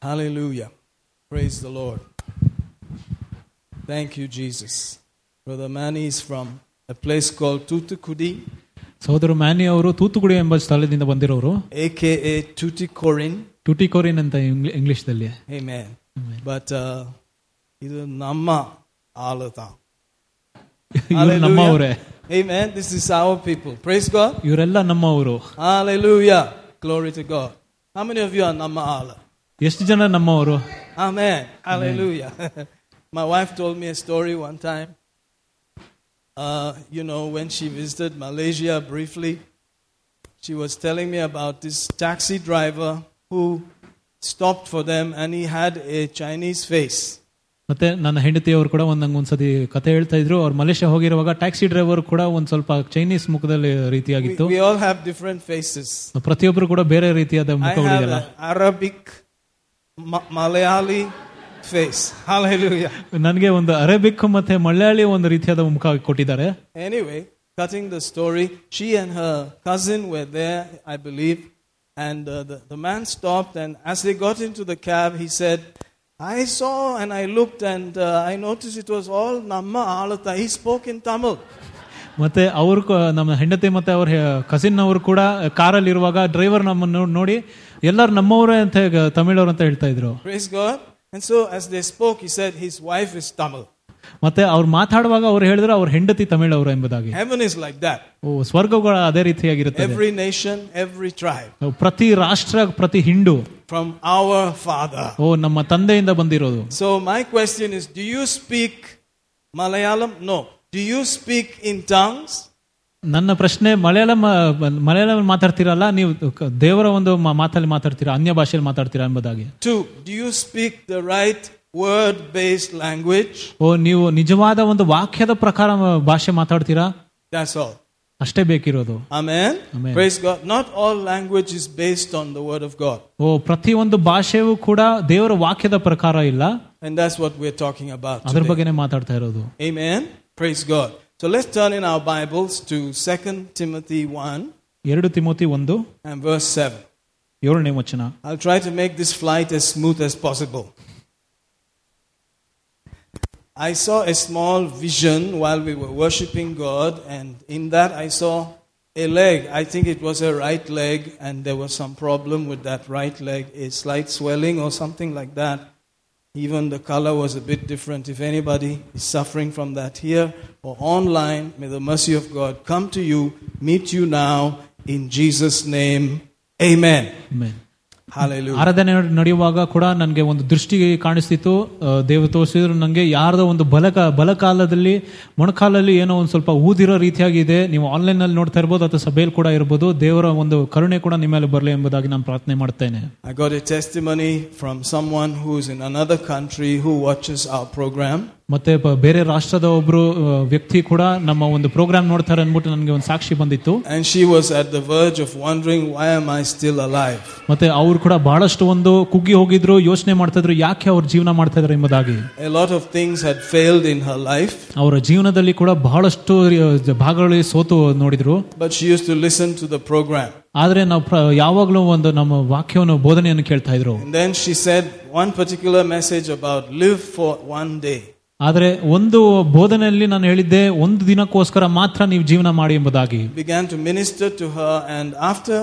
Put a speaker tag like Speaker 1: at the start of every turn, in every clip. Speaker 1: Hallelujah. Praise the Lord. Thank you, Jesus. Brother Manny is from a place called Tutukudi,
Speaker 2: ಸಹೋದರ Manny ಅವರು ತೂತುಗುಡಿ ಎಂಬ ಸ್ಥಳದಿಂದ ಬಂದಿರೋರು
Speaker 1: aka Tuticorin.
Speaker 2: Tuticorin ಅಂತ ಇಂಗ್ಲಿ- ಇಂಗ್ಲಿಷ್ದಲ್ಲಿ
Speaker 1: Amen. But uh, ಇದು ನಮ್ಮ ಆಲತ.
Speaker 2: ಇವ್ರು ನಮ್ಮವರೇ
Speaker 1: Amen. This is our people. Praise God.
Speaker 2: ಇವರೆಲ್ಲ ನಮ್ಮವರು
Speaker 1: Hallelujah. Glory to God. How many of you are Nama Allah?
Speaker 2: ಎಷ್ಟು ಜನ ನಮ್ಮವರು
Speaker 1: Amen. Hallelujah. My wife told me a story one time. Uh, you know, when she visited Malaysia briefly, she was telling me about this taxi driver who stopped for them and he had a Chinese face.
Speaker 2: ಮತ್ತೆ ನನ್ನ ಹೆಂಡತಿಯವರು ಕೂಡ ಒಂದ್ ನಂಗ್ ಒಂದ್ಸತಿ ಕತೆ ಹೇಳ್ತಾ ಇದ್ರು ಅವ್ರು ಮಲೇಷ್ಯಾ ಹೋಗಿರುವಾಗ ಟ್ಯಾಕ್ಸಿ ಡ್ರೈವರ್ ಕೂಡ ಒಂದ್ ಸ್ವಲ್ಪ ಚೈನೀಸ್ ಮುಖದಲ್ಲಿ
Speaker 1: We,
Speaker 2: ರೀತಿಯಾಗಿತ್ತು
Speaker 1: we all have different faces.
Speaker 2: ಪ್ರತಿಯೊಬ್ರು ಕೂಡ ಬೇರೆ ರೀತಿಯಾದ
Speaker 1: I have
Speaker 2: ಮುಖಗಳಿದೆಯಲ್ಲ
Speaker 1: an Arabic Ma- Malayali face. Hallelujah.
Speaker 2: ನನಗೆ ಒಂದು ಅರೇಬಿಕ್ ಮತ್ತೆ ಮಲಯಾಳಿ ಒಂದು ರೀತಿಯಾದ ಮುಖ ಕೊಟ್ಟಿದ್ದಾರೆ
Speaker 1: Anyway, cutting the story, she and her cousin were there, I believe, and uh, the, the man stopped. And as they got into the cab, he said, I saw and I looked and uh, I noticed it was all Namma Alata. He spoke in Tamil.
Speaker 2: ಮತ್ತೆ ಅವರು ಕ- ನಮ್ಮ ಹೆಂಡತಿ ಮತ್ತೆ ಅವ್ರ cousin ಅವರು ಕೂಡ ಕಾರಲ್ಲಿ ಇರುವಾಗ ಡ್ರೈವರ್ ನಮ್ಮನ್ನು ನೋಡಿ ಎಲ್ಲರೂ ನಮ್ಮವರೇ ಅಂತ ಗ- ತಮಿಳವರು ಅಂತ ಹೇಳ್ತಾ ಇದ್ರು
Speaker 1: Praise God. And so as they spoke, he said, His wife is Tamil.
Speaker 2: ಮತ್ತೆ ಅವ್ರು ಮಾತಾಡುವಾಗ ಅವ್ರು ಹೇಳಿದ್ರು ಅವ್ರ ಹೆಂಡತಿ ತಮಿಳವರು ಎಂಬುದಾಗಿ
Speaker 1: Heaven is like that.
Speaker 2: ಓ ಸ್ವರ್ಗಗಳ ಅದೇ ರೀತಿಯಾಗಿರುತ್ತದೆ
Speaker 1: Every nation, every tribe,
Speaker 2: ಪ್ರತಿ ರಾಷ್ಟ್ರ ಪ್ರತಿ ಹಿಂಡು
Speaker 1: from our Father.
Speaker 2: ಓ ನಮ್ಮ ತಂದೆಯಿಂದ ಬಂದಿರೋದು
Speaker 1: So my question is, do you speak Malayalam? No. Do you speak in tongues?
Speaker 2: ನನ್ನ ಪ್ರಶ್ನೆ ಮಲಯಾಳಂ ಆ, ಮಲಯಾಳಂ ಮಾತಾಡ್ತೀರಲ್ಲ ನೀವು ಕ- ದೇವರ ಒಂದು ಮಾ- ಮಾತಲ್ಲಿ ಮಾತಾಡ್ತೀರಾ ಅನ್ಯ ಭಾಷೆಯಲ್ಲಿ ಮಾತಾಡ್ತೀರಾ ಎಂಬುದಾಗಿ
Speaker 1: Two, do you speak the right word based language?
Speaker 2: ಓ ನೀವು ನಿಜವಾದ ಒಂದು ವಾಕ್ಯದ ಪ್ರಕಾರ ಭಾಷೆ ಮಾತಾಡ್ತೀರಾ
Speaker 1: That's all.
Speaker 2: ಅಷ್ಟೇ ಬೇಕಿರೋದು
Speaker 1: Amen?
Speaker 2: Amen.
Speaker 1: Praise God. Not all language is based on the word of God.
Speaker 2: ಓ ಪ್ರತಿಯೊಂದು ಭಾಷೆಯೂ ಕೂಡ ದೇವರ ವಾಕ್ಯದ ಪ್ರಕಾರ ಇಲ್ಲ
Speaker 1: And that's what we're talking about.
Speaker 2: ಅದ್ರ
Speaker 1: Today.
Speaker 2: ಬಗ್ಗೆನೇ ಮಾತಾಡ್ತಾ ಇರೋದು
Speaker 1: Amen? Praise God. So let's turn in our Bibles to 2 Timothy 1
Speaker 2: ಎರಡು ತಿಮೋತಿ ಒಂದು
Speaker 1: and verse 7.
Speaker 2: ಏಳನೇ ವಚನ
Speaker 1: I'll try to make this flight as smooth as possible. I saw a small vision while we were worshiping God, and in that I saw a leg. I think it was a right leg, and there was some problem with that right leg, a slight swelling or something like that. Even the color was a bit different. If anybody is suffering from that here or online, may the mercy of God come to you, meet you now, in Jesus' name. Amen.
Speaker 2: Amen.
Speaker 1: Hallelujah.
Speaker 2: ಆರಾಧನೆ ನಡೆಯುವಾಗ ಕೂಡ ನನಗೆ ಒಂದು ದೃಷ್ಟಿ ಕಾಣಿಸ್ತಿತ್ತು ಆ, ದೇವರು ತೋರಿಸಿದ್ರು ನನಗೆ ಯಾರ್ದೋ ಒಂದು ಬಲಕ ಬಲಕಾಲದಲ್ಲಿ ಮೊಣಕಾಲಲ್ಲಿ ಏನೋ ಒಂದು ಸ್ವಲ್ಪ ಊದಿರೋ ರೀತಿಯಾಗಿದೆ ನೀವು ಆನ್ಲೈನಲ್ಲಿ ನೋಡ್ತಾ ಇರ್ಬೋದು ಅಥವಾ ಸಭೆಯಲ್ಲಿ ಕೂಡ ಇರ್ಬೋದು ದೇವರ ಒಂದು ಕರುಣೆ ಕೂಡ ನಿಮ್ಮ ಮೇಲೆ ಬರಲಿ ಎಂಬುದಾಗಿ ನಾನು ಪ್ರಾರ್ಥನೆ ಮಾಡ್ತೇನೆ
Speaker 1: I got a testimony from someone who is in another country who watches our program.
Speaker 2: ಮತ್ತೆ ಬ- ಬೇರೆ ರಾಷ್ಟ್ರದ ಒಬ್ರು ಆ, ವ್ಯಕ್ತಿ ಕೂಡ ನಮ್ಮ ಒಂದು ಪ್ರೋಗ್ರಾಮ್ ನೋಡ್ತಾರೆ ಅಂದ್ಬಿಟ್ಟು ನನಗೆ ಒಂದು ಸಾಕ್ಷಿ ಬಂದಿತ್ತು
Speaker 1: And she was at the verge of wondering, why am I still alive?
Speaker 2: ಮತ್ತೆ ಅವ್ರು ಕೂಡ ಬಹಳಷ್ಟು ಒಂದು ಕುಗ್ಗಿ ಹೋಗಿದ್ರು ಯೋಚನೆ ಮಾಡ್ತಾ ಇದ್ರು ಯಾಕೆ ಅವ್ರ ಜೀವನ ಮಾಡ್ತಾ ಇದ್ರು ಎಂಬುದಾಗಿ
Speaker 1: A lot of things had failed in her life,
Speaker 2: ಅವರ ಜೀವನದಲ್ಲಿ ಕೂಡ ಬಹಳಷ್ಟು ರಿ- ಭಾಗಗಳಲ್ಲಿ ಸೋತು ನೋಡಿದ್ರು
Speaker 1: but she used to listen to the program.
Speaker 2: ಆದ್ರೆ ನಾವು ಪ್ರ- ಯಾವಾಗ್ಲೂ ಒಂದು ನಮ್ಮ ವಾಕ್ಯವನ್ನು ಬೋಧನೆಯನ್ನು ಕೇಳ್ತಾ ಇದ್ರು
Speaker 1: And then she said one particular message about live for one day.
Speaker 2: ಆದ್ರೆ ಒಂದು ಬೋಧನೆಯಲ್ಲಿ ನಾನು ಹೇಳಿದ್ದೆ ಒಂದು ದಿನಕ್ಕೋಸ್ಕರ ಮಾತ್ರ ನೀವು ಜೀವನ ಮಾಡಿ ಎಂಬುದಾಗಿ
Speaker 1: Began to minister to her, and after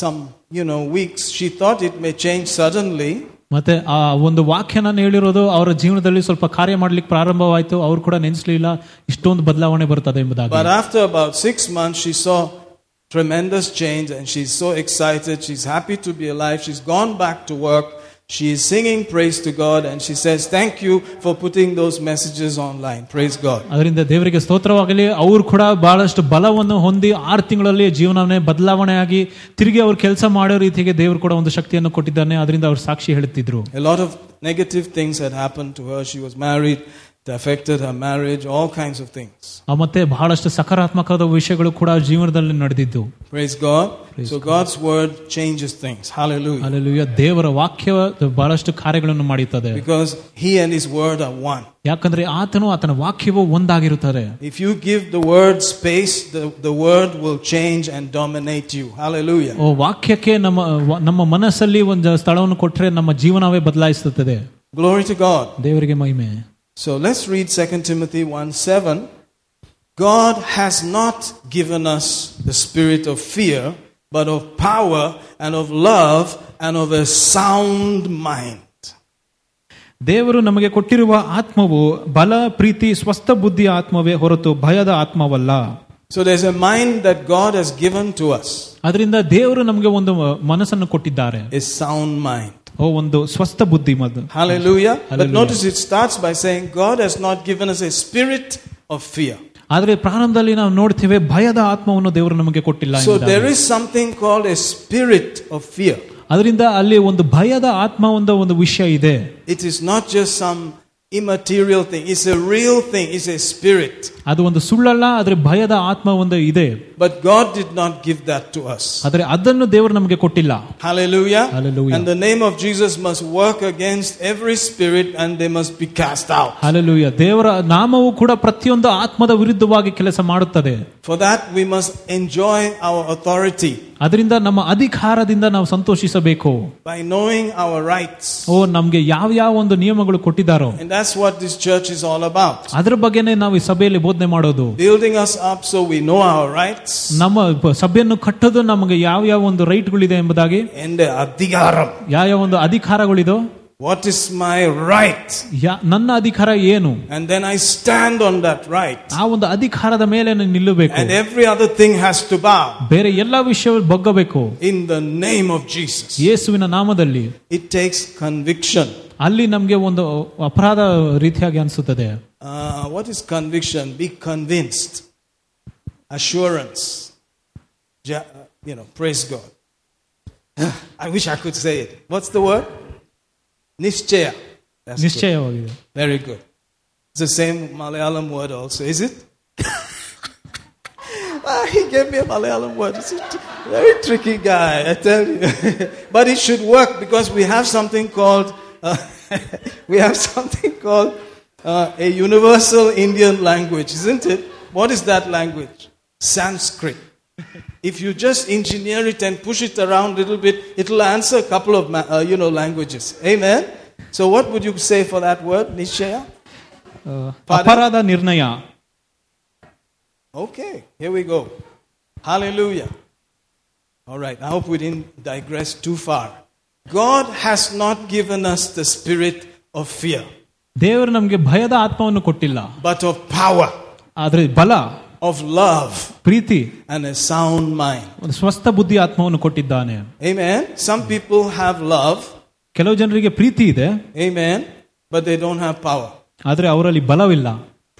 Speaker 1: some, you know, weeks, she thought it may change suddenly.
Speaker 2: ಮತ್ತೆ ಆ ಒಂದು ವಾಕ್ಯ ನಾನು ಹೇಳಿರೋದು ಅವರ ಜೀವನದಲ್ಲಿ ಸ್ವಲ್ಪ ಕಾರ್ಯ ಮಾಡ್ಲಿಕ್ಕೆ ಪ್ರಾರಂಭವಾಯಿತು ಅವ್ರು ಕೂಡ ನೆನೆಸ್ಲಿಲ್ಲ ಇಷ್ಟೊಂದು ಬದಲಾವಣೆ ಬರ್ತದೆ ಎಂಬುದಾಗಿ
Speaker 1: But after about six months, she saw tremendous change and she's so excited. She's happy to be alive. She's gone back to work. She is singing praise to God and she says, Thank you for putting those messages online. Praise God.
Speaker 2: ಅದರಿಂದ ದೇವರಿಗೆ ಸ್ತೋತ್ರವಾಗಲಿ ಅವರು ಕೂಡ ಬಹಳಷ್ಟು ಬಲವನ್ನು ಹೊಂದಿ ಆರು ತಿಂಗಳಲ್ಲಿ ಜೀವನವನ್ನೇ ಬದಲಾವಣೆ ಆಗಿ ತಿರುಗಿ ಅವ್ರು ಕೆಲಸ ಮಾಡೋ ರೀತಿಗೆ ದೇವರು ಕೂಡ ಒಂದು ಶಕ್ತಿಯನ್ನು ಕೊಟ್ಟಿದ್ದಾನೆ ಅದರಿಂದ ಅವ್ರು ಸಾಕ್ಷಿ ಹೇಳುತ್ತಿದ್ರು
Speaker 1: A lot of negative things had happened to her. She was married It affected her marriage, all kinds of things.
Speaker 2: ಆ, ಮತ್ತೆ ಬಹಳಷ್ಟು ಸಕಾರಾತ್ಮಕವಾದ ವಿಷಯಗಳು ಕೂಡ ಆ ಜೀವನದಲ್ಲಿ ನಡೆದಿದ್ದು
Speaker 1: Praise God. so God's word changes things. Hallelujah.
Speaker 2: Alleluia ದೇವರ ವಾಕ್ಯ ಬಹಳಷ್ಟು ಕಾರ್ಯಗಳನ್ನು ಮಾಡುತ್ತದೆ
Speaker 1: Because he and his word are one.
Speaker 2: ಯಾಕಂದ್ರೆ ಆತನು ಆತನ ವಾಕ್ಯವು ಒಂದಾಗಿರುತ್ತದೆ
Speaker 1: If you give the word space, the, the word will change and dominate you. Hallelujah.
Speaker 2: ಓ, ವಾಕ್ಯಕ್ಕೆ ನಮ್ಮ ವ- ನಮ್ಮ ಮನಸ್ಸಲ್ಲಿ ಒಂದು ಸ್ಥಳವನ್ನು ಕೊಟ್ಟರೆ ನಮ್ಮ ಜೀವನವೇ ಬದಲಾಯಿಸುತ್ತದೆ
Speaker 1: Glory to God.
Speaker 2: ದೇವರಿಗೆ ಮಹಿಮೆ
Speaker 1: So let's read 2 Timothy 1 7. God has not given us the spirit of fear, but of power and of love and of a sound mind.
Speaker 2: ದೇವರು ನಮಗೆ ಕೊಟ್ಟಿರುವ ಆತ್ಮವು ಬಲ ಪ್ರೀತಿ ಸ್ವಸ್ಥ ಬುದ್ಧಿಯ ಆತ್ಮವೇ ಹೊರತು ಭಯದ ಆತ್ಮವಲ್ಲ
Speaker 1: So there's a mind that God has given to us,
Speaker 2: ಅದರಿಂದ ದೇವರು ನಮಗೆ ಒಂದು ಮನಸ್ಸನ್ನು ಕೊಟ್ಟಿದ್ದಾರೆ
Speaker 1: a sound mind.
Speaker 2: ಓ ಒಂದು ಸ್ವಸ್ಥ ಬುದ್ಧಿ ಮದ್ದು
Speaker 1: Hallelujah. But
Speaker 2: Hallelujah.
Speaker 1: notice it starts by saying, God has not given us a spirit of fear.
Speaker 2: ಆದ್ರೆ ಪ್ರಾರಂಭದಲ್ಲಿ ನಾವು ನೋಡ್ತೇವೆ ಭಯದ ಆತ್ಮವನ್ನು ದೇವರು ನಮಗೆ ಕೊಟ್ಟಿಲ್ಲ
Speaker 1: So
Speaker 2: ಎಂದಿದ್ದಾರೆ.
Speaker 1: there is something called a spirit of fear.
Speaker 2: ಅದರಿಂದ ಅಲ್ಲಿ ಒಂದು ಭಯದ ಆತ್ಮ ಒಂದು ಒಂದು ವಿಷಯ ಇದೆ
Speaker 1: It is not just some immaterial thing, it's a real thing, it's a spirit.
Speaker 2: ಅದು ಒಂದು ಸುಳ್ಳಲ್ಲ ಆದ್ರೆ ಭಯದ ಆತ್ಮ ಒಂದು ಇದೆ
Speaker 1: But God did not give that to us.
Speaker 2: ಆದ್ರೆ ಅದನ್ನು ದೇವರು ನಮಗೆ ಕೊಟ್ಟಿಲ್ಲ
Speaker 1: Hallelujah.
Speaker 2: Hallelujah.
Speaker 1: And the name of Jesus must work against every spirit and they must be cast out.
Speaker 2: Hallelujah ದೇವರ ನಾಮವು ಕೂಡ ಪ್ರತಿಯೊಂದು ಆತ್ಮದ ವಿರುದ್ಧವಾಗಿ ಕೆಲಸ ಮಾಡುತ್ತದೆ
Speaker 1: For that, we must enjoy our authority
Speaker 2: ಅದರಿಂದ ನಮ್ಮ ಅಧಿಕಾರದಿಂದ ನಾವು ಸಂತೋಷಿಸಬೇಕು
Speaker 1: by knowing our rights.
Speaker 2: ಓ ನಮ್ಗೆ ಯಾವ ಯಾವ ಒಂದು ನಿಯಮಗಳು ಕೊಟ್ಟಿದ್ದಾರೋ
Speaker 1: And that's what this church is all about.
Speaker 2: ಅದ್ರ ಬಗ್ಗೆನೇ ನಾವು ಈ ಸಭೆಯಲ್ಲಿ ಬೋಧನೆ ಮಾಡೋದು
Speaker 1: Building us up so we know our rights
Speaker 2: ನಮ್ಮ ಬ- ಸಭೆಯನ್ನು ಕಟ್ಟೋದು ನಮಗೆ ಯಾವ ಯಾವ ಒಂದು ರೈಟ್ಗಳಿದೆ ಎಂಬುದಾಗಿ
Speaker 1: and the adhigaram.
Speaker 2: ಯಾವ ಯಾವ ಒಂದು ಅಧಿಕಾರಗಳಿದೋ
Speaker 1: What is my right?
Speaker 2: ಯಾ ನನ್ನ ಅಧಿಕಾರ ಏನು
Speaker 1: And then I stand on that right.
Speaker 2: ಆ ಒಂದು ಅಧಿಕಾರದ ಮೇಲೆ ನಾನು ನಿಲ್ಲಬೇಕು
Speaker 1: And every other thing has to bow
Speaker 2: ಬೇರೆ ಎಲ್ಲ ವಿಷಯ ಬಗ್ಗಬೇಕು
Speaker 1: in the name of Jesus.
Speaker 2: ಯೇಸುವಿನ ನಾಮದಲ್ಲಿ
Speaker 1: It takes conviction.
Speaker 2: ಅಲ್ಲಿ ನಮಗೆ ಒಂದು ಅಪರಾಧ ರೀತಿಯಾಗಿ ಅನಿಸುತ್ತದೆ
Speaker 1: Uh, what is conviction? Be convinced. Assurance. Ja- uh, you know, praise God. I wish I could say it. What's the word? Nischaya. That's good.
Speaker 2: ನಿಶ್ಚಯವಾಗಿದೆ
Speaker 1: Very good. It's the same Malayalam word also, is it? ah, he gave me a Malayalam word. It's a tr- very tricky guy, I tell you. but it should work because we have something called uh, we have something called uh, a universal Indian language, isn't it? What is that language? Sanskrit. If you just engineer it and push it around a little bit, it'll answer a couple of ma- uh, you know languages. Amen. So, what would you say for that word, Nishaya?
Speaker 2: ಆ, ಅಪರಾಧ ನಿರ್ಣಯ
Speaker 1: Okay, here we go. Hallelujah. All right, I hope we didn't digress too far. God has not given us the spirit of fear,
Speaker 2: ದೇವರು ನಮಗೆ ಭಯದ ಆತ್ಮವನ್ನು ಕೊಟ್ಟಿಲ್ಲ
Speaker 1: but of power,
Speaker 2: ಆದ್ರೆ ಬಲ
Speaker 1: of love,
Speaker 2: Preethi
Speaker 1: and a sound mind.
Speaker 2: ಒಂದು ಸ್ವಸ್ಥ ಬುದ್ಧಿ ಆತ್ಮವನ್ನು ಕೊಟ್ಟಿದ್ದಾನೆ
Speaker 1: Amen. Some people have love,
Speaker 2: ಕೆಲವು ಜನರಿಗೆ ಪ್ರೀತಿ ಇದೆ
Speaker 1: amen, but they don't have power.
Speaker 2: ಆದ್ರೆ ಅವರಲ್ಲಿ ಬಲವಿಲ್ಲ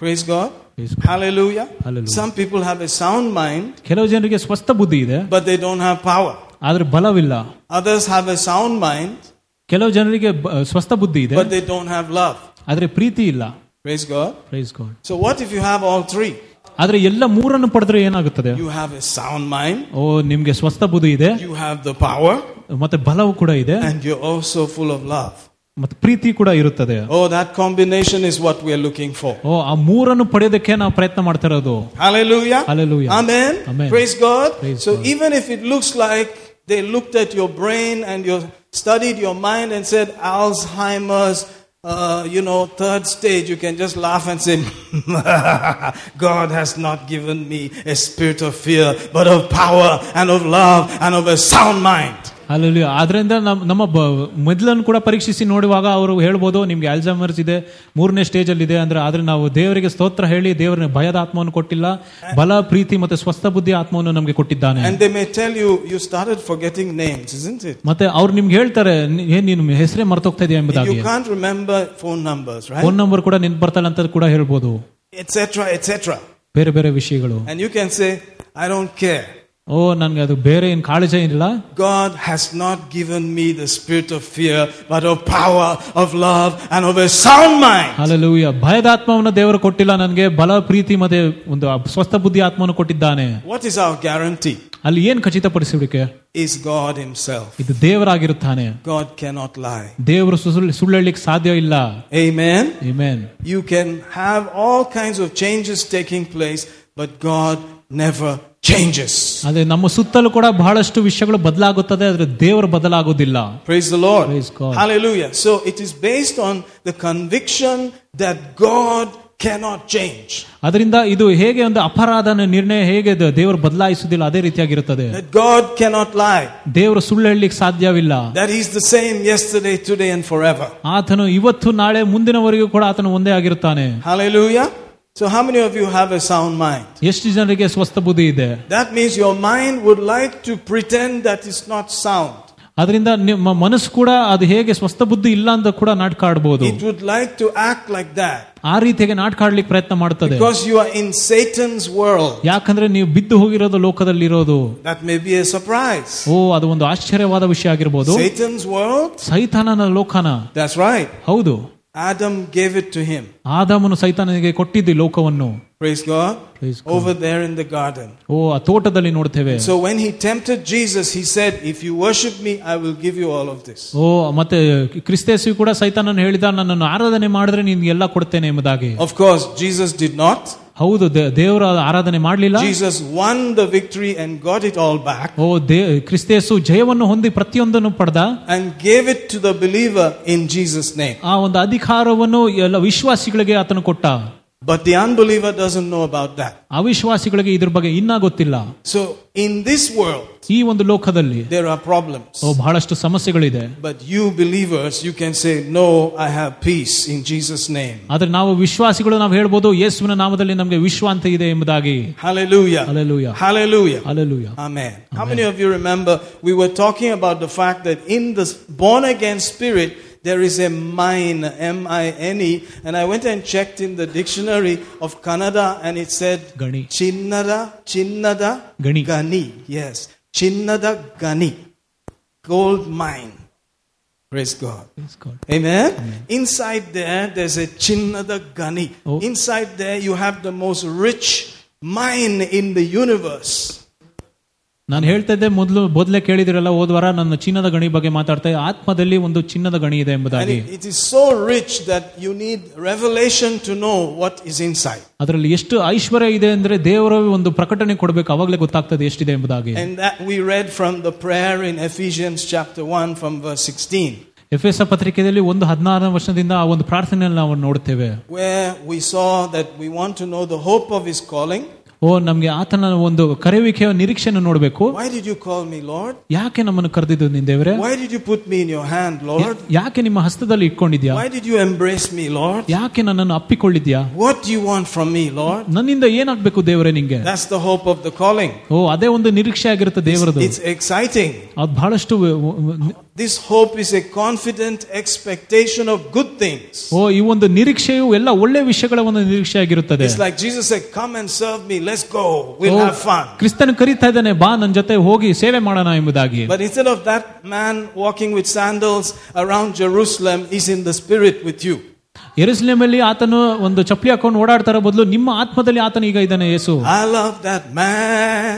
Speaker 1: Praise God.
Speaker 2: Praise
Speaker 1: Hallelujah.
Speaker 2: Hallelujah.
Speaker 1: Some people have a sound mind,
Speaker 2: ಕೆಲವು ಜನರಿಗೆ ಸ್ವಸ್ಥ ಬುದ್ಧಿ ಇದೆ
Speaker 1: but they don't have power.
Speaker 2: ಆದ್ರೆ ಬಲವಿಲ್ಲ
Speaker 1: Others have a sound mind,
Speaker 2: ಕೆಲವು ಜನರಿಗೆ ಬ- ಸ್ವಸ್ಥ ಬುದ್ಧಿ ಇದೆ
Speaker 1: but they don't have love.
Speaker 2: ಆದ್ರೆ ಪ್ರೀತಿ ಇಲ್ಲ
Speaker 1: Praise God.
Speaker 2: Praise God
Speaker 1: So, what if you have all three?
Speaker 2: ಆದ್ರೆ ಎಲ್ಲ ಮೂರನ್ನು ಪಡೆದ್ರೆ ಏನಾಗುತ್ತದೆ
Speaker 1: You have a sound mind,
Speaker 2: ಓ ನಿಮ್ಗೆ ಸ್ವಸ್ಥ ಬುದ್ಧಿ ಇದೆ
Speaker 1: you have the power,
Speaker 2: ಮತ್ತೆ ಬಲವು ಕೂಡ ಇದೆ
Speaker 1: and you're also full of love.
Speaker 2: ಮತ್ತೆ ಪ್ರೀತಿ ಕೂಡ ಇರುತ್ತದೆ
Speaker 1: Oh, that combination is what we're looking for.
Speaker 2: ಓ ಆ ಮೂರನ್ನು ಪಡೆಯೋದಕ್ಕೆ ನಾವು ಪ್ರಯತ್ನ ಮಾಡ್ತಾ ಇರೋದು
Speaker 1: Hallelujah.
Speaker 2: Hallelujah.
Speaker 1: Amen.
Speaker 2: Amen.
Speaker 1: Praise God.
Speaker 2: Praise
Speaker 1: so,
Speaker 2: God.
Speaker 1: even if it looks like they looked at your brain and you studied your mind and said Alzheimer's, uh, you know, third stage, you can just laugh and say, God has not given me a spirit of fear, but of power and of love and of a sound mind.
Speaker 2: ಅಲ್ಲಿ ಆದ್ರಿಂದ ನಮ್- ನಮ್ಮ ಬ- ಮೆದುಳನ್ನು ಕೂಡ ಪರೀಕ್ಷಿಸಿ ನೋಡುವಾಗ ಅವರು ಹೇಳ್ಬೋದು ನಿಮ್ಗೆ ಅಲ್ಜಾಮರ್ಸ್ ಇದೆ ಮೂರನೇ ಸ್ಟೇಜ್ ಅಲ್ಲಿ ಇದೆ ಅಂದ್ರೆ ಆದ್ರೆ ನಾವು ದೇವರಿಗೆ ಸ್ತೋತ್ರ ಹೇಳಿ ದೇವರ ಭಯದ ಆತ್ಮವನ್ನು ಕೊಟ್ಟಿಲ್ಲ ಬಲ ಪ್ರೀತಿ ಮತ್ತೆ ಸ್ವಸ್ಥ ಬುದ್ಧಿ ಆತ್ಮವನ್ನು ನಮ್ಗೆ ಕೊಟ್ಟಿದ್ದಾನೆ
Speaker 1: And they may tell you, you started forgetting names, isn't it?
Speaker 2: ಮತ್ತೆ ಅವ್ರು ನಿಮ್ಗೆ ಹೇಳ್ತಾರೆ "ನೀ- ಏನ್ ನಿಮ್ ಹೆಸರೇ ಮರ್ತೋಗ್ತಾ ಇದೆಯಾ ಎಂಬುದಾಗಿ
Speaker 1: You can't remember phone numbers, right?
Speaker 2: Phone number ಕೂಡ ನೆನ್ಪು ಬರ್ತಲ್ಲ ಅಂತ ಕೂಡ ಹೇಳ್ಬೋದು
Speaker 1: Etc., etc.
Speaker 2: ಬೇರೆ ಬೇರೆ ವಿಷಯಗಳು
Speaker 1: And you can say, I don't care.
Speaker 2: ಓ ನನಗೆ ಅದು ಬೇರೆ ಏನು ಕಾಳಜಿ ಇಲ್ಲ
Speaker 1: God has not given me the spirit of fear, but of power, of love, and of a sound mind.
Speaker 2: Hallelujah ಭಯದ ಆತ್ಮವನ್ನು ದೇವರು ಕೊಟ್ಟಿಲ್ಲ ನನಗೆ ಬಲ ಪ್ರೀತಿ ಮತ್ತೆ ಒಂದು ಸ್ವಸ್ಥ ಬುದ್ಧಿ ಆತ್ಮವನ್ನು ಕೊಟ್ಟಿದ್ದಾನೆ
Speaker 1: What is our guarantee?
Speaker 2: ಅಲ್ಲಿ ಏನು ಖಚಿತಪಡಿಸುವಿಕೆ
Speaker 1: Is God Himself.
Speaker 2: ಇದು ದೇವರಾಗಿರುತ್ತಾನೆ
Speaker 1: God cannot lie.
Speaker 2: ದೇವರು ಸುಳ್ಳು ಸುಳ್ಳೆಳ್ಲಿಕ್ಕೆ ಸಾಧ್ಯ ಇಲ್ಲ
Speaker 1: Amen.
Speaker 2: ಇಮೇನ್
Speaker 1: You can have all kinds of changes taking place, but God never changes.
Speaker 2: ಅದೇ ನಮ್ಮ ಸುತ್ತಲೂ ಕೂಡ ಬಹಳಷ್ಟು ವಿಷಯಗಳು ಬದಲಾಗುತ್ತದೆ ಆದರೆ ದೇವರು ಬದಲಾಗೋದಿಲ್ಲ
Speaker 1: Praise the Lord.
Speaker 2: Praise God.
Speaker 1: Hallelujah. So it is based on the conviction that God cannot change,
Speaker 2: ಅದರಿಂದ ಇದು ಹೇಗೆ ಒಂದು ಅಪರಾಧನ ನಿರ್ಣಯ ಹೇಗೆ ದ- ದೇವರು ಬದಲಾಯಿಸುವುದಿಲ್ಲ ಅದೇ ರೀತಿಯಾಗಿರುತ್ತದೆ
Speaker 1: that God cannot lie,
Speaker 2: ದೇವರು ಸುಳ್ಳು ಹೇಳಲಿಕ್ಕೆ ಸಾಧ್ಯವಿಲ್ಲ
Speaker 1: that He's the same yesterday, today, and forever.
Speaker 2: ಆತನು ಇವತ್ತು ನಾಳೆ ಮುಂದಿನವರೆಗೂ ಕೂಡ ಆತನು ಒಂದೇ ಆಗಿರುತ್ತಾನೆ
Speaker 1: Hallelujah. So, how many of you have a sound mind?
Speaker 2: ಎಷ್ಟು ಜನರಿಗೆ ಸ್ವಸ್ಥ ಬುದ್ಧಿ ಇದೆ
Speaker 1: That means your mind would like to pretend that it's not sound.
Speaker 2: ಅದರಿಂದ ನಿಮ್ಮ ಮನಸ್ಸು ಕೂಡ ಅದು ಹೇಗೆ ಸ್ವಸ್ಥ ಬುದ್ಧಿ ಇಲ್ಲ ಅಂತ ಕೂಡ ನಾಟಕ ಆಡ್ಬೋದು
Speaker 1: It would like to act like that
Speaker 2: ಆ ರೀತಿಯಾಗಿ ನಾಟಕ ಆಡ್ಲಿಕ್ಕೆ ಪ್ರಯತ್ನ ಮಾಡ್ತದೆ
Speaker 1: because you are in Satan's world.
Speaker 2: ಯಾಕಂದ್ರೆ ನೀವು ಬಿದ್ದು ಹೋಗಿರೋದು ಲೋಕದಲ್ಲಿರೋದು
Speaker 1: That may be a surprise.
Speaker 2: ಓ ಅದು ಒಂದು ಆಶ್ಚರ್ಯವಾದ ವಿಷಯ ಆಗಿರ್ಬೋದು
Speaker 1: Satan's world?
Speaker 2: ಸೈತಾನನ ಲೋಕನ
Speaker 1: That's right.
Speaker 2: ಹೌದು
Speaker 1: Adam gave it to him.
Speaker 2: ಆದಾಮನು ಸೈತಾನನಿಗೆ ಕೊಟ್ಟಿದ್ದು ಈ ಲೋಕವನ್ನು
Speaker 1: Praise God.
Speaker 2: Praise God.
Speaker 1: Over there in the garden.
Speaker 2: ಓ ಆ ತೋಟದಲ್ಲಿ ನೋಡ್ತೇವೆ
Speaker 1: So when he tempted Jesus, he said, If you worship me, I will give you all of this.
Speaker 2: ಓ ಮತ್ತೆ ಕ್ರಿಸ್ತೇಸು ಕೂಡ ಸೈತಾನನ ಹೇಳಿದ ನನ್ನನ್ನು ಆರಾಧನೆ ಮಾಡಿದ್ರೆ ನಿನ್ಗೆ ಎಲ್ಲ ಕೊಡ್ತೇನೆ ಎಂಬುದಾಗಿ
Speaker 1: Of course, Jesus did not.
Speaker 2: ಹೌದು ದೇ- ದೇವರ ಆರಾಧನೆ ಮಾಡಲಿಲ್ಲ
Speaker 1: Jesus won the victory and got it all back
Speaker 2: ಓ ದೇ ಕ್ರಿಸ್ತೇಸು ಜಯವನ್ನು ಹೊಂದಿ ಪ್ರತಿಯೊಂದನ್ನು ಪಡೆದ
Speaker 1: and gave it to the believer in Jesus' name.
Speaker 2: ಆ ಒಂದು ಅಧಿಕಾರವನ್ನು ಎಲ್ಲ ವಿಶ್ವಾಸಿಗಳಿಗೆ ಆತನು ಕೊಟ್ಟ
Speaker 1: But the unbeliever doesn't know about that.
Speaker 2: ಅವಿಶ್ವಾಸಿಗಳಿಗೆ ಇದ್ರ ಬಗ್ಗೆ ಇನ್ನ ಗೊತ್ತಿಲ್ಲ
Speaker 1: So in this world,
Speaker 2: ಈ ಒಂದು ಲೋಕದಲ್ಲಿ
Speaker 1: there are problems.
Speaker 2: ಓ ಬಹಳಷ್ಟು ಸಮಸ್ಯೆಗಳಿದೆ
Speaker 1: But you believers, you can say, No, I have peace in Jesus' name.
Speaker 2: ಆದ್ರೆ ನಾವು ವಿಶ್ವಾಸಿಗಳು ನಾವು ಹೇಳ್ಬೋದು ಯೇಸುವಿನ ನಾಮದಲ್ಲಿ ನಮಗೆ ವಿಶ್ವಾಂತ ಇದೆ ಎಂಬುದಾಗಿ
Speaker 1: Hallelujah.
Speaker 2: Hallelujah.
Speaker 1: Hallelujah.
Speaker 2: Alleluia
Speaker 1: Amen. How many of you remember we were talking about the fact that in the born again spirit there is a mine, M I N E, and I went and checked in the dictionary of Kannada and it said
Speaker 2: ಗಣಿ
Speaker 1: Chinnada, Chinnada,
Speaker 2: ಗಣಿ
Speaker 1: Gani. Yes. Chinnada Gani. Gold mine. Praise God.
Speaker 2: Praise God.
Speaker 1: Amen. Inside there, there's a Chinnada Gani.
Speaker 2: Oh.
Speaker 1: Inside there, you have the most rich mine in the universe.
Speaker 2: ನಾನು ಹೇಳ್ತಾ ಇದ್ದೆ ಮೊದಲು ಮೊದಲೇ ಕೇಳಿದಿರಲ್ಲ ಹೋದ ವಾರ ನನ್ನ ಚಿನ್ನದ ಗಣಿ ಬಗ್ಗೆ ಮಾತಾಡ್ತಾ ಇದ್ದೆ. ಆತ್ಮದಲ್ಲಿ ಒಂದು ಚಿನ್ನದ ಗಣಿ ಇದೆ
Speaker 1: And
Speaker 2: ಎಂಬುದಾಗಿ
Speaker 1: it, it is so rich that you need revelation to know what is inside.
Speaker 2: ಅದರಲ್ಲಿ ಎಷ್ಟು ಐಶ್ವರ್ಯ ಇದೆ ಅಂದ್ರೆ ದೇವರ ಒಂದು ಪ್ರಕಟಣೆ ಕೊಡಬೇಕು ಅವಾಗಲೇ ಗೊತ್ತಾಗ್ತದೆ ಎಷ್ಟಿದೆ ಎಂಬುದಾಗಿ
Speaker 1: And that we read from the prayer in Ephesians chapter 1 from verse 16,
Speaker 2: Ephesians ಪತ್ರಿಕೆಯಲ್ಲಿ ಒಂದು ಹದಿನಾರನೇ ವರ್ಷದಿಂದ ಆ ಒಂದು ಪ್ರಾರ್ಥನೆಯಲ್ಲಿ ನಾವು ನೋಡ್ತೇವೆ
Speaker 1: where we saw that we want to know the hope of his calling.
Speaker 2: ಓ ನಮ್ಗೆ ಆತನ ಒಂದು ಕರೆಯುವಿಕೆಯ ನಿರೀಕ್ಷೆಯನ್ನು ನೋಡಬೇಕು
Speaker 1: Why did you call me Lord?
Speaker 2: ಯಾಕೆ ನಮ್ಮನ್ನು ಕರೆದಿದ್ದು ನಿನ್ ದೇವರೇ
Speaker 1: Why did you put me in your hand, Lord?
Speaker 2: ಯಾಕೆ ನಿಮ್ಮ ಹಸ್ತದಲ್ಲಿ ಇಟ್ಕೊಂಡಿದ್ಯಾ
Speaker 1: Why did you embrace me, Lord?
Speaker 2: ಯಾಕೆ ನನ್ನನ್ನು ಅಪ್ಪಿಕೊಂಡಿದ್ಯಾ
Speaker 1: What do you want from me, Lord?
Speaker 2: ನನ್ನಿಂದ ಏನಾಗ್ಬೇಕು ದೇವರೇ ನಿಂಗೆ
Speaker 1: That's the hope of the calling.
Speaker 2: ಓ ಅದೇ ಒಂದು ನಿರೀಕ್ಷೆ ಆಗಿರುತ್ತೆ ದೇವರದು
Speaker 1: It's exciting.
Speaker 2: ಅದು ಬಹಳಷ್ಟು ವ- ವ-
Speaker 1: This hope is a confident expectation of good things.
Speaker 2: ಓ ಈ ಒಂದು ನಿರೀಕ್ಷೆಯು ಎಲ್ಲ ಒಳ್ಳೆ ವಿಷಯಗಳ ಒಂದು ನಿರೀಕ್ಷೆ ಆಗಿರುತ್ತದೆ
Speaker 1: It's like Jesus said, Come and serve me, let's go, we'll
Speaker 2: O,
Speaker 1: have fun.
Speaker 2: ಕ್ರಿಸ್ತನು ಕರೀತಾ ಇದ್ದಾನೆ ಬಾ ನನ್ನ ಜೊತೆ ಹೋಗಿ ಸೇವೆ ಮಾಡೋಣ ಎಂಬುದಾಗಿ
Speaker 1: But instead of that man walking with sandals around Jerusalem, he's in the spirit with you.
Speaker 2: ಎರುಸಲೇಮಲ್ಲಿ ಆತನು ಒಂದು ಚಪ್ಪಲಿ ಹಾಕೊಂಡು ಓಡಾಡ್ತಾರ ಬದಲು ನಿಮ್ಮ ಆತ್ಮದಲ್ಲಿ ಆತನು ಈಗ ಇದ್ದಾನೆ ಯೇಸು
Speaker 1: I love that man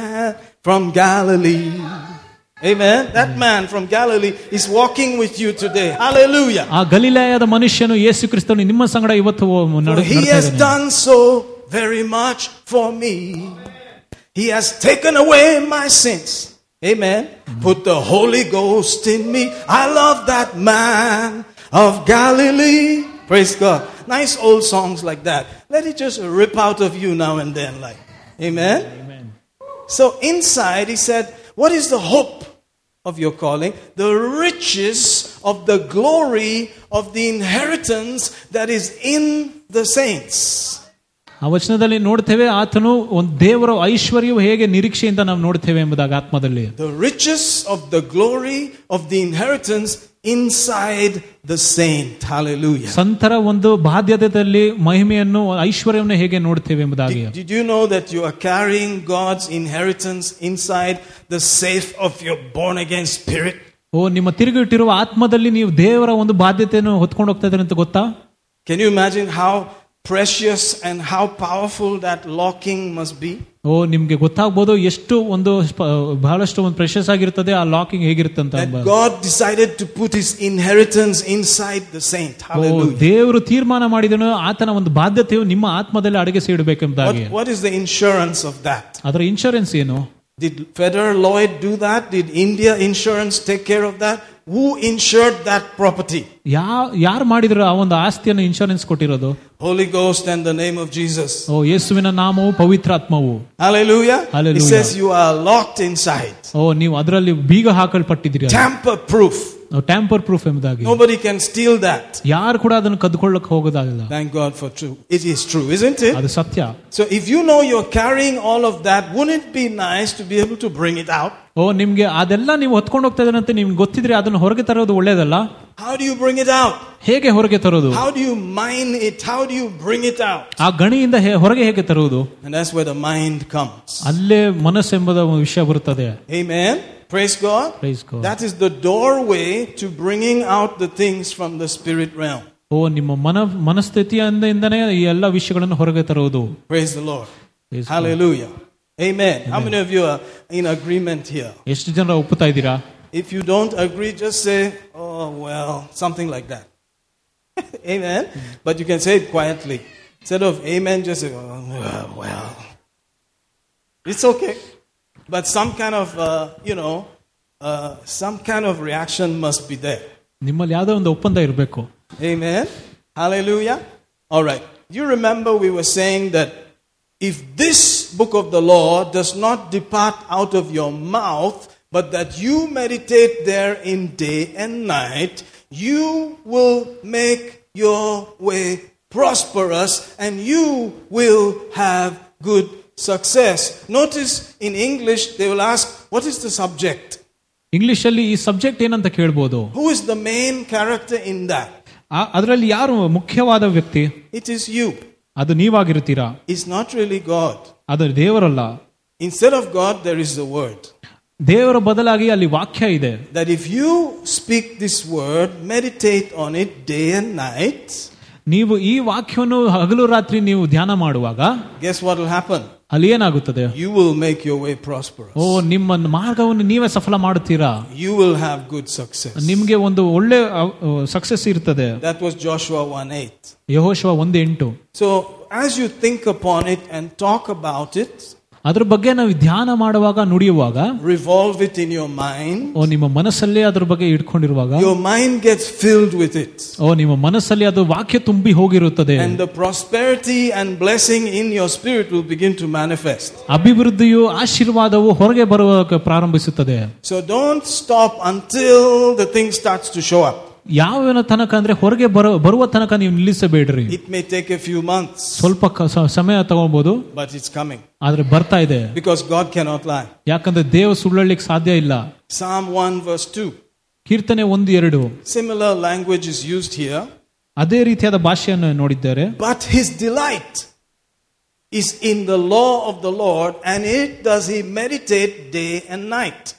Speaker 1: from Galilee. Amen. That man from Galilee is walking with you today. Hallelujah.
Speaker 2: ಆ ಗಲೀಲಾಯದ ಮನುಷ್ಯನು ಯೇಸು ಕ್ರಿಸ್ತನು ನಿಮ್ಮ ಸಂಗಡ ಇವತ್ತು ಹೋ-
Speaker 1: For
Speaker 2: ನಡೆ-
Speaker 1: he
Speaker 2: ನಡ್ತಾ
Speaker 1: has
Speaker 2: ಇದ್ದಾನೆ.
Speaker 1: done so very much for me. He has taken away my sins. Amen. Put the Holy Ghost in me. I love that man of Galilee. Praise God. Nice old songs like that. Let it just rip out of you now and then, like. Amen.
Speaker 2: Amen.
Speaker 1: So inside, he said, What is the hope of your calling? The riches of the glory of the inheritance that is in the saints.
Speaker 2: ಆ ವಚನದಲ್ಲಿ ನೋಡ್ತೇವೆ ಆತನು ಒಂದು ದೇವರ ಐಶ್ವರ್ಯವು ಹೇಗೆ ನಿರೀಕ್ಷೆಯಿಂದ ನಾವು ನೋಡ್ತೇವೆ ಎಂಬುದಾಗ ಆತ್ಮದಲ್ಲಿ
Speaker 1: The riches of the glory of the inheritance inside the saint. Hallelujah.
Speaker 2: ಸಂತರ ಒಂದು ಬಾಧ್ಯತೆಯಲ್ಲಿ ಮಹಿಮೆಯನ್ನು ಐಶ್ವರ್ಯವನ್ನು ಹೇಗೆ ನೋಡ್ತೇವೆ ಎಂಬುದಾಗಿ
Speaker 1: Did you know that you are carrying God's inheritance inside the safe of your born again spirit?
Speaker 2: ಓ ನಿಮ್ಮ ತಿರುಗಿಟ್ಟಿರುವ ಆತ್ಮದಲ್ಲಿ ನೀವು ದೇವರ ಒಂದು ಬಾಧ್ಯತೆಯನ್ನು ಹೊತ್ಕೊಂಡು ಹೋಗ್ತಾ ಇದ್ದಾರೆ ಅಂತ ಗೊತ್ತಾ
Speaker 1: Can you imagine how precious and how powerful that locking must be?
Speaker 2: ಓ ನಿಮ್ಗೆ ಗೊತ್ತಾಗ್ಬೋದು ಎಷ್ಟು ಒಂದು ಸ್ಪ- ಬಹಳಷ್ಟು ಒಂದು ಪ್ರೆಷಸ್ ಆಗಿರ್ತದೆ ಆ ಲಾಕಿಂಗ್ ಹೇಗಿರುತ್ತೆ ಅಂತ
Speaker 1: That
Speaker 2: ಎಂಬ-
Speaker 1: God decided to put his inheritance inside the saint.
Speaker 2: O,
Speaker 1: Hallelujah.
Speaker 2: ದೇವರು ತೀರ್ಮಾನ ಮಾಡಿದನು ಆತನ ಒಂದು ಬಾಧ್ಯತೆಯು ನಿಮ್ಮ ಆತ್ಮದಲ್ಲಿ ಅಡಗಿಸಿ ಇಡಬೇಕೆಂಬುದಾಗಿ
Speaker 1: What, what is the insurance of that?
Speaker 2: ಅದರ ಇನ್ಶೂರೆನ್ಸ್ ಏನು
Speaker 1: Did Federer Lloyd do that? Did India Insurance take care of that? Who insured that property?
Speaker 2: ಯಾ ಯಾರು ಮಾಡಿದ್ರು ಆ ಒಂದು ಆಸ್ತಿಯನ್ನು ಇನ್ಶೂರೆನ್ಸ್ ಕೊಟ್ಟಿರೋದು
Speaker 1: Holy Ghost and the name of Jesus.
Speaker 2: ಓ ಯೇಸುವಿನ ನಾಮವು ಪವಿತ್ರ ಆತ್ಮವು
Speaker 1: Hallelujah.
Speaker 2: Hallelujah.
Speaker 1: He says you are locked inside.
Speaker 2: ಓ ನೀವು ಅದರಲ್ಲಿ ಬೀಗ ಹಾಕಲ್ಪಟ್ಟಿದ್ದೀರಿ
Speaker 1: Tamper proof.
Speaker 2: ಟ್ಯಾಂಪರ್ ಪ್ರೂಫ್ ಎಂಬುದಾಗಿ
Speaker 1: Nobody can steal that.
Speaker 2: ಯಾರು ಕೂಡ ಅದನ್ನು ಕದ್ಕೊಳ್ಳಕ್ ಹೋಗೋದಾಗಲ್ಲ
Speaker 1: Thank God for true. It is true, isn't it?
Speaker 2: ಅದು ಸತ್ಯ
Speaker 1: So if you know you're carrying all of that, wouldn't it be nice to be able to bring it out?
Speaker 2: ಓ ನಿಮ್ಗೆ ಅದೆಲ್ಲ ನೀವು ಹೊತ್ಕೊಂಡು ಹೋಗ್ತಾ ಇದ್ದೀರಂತೆ ನಿಮ್ಗೆ ಗೊತ್ತಿದ್ರೆ ಅದನ್ನು ಹೊರಗೆ ತರೋದು ಒಳ್ಳೇದಲ್ಲ
Speaker 1: How do you bring it out?
Speaker 2: ಹೇಗೆ ಹೊರಗೆ ತರೋದು
Speaker 1: How do you mine it? How do you bring it out?
Speaker 2: ಆ ಗಣಿಯಿಂದ ಹೇ- ಹೊರಗೆ ಹೇಗೆ ತರುವುದು
Speaker 1: And that's where the mind comes.
Speaker 2: ಅಲ್ಲೇ ಮನಸ್ಸೆಂಬುದ ಒಂದು ವಿಷಯ ಬರುತ್ತದೆ
Speaker 1: Amen. Praise God.
Speaker 2: Praise God.
Speaker 1: That is the doorway to bringing out the things from the spirit realm.
Speaker 2: ಓ ನಿಮ್ಮ ಮನ ಮನಸ್ಥಿತಿಯಿಂದನೇ ಈ ಎಲ್ಲ ವಿಷಯಗಳನ್ನು ಹೊರಗೆ ತರುವುದು
Speaker 1: Praise the Lord.
Speaker 2: Praise God.
Speaker 1: Hallelujah. Amen. How many of you are in agreement here?
Speaker 2: ಎಷ್ಟು ಜನ ಒಪ್ಪುತ್ತಾ ಇದ್ದೀರಾ
Speaker 1: If you don't agree, just say, oh, well, something like that. amen. But you can say it quietly. Instead of amen, just say, oh, well, well. It's okay. But some kind of, uh, you know, uh, some kind of reaction must be there.
Speaker 2: ನಿಮ್ಮಲ್ಲಿ ಯಾವುದೋ ಒಂದು ಒಪ್ಪಂದ ಇರಬೇಕು
Speaker 1: Amen. Hallelujah. All right. You remember we were saying that if this book of the law does not depart out of your mouth, but that you meditate therein day and night, you will make your way prosperous and you will have good success. Notice in English, they will ask, What is the subject?
Speaker 2: English ಅಲ್ಲಿ ಈ subject ಏನಂತ ಕೇಳ್ಬೋದು
Speaker 1: Who is the main character in that?
Speaker 2: ಆ- ಅದರಲ್ಲಿ ಯಾರು ಮುಖ್ಯವಾದ ವ್ಯಕ್ತಿ
Speaker 1: It is you.
Speaker 2: ಅದು ನೀವಾಗಿರ್ತೀರಾ
Speaker 1: It's not really God.
Speaker 2: ಅದು ದೇವರಲ್ಲ
Speaker 1: Instead of God, there is the word.
Speaker 2: ದೇವರ ಬದಲಾಗಿ ಅಲ್ಲಿ ವಾಕ್ಯ ಇದೆ
Speaker 1: That if you speak this word, meditate on it day and night,
Speaker 2: ನೀವು ಈ ವಾಕ್ಯವನ್ನು ಹಗಲು ರಾತ್ರಿ ನೀವು ಧ್ಯಾನ ಮಾಡುವಾಗ
Speaker 1: guess what will happen?
Speaker 2: ಅಲ್ಲಿ ಏನಾಗುತ್ತದೆ
Speaker 1: You will make your way prosperous.
Speaker 2: ಓ ನಿಮ್ಮ ಮಾರ್ಗವನ್ನು ನೀವೇ ಸಫಲ ಮಾಡುತ್ತೀರಾ
Speaker 1: You will have good success.
Speaker 2: ನಿಮ್ಗೆ ಒಂದು ಒಳ್ಳೆ ಸಕ್ಸಸ್ ಇರ್ತದೆ
Speaker 1: That was Joshua 1 8.
Speaker 2: ಯಹೋಶವ ಒಂದು ಎಂಟು
Speaker 1: So, as you think upon it and talk about it,
Speaker 2: ಅದ್ರ ಬಗ್ಗೆ ನಾವು ಧ್ಯಾನ ಮಾಡುವಾಗ ನುಡಿಯುವಾಗ
Speaker 1: revolve it in your mind,
Speaker 2: ಓ ನಿಮ್ಮ ಮನಸ್ಸಲ್ಲೇ ಅದ್ರ ಬಗ್ಗೆ ಇಟ್ಕೊಂಡಿರುವಾಗ
Speaker 1: your mind gets filled with it.
Speaker 2: ಓ ನಿಮ್ಮ ಮನಸ್ಸಲ್ಲಿ ಅದು ವಾಕ್ಯ ತುಂಬಿ ಹೋಗಿರುತ್ತದೆ
Speaker 1: And the prosperity and blessing in your spirit will begin to manifest.
Speaker 2: ಅಭಿವೃದ್ಧಿಯು ಆಶೀರ್ವಾದವು ಹೊರಗೆ ಬರುವ ಪ್ರಾರಂಭಿಸುತ್ತದೆ
Speaker 1: So don't stop until the thing starts to show up.
Speaker 2: ಯಾವನ ತನಕ ಅಂದ್ರೆ ಹೊರಗೆ ಬರೋ ಬರುವ ತನಕ ನೀವು ನಿಲ್ಲಿಸಬೇಡ್ರಿ
Speaker 1: It may take a few months,
Speaker 2: ಸ್ವಲ್ಪ ಕ- ಸ- ಸಮಯ ತಗೋಬಹುದು
Speaker 1: but it's coming
Speaker 2: ಆದ್ರೆ ಬರ್ತಾ ಇದೆ
Speaker 1: because God cannot lie.
Speaker 2: ಯಾಕಂದ್ರೆ ದೇವ ಸುಳ್ಳಿಕ್ ಸಾಧ್ಯ ಇಲ್ಲ
Speaker 1: Psalm 1, verse 2.
Speaker 2: ಕೀರ್ತನೆ ಒಂದು ಎರಡು
Speaker 1: Similar language is used here,
Speaker 2: ಅದೇ ರೀತಿಯಾದ ಭಾಷೆಯನ್ನು ನೋಡಿದ್ದಾರೆ
Speaker 1: but his delight is in the law of the Lord, and it does he meditate day and night.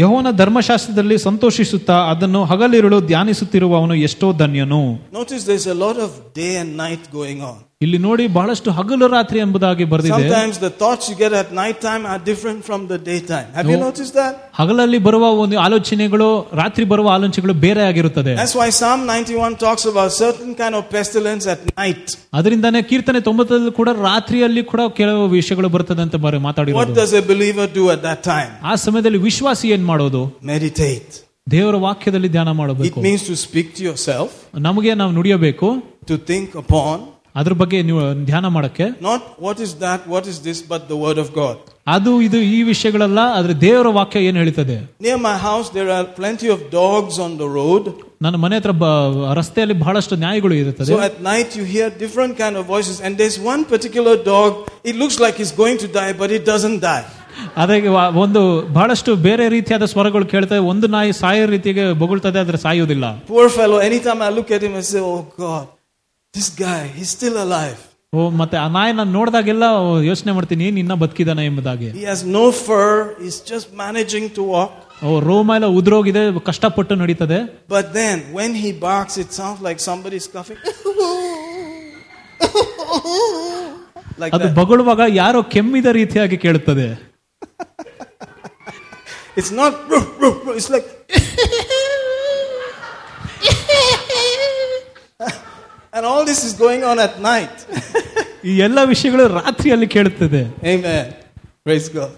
Speaker 2: ಯಹೋವನ ಧರ್ಮಶಾಸ್ತ್ರದಲ್ಲಿ ಸಂತೋಷಿಸುತ್ತಾ ಅದನ್ನು ಹಗಲಿರುಳು ಧ್ಯಾನಿಸುತ್ತಿರುವವನು ಎಷ್ಟೋ ಧನ್ಯನು
Speaker 1: Notice there's a lot of day and night going on.
Speaker 2: ಇಲ್ಲಿ ನೋಡಿ ಬಹಳಷ್ಟು ಹಗಲು ರಾತ್ರಿ ಎಂಬುದಾಗಿ ಬರೆದಿದೆ
Speaker 1: Sometimes the thoughts you get at nighttime are different from the daytime. Have you
Speaker 2: No.
Speaker 1: noticed that?
Speaker 2: ಹಗಲಲ್ಲಿ ಬರುವ ಒಂದು ಆಲೋಚನೆಗಳು ರಾತ್ರಿ ಬರುವ ಆಲೋಚನೆಗಳು ಬೇರೆ ಆಗಿರುತ್ತದೆ
Speaker 1: That's why Psalm 91 talks about certain kind of pestilence at night.
Speaker 2: ಅದರಿಂದಾನೇ ಕೀರ್ತನೆ ತೊಂಬತ್ತರಲ್ಲಿ ಕೂಡ ರಾತ್ರಿಯಲ್ಲಿ ಕೂಡ ಕೆಲವು ವಿಷಯಗಳು ಬರ್ತದೆ ಅಂತ ಬರ
Speaker 1: What
Speaker 2: ಮಾತಾಡಿರೋದು
Speaker 1: does a believer do at that time?
Speaker 2: ಆ ಸಮಯದಲ್ಲಿ ವಿಶ್ವಾಸಿ ಏನ್ ಮಾಡೋದು
Speaker 1: Meditate.
Speaker 2: ದೇವರ ವಾಕ್ಯದಲ್ಲಿ ಧ್ಯಾನ
Speaker 1: It
Speaker 2: ಮಾಡಬೇಕು
Speaker 1: means to speak to yourself,
Speaker 2: ನಮಗೆ ನಾವು ನುಡಿಯಬೇಕು
Speaker 1: to think upon,
Speaker 2: ಅದ್ರ ಬಗ್ಗೆ ನೀವು ಧ್ಯಾನ ಮಾಡಕ್ಕೆ
Speaker 1: not what is that, what is this, but the Word of God.
Speaker 2: ಅದು ಇದು ಈ ವಿಷಯಗಳಲ್ಲ ಆದ್ರೆ ದೇವರ ವಾಕ್ಯ ಏನ್ ಹೇಳ್ತದೆ
Speaker 1: Near my house, there are plenty of dogs on the road.
Speaker 2: ನನ್ನ ಮನೆ ಹತ್ರ ಬ- ರಸ್ತೆಯಲ್ಲಿ ಬಹಳಷ್ಟು ನ್ಯಾಯಗಳು ಇರುತ್ತದೆ
Speaker 1: So at night, you hear different kind of voices, and there's one particular dog. It looks like he's going to die, but it doesn't die.
Speaker 2: ಅದಕ್ಕೆ ವ- ಒಂದು ಬಹಳಷ್ಟು ಬೇರೆ ರೀತಿಯಾದ ಸ್ವರಗಳು ಕೇಳ್ತವೆ ಒಂದು ನಾಯಿ ಸಾಯೋ ರೀತಿಗೆ ಬೊಗಳ್ತದೆ ಆದ್ರೆ ಸಾಯೋದಿಲ್ಲ
Speaker 1: Poor fellow, anytime I look at him, I say, Oh God, this guy, he's still alive.
Speaker 2: ಓ ಮತ್ತೆ ಆ ನಾಯಿ ನಾನು ನೋಡಿದಾಗೆಲ್ಲ ಯೋಚನೆ ಮಾಡ್ತೀನಿ ಏನ್ ಇನ್ನ ಬದುಕಿದಾನೆ ಎಂಬುದಾಗಿ
Speaker 1: He has no fur, he's just managing to walk.
Speaker 2: ಓ ರೋಮ ಎಲ್ಲ ಉದ್ರೋಗಿದೆ ಕಷ್ಟಪಟ್ಟು ನಡೀತದೆ
Speaker 1: But then, when he barks, it sounds like somebody's coughing. like
Speaker 2: ಅದು
Speaker 1: that.
Speaker 2: ಬಗಳುವಾಗ ಯಾರೋ ಕೆಮ್ಮಿದ ರೀತಿಯಾಗಿ ಕೇಳುತ್ತದೆ
Speaker 1: It's not, "Ruff, ruff, ruff," it's like, and all this is going on at night.
Speaker 2: ಈ ಎಲ್ಲ ವಿಷಯಗಳು ರಾತ್ರಿಯಲ್ಲಿ ಕೇಳುತ್ತದೆ
Speaker 1: Amen. Praise God.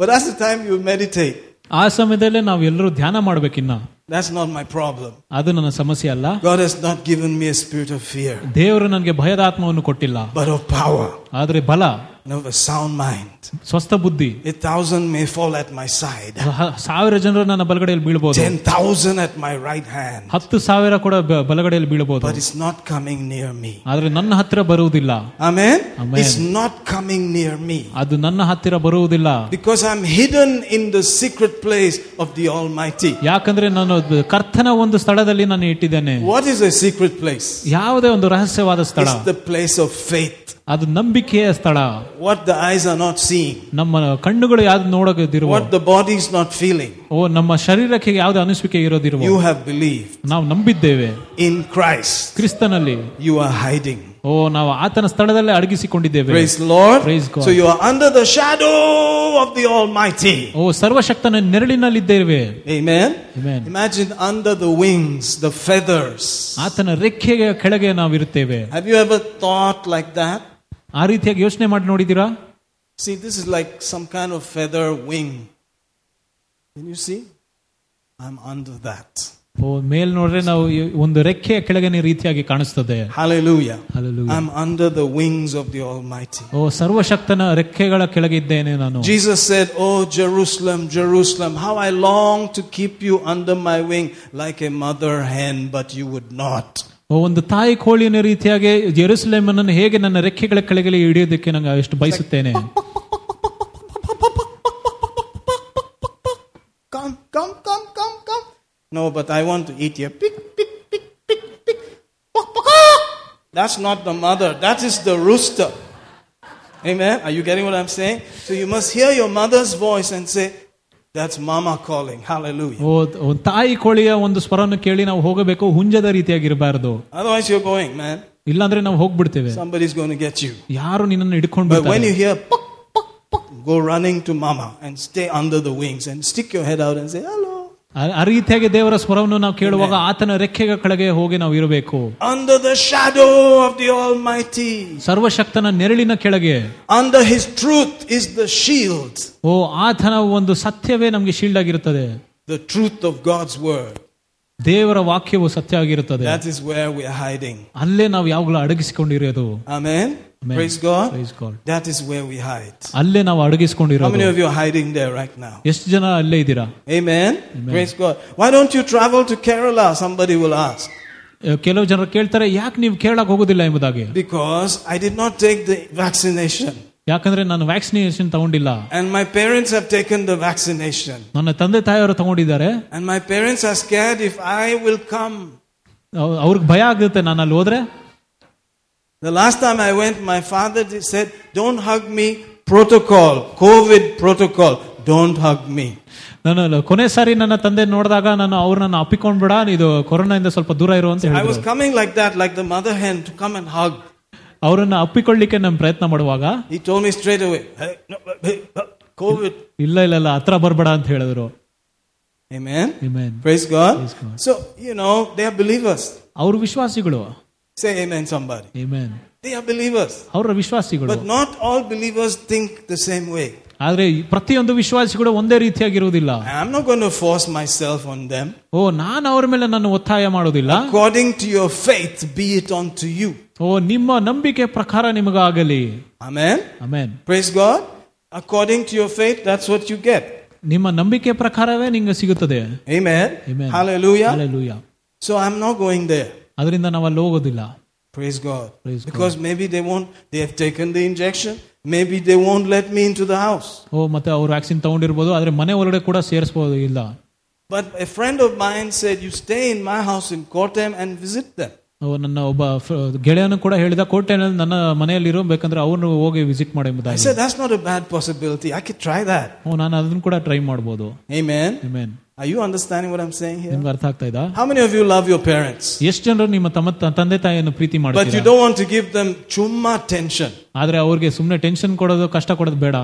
Speaker 1: But that's the time you meditate.
Speaker 2: ಆ ಸಮಯದಲ್ಲೇ ನಾವೆಲ್ಲರೂ ಧ್ಯಾನ ಮಾಡ್ಬೇಕಿನ್ನ
Speaker 1: That's not my problem.
Speaker 2: ಅದು ನನ್ನ ಸಮಸ್ಯೆ ಅಲ್ಲ
Speaker 1: God has not given me a spirit of fear,
Speaker 2: ದೇವರು ನನಗೆ ಭಯದ ಆತ್ಮವನ್ನು ಕೊಟ್ಟಿಲ್ಲ
Speaker 1: but of power
Speaker 2: ಆದ್ರೆ ಬಲ
Speaker 1: and of a sound mind.
Speaker 2: ಸ್ವಸ್ಥ ಬುದ್ಧಿ
Speaker 1: A thousand may fall at my side,
Speaker 2: ಹ- ಸಾವಿರ ಜನರು ನನ್ನ ಬಲಗಡೆಯಲ್ಲಿ ಬೀಳ್ಬೋದು
Speaker 1: ten thousand at my right hand,
Speaker 2: ಹತ್ತು ಸಾವಿರ ಕೂಡ ಬ- ಬಲಗಡೆಯಲ್ಲಿ ಬೀಳ್ಬೋದು
Speaker 1: but it's not coming near me.
Speaker 2: ಆದ್ರೆ ನನ್ನ ಹತ್ತಿರ ಬರುವುದಿಲ್ಲ
Speaker 1: Amen?
Speaker 2: Amen.
Speaker 1: It's not coming near me
Speaker 2: ಅದು ನನ್ನ ಹತ್ತಿರ ಬರುವುದಿಲ್ಲ
Speaker 1: because I'm hidden in the secret place of the Almighty.
Speaker 2: ಯಾಕಂದ್ರೆ ನಾನು ಕರ್ತನ ಒಂದು ಸ್ಥಳದಲ್ಲಿ ನಾನು ಇಟ್ಟಿದ್ದೇನೆ
Speaker 1: What is a secret place?
Speaker 2: ಯಾವುದೇ ಒಂದು ರಹಸ್ಯವಾದ ಸ್ಥಳ
Speaker 1: It's the place of faith.
Speaker 2: ಅದು ನಂಬಿಕೆಯ ಸ್ಥಳ
Speaker 1: What the eyes are not seeing,
Speaker 2: ನಮ್ಮ ಕಣ್ಣುಗಳು ಯಾವ್ದು ನೋಡದಿರುವ
Speaker 1: what the body is not feeling,
Speaker 2: ಓ ನಮ್ಮ ಶರೀರಕ್ಕೆ ಯಾವುದೇ ಅನಿಸಿಕೆ ಇರೋದಿರುವ
Speaker 1: you have believed.
Speaker 2: ನಾವು ನಂಬಿದ್ದೇವೆ
Speaker 1: In Christ,
Speaker 2: ಕ್ರಿಸ್ತನಲ್ಲಿ
Speaker 1: you are hiding.
Speaker 2: ಓ ನಾವು ಆತನ ಸ್ಥಳದಲ್ಲೇ ಅಡಗಿಸಿಕೊಂಡಿದ್ದೇವೆ
Speaker 1: Praise the Lord.
Speaker 2: Praise God.
Speaker 1: So you are under the shadow of the Almighty.
Speaker 2: O ಸರ್ವಶಕ್ತನ ನೆರಳಿನಲ್ಲಿದ್ದೇವೆ
Speaker 1: Amen.
Speaker 2: Amen.
Speaker 1: Imagine under the wings, the feathers.
Speaker 2: ಆತನ ರೆಕ್ಕೆಯ ಕೆಳಗೆ ನಾವಿರುತ್ತೇವೆ
Speaker 1: Have you ever thought like that?
Speaker 2: ಆ ರೀತಿಯಾಗಿ ಯೋಚನೆ ಮಾಡಿ ನೋಡಿದೀರಾ
Speaker 1: See, this is like some kind of feather wing. Can you see? I'm under that.
Speaker 2: ಓ ಮೇಲ್ ನೋಡ್ರೆ ನಾವು ಈ ಒಂದು ರೆಕ್ಕೆಯ ಕೆಳಗಿನ ರೀತಿಯಾಗಿ ಕಾಣಿಸ್ತದೆ
Speaker 1: Hallelujah.
Speaker 2: Hallelujah.
Speaker 1: I'm under the wings of the Almighty.
Speaker 2: ಓ ಸರ್ವಶಕ್ತನ ರೆಕ್ಕೆಗಳ ಕೆಳಗೆ ಇದ್ದೇನೆ ನಾನು
Speaker 1: Jesus said, Oh, Jerusalem, Jerusalem, how I long to keep you under my wing like a mother hen, but you would not.
Speaker 2: ಓ ಒಂದು ತಾಯಿ ಕೋಳಿನ ರೀತಿಯಾಗಿ ಜೆರೂಸಲೇಮನ್ನು ಹೇಗೆ ನನ್ನ ರೆಕ್ಕೆಗಳ ಕೆಳಗೆ ಹಿಡಿಯೋದಕ್ಕೆ ನಂಗೆ ಎಷ್ಟು ಬಯಸುತ್ತೇನೆ
Speaker 1: Come, come, come, come, come. No, but I want to eat here. Pick, pick, pick, pick, pick. Pock, pock, ah. That's not the mother. That is the rooster. Amen. Are you getting what I'm saying? So you must hear your mother's voice and say, That's mama calling. Hallelujah.
Speaker 2: ಓ ಒಂದು ತಾಯಿ ಕೋಳಿಯ ಒಂದು ಸ್ವರವನ್ನು ಕೇಳಿ ನಾವು ಹೋಗಬೇಕು ಹುಂಜದ ರೀತಿಯಾಗಿರಬಾರದು
Speaker 1: Otherwise, you're going, man.
Speaker 2: ಇಲ್ಲಾಂದ್ರೆ ನಾವು ಹೋಗ್ಬಿಡ್ತೇವೆ
Speaker 1: Somebody's going to get you.
Speaker 2: ಯಾರು ನಿನ್ನನ್ನು ಹಿಡ್ಕೊಂಡು
Speaker 1: But when you hear, pock, pock, pock, go running to mama and stay under the wings and stick your head out and say, Hello.
Speaker 2: ಆ- ಆ ರೀತಿಯಾಗಿ ದೇವರ ಸ್ವರವನ್ನು ನಾವು ಕೇಳುವಾಗ ಆತನ ರೆಕ್ಕೆಗಳ ಕೆಳಗೆ ಹೋಗಿ ನಾವು ಇರಬೇಕು
Speaker 1: Under the shadow of the Almighty.
Speaker 2: ಸರ್ವಶಕ್ತನ ನೆರಳಿನ ಕೆಳಗೆ
Speaker 1: Under his truth is the shield,
Speaker 2: ಓ ಆತನ ಒಂದು ಸತ್ಯವೇ ನಮಗೆ ಶೀಲ್ಡ್ ಆಗಿರುತ್ತದೆ
Speaker 1: the truth of God's word.
Speaker 2: ದೇವರ ವಾಕ್ಯವು ಸತ್ಯ ಆಗಿರುತ್ತದೆ
Speaker 1: That is where we are hiding.
Speaker 2: ಅಲ್ಲೇ ನಾವು ಯಾವಾಗಲೂ ಅಡಗಿಸಿಕೊಂಡಿರೋದು
Speaker 1: Amen.
Speaker 2: Amen.
Speaker 1: Praise God.
Speaker 2: Praise God.
Speaker 1: That is where we hide.
Speaker 2: ಅಲ್ಲೇ ನಾವು
Speaker 1: How many
Speaker 2: ಅಡಗಿಸಿಕೊಂಡಿರೋದು
Speaker 1: of you are hiding there right now?
Speaker 2: ಎಷ್ಟು ಜನ ಅಲ್ಲೇ ಇದ್ದೀರಾ
Speaker 1: Amen. Praise God. Why don't you travel to Kerala? Somebody will ask.
Speaker 2: ಅಹ್, ಕೆಲವು ಜನರು ಕೇಳ್ತಾರೆ ಯಾಕೆ ನೀವು ಕೇಳಕ್ ಹೋಗೋದಿಲ್ಲ ಎಂಬುದಾಗಿ
Speaker 1: Because I did not take the vaccination.
Speaker 2: ಯಾಕಂದ್ರೆ ನಾನು ವ್ಯಾಕ್ಸಿನೇಷನ್ ತಗೊಂಡಿಲ್ಲ
Speaker 1: And my parents have taken the vaccination.
Speaker 2: ನನ್ನ ತಂದೆ ತಾಯಿಯವರು ತಗೊಂಡಿದ್ದಾರೆ
Speaker 1: And my parents are scared if I will come.
Speaker 2: ಅವ್- ಅವ್ರಿಗೆ ಭಯ ಆಗುತ್ತೆ ನಾನು ಅಲ್ಲಿ ಹೋದ್ರೆ
Speaker 1: The last time I went, my father did- said, Don't hug me, protocol, COVID protocol, don't hug me.
Speaker 2: ನಾನು ಲ- ಕೊನೆ ಸಾರಿ ನನ್ನ ತಂದೆ ನೋಡಿದಾಗ ನಾನು ಅವ್ರು ನನ್ನ ಅಪ್ಪಿಕೊಂಡ್ಬಿಡ ಇದು ಕೊರೋನಾ ಇಂದ ಸ್ವಲ್ಪ ದೂರ ಇರು ಅಂತ
Speaker 1: I was
Speaker 2: ಹೇಳಿದ್ರು
Speaker 1: coming like that, like the mother hen, to come and hug.
Speaker 2: ಅವರನ್ನ ಅಪ್ಪಿಕೊಳ್ಳಿಕ್ಕೆ ನಾನು ಪ್ರಯತ್ನ ಮಾಡುವಾಗ
Speaker 1: He told me straight away, "Hey, no, hey, uh, COVID.
Speaker 2: ಇಲ್ಲ ಇಲ್ಲ ಇಲ್ಲ ಹತ್ರ ಬರ್ಬೇಡ ಅಂತ ಹೇಳಿದ್ರು
Speaker 1: Amen.
Speaker 2: Amen.
Speaker 1: Praise God.
Speaker 2: Praise God.
Speaker 1: So, you know, they are believers.
Speaker 2: ಅವ್ರು ವಿಶ್ವಾಸಿಗಳು
Speaker 1: Say amen, somebody.
Speaker 2: Amen.
Speaker 1: They are believers.
Speaker 2: ಅವರ ವಿಶ್ವಾಸಿಗಳು
Speaker 1: But not all believers think the same way.
Speaker 2: ಆದ್ರೆ ಈ ಪ್ರತಿಯೊಂದು ವಿಶ್ವಾಸಿಗಳು ಒಂದೇ ರೀತಿಯಾಗಿರುವುದಿಲ್ಲ
Speaker 1: I'm not going to force myself on them.
Speaker 2: ಓ ನಾನು ಅವ್ರ ಮೇಲೆ ನಾನು ಒತ್ತಾಯ ಮಾಡೋದಿಲ್ಲ
Speaker 1: According to your faith, be it unto you.
Speaker 2: ಓ ನಿಮ್ಮ ನಂಬಿಕೆ ಪ್ರಕಾರ ನಿಮಗಾಗಲಿ
Speaker 1: Amen.
Speaker 2: Amen
Speaker 1: Praise God. According to your faith, that's what you get.
Speaker 2: ನಿಮ್ಮ ನಂಬಿಕೆ ಪ್ರಕಾರವೇ ನಿಮ್ಗೆ ಸಿಗುತ್ತದೆ
Speaker 1: Amen.
Speaker 2: Amen.
Speaker 1: Hallelujah.
Speaker 2: Hallelujah.
Speaker 1: So I'm not going there.
Speaker 2: ಅದರಿಂದ ನಾವು ಅಲ್ಲಿ ಹೋಗೋದಿಲ್ಲ
Speaker 1: Praise God.
Speaker 2: Praise God.
Speaker 1: because maybe they won't, they have taken the injection. Maybe they won't let me into the house.
Speaker 2: ಓ ಮತ್ತೆ ಅವ್ರು ವ್ಯಾಕ್ಸಿನ್ ತಗೊಂಡಿರ್ಬೋದು ಆದರೆ ಮನೆ ಒಳಗಡೆ ಕೂಡ ಸೇರಿಸ್ಬೋದು ಇಲ್ಲ
Speaker 1: But a friend of mine said, You stay in my house in Kotem and visit them.
Speaker 2: ಅವ್ ನನ್ನ ಒಬ್ಬ ಫ- ಗೆಳೆಯನು ಕೂಡ ಹೇಳಿದ ಕೋಟೆನಲ್ಲಿ ನನ್ನ ಮನೆಯಲ್ಲಿರೋ ಬೇಕಂದ್ರೆ ಅವನು ಹೋಗಿ ವಿಸಿಟ್ ಮಾಡಿ
Speaker 1: I
Speaker 2: ಎಂಬುದಾಗಿ
Speaker 1: said, That's not a bad possibility. I could try that.
Speaker 2: ಓ ನಾನು ಅದನ್ನು ಕೂಡ ಟ್ರೈ ಮಾಡ್ಬೋದು
Speaker 1: Amen.
Speaker 2: Main
Speaker 1: Are you understanding what I'm saying here?
Speaker 2: ನಿಮ್ಗೆ ಅರ್ಥ ಆಗ್ತಾ ಇದ್ದಾ
Speaker 1: How many of you love your parents?
Speaker 2: ಎಷ್ಟು ಜನರು ನಿಮ್ಮ ತಮ್ಮ ತ- ತಂದೆ ತಾಯಿಯನ್ನು ಪ್ರೀತಿ
Speaker 1: But you
Speaker 2: ಮಾಡ್ತೀರಾ
Speaker 1: don't want to give them chumma tension.
Speaker 2: ಆದ್ರೆ ಅವ್ರಿಗೆ ಸುಮ್ಮನೆ ಟೆನ್ಷನ್ ಕೊಡೋದು ಕಷ್ಟ ಕೊಡೋದು ಬೇಡ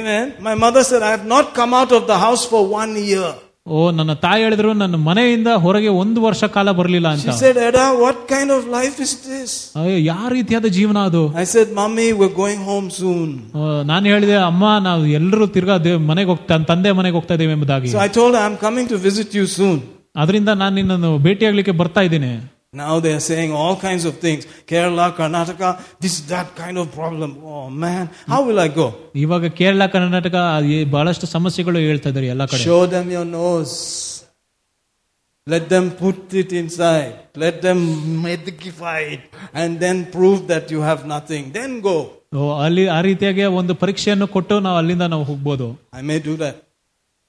Speaker 1: Amen. My mother said, I have not come out of the house for one year.
Speaker 2: ಓ ನನ್ನ ತಾಯಿ ಹೇಳಿದ್ರು ನನ್ನ ಮನೆಯಿಂದ ಹೊರಗೆ ಒಂದು ವರ್ಷ ಕಾಲ ಬರಲಿಲ್ಲ ಅಂತ
Speaker 1: She said, Ada, what kind of life is this?
Speaker 2: ಅಯ್ಯೋ ಯಾವ ರೀತಿಯಾದ ಜೀವನ ಅದು
Speaker 1: I said, Mommy, we're going home soon.
Speaker 2: ಆ, ನಾನು ಹೇಳಿದೆ ಅಮ್ಮ ನಾವು ಎಲ್ಲರೂ ತಿರ್ಗಾ ದೇವ್- ಮನೆಗೆ ಹೋಗ್ತಾ ತಂದೆ ಮನೆಗೆ ಹೋಗ್ತಾ ಇದೀವಿ ಎಂಬುದಾಗಿ
Speaker 1: So I told her, I'm coming to visit you soon.
Speaker 2: ಅದರಿಂದ ನಾನು ನಿನ್ನನ್ನು ಭೇಟಿಯಾಗ್ಲಿಕ್ಕೆ ಬರ್ತಾ ಇದ್ದೀನಿ
Speaker 1: Now they are saying all kinds of things Kerala, Karnataka, this, that kind of problem. Oh man, how will I go?
Speaker 2: ಇವಾಗ ಕೇರಳ ಕರ್ನಾಟಕ ಈ ಬಹಳಷ್ಟು ಸಮಸ್ಯೆಗಳು ಹೇಳ್ತಾ ಇದ್ದಾರೆ ಎಲ್ಲ ಕಡೆ
Speaker 1: Show them your nose. Let them put it inside. Let them medicify it. And then prove that you have nothing. Then go.
Speaker 2: ಓ, ಅಲ್ಲಿ ಆ ರೀತಿಯಾಗಿ ಒಂದು ಪರೀಕ್ಷೆಯನ್ನು ಕೊಟ್ಟು ನಾವು ಅಲ್ಲಿಂದ ನಾವು ಹೋಗ್ಬೋದು
Speaker 1: I may do that.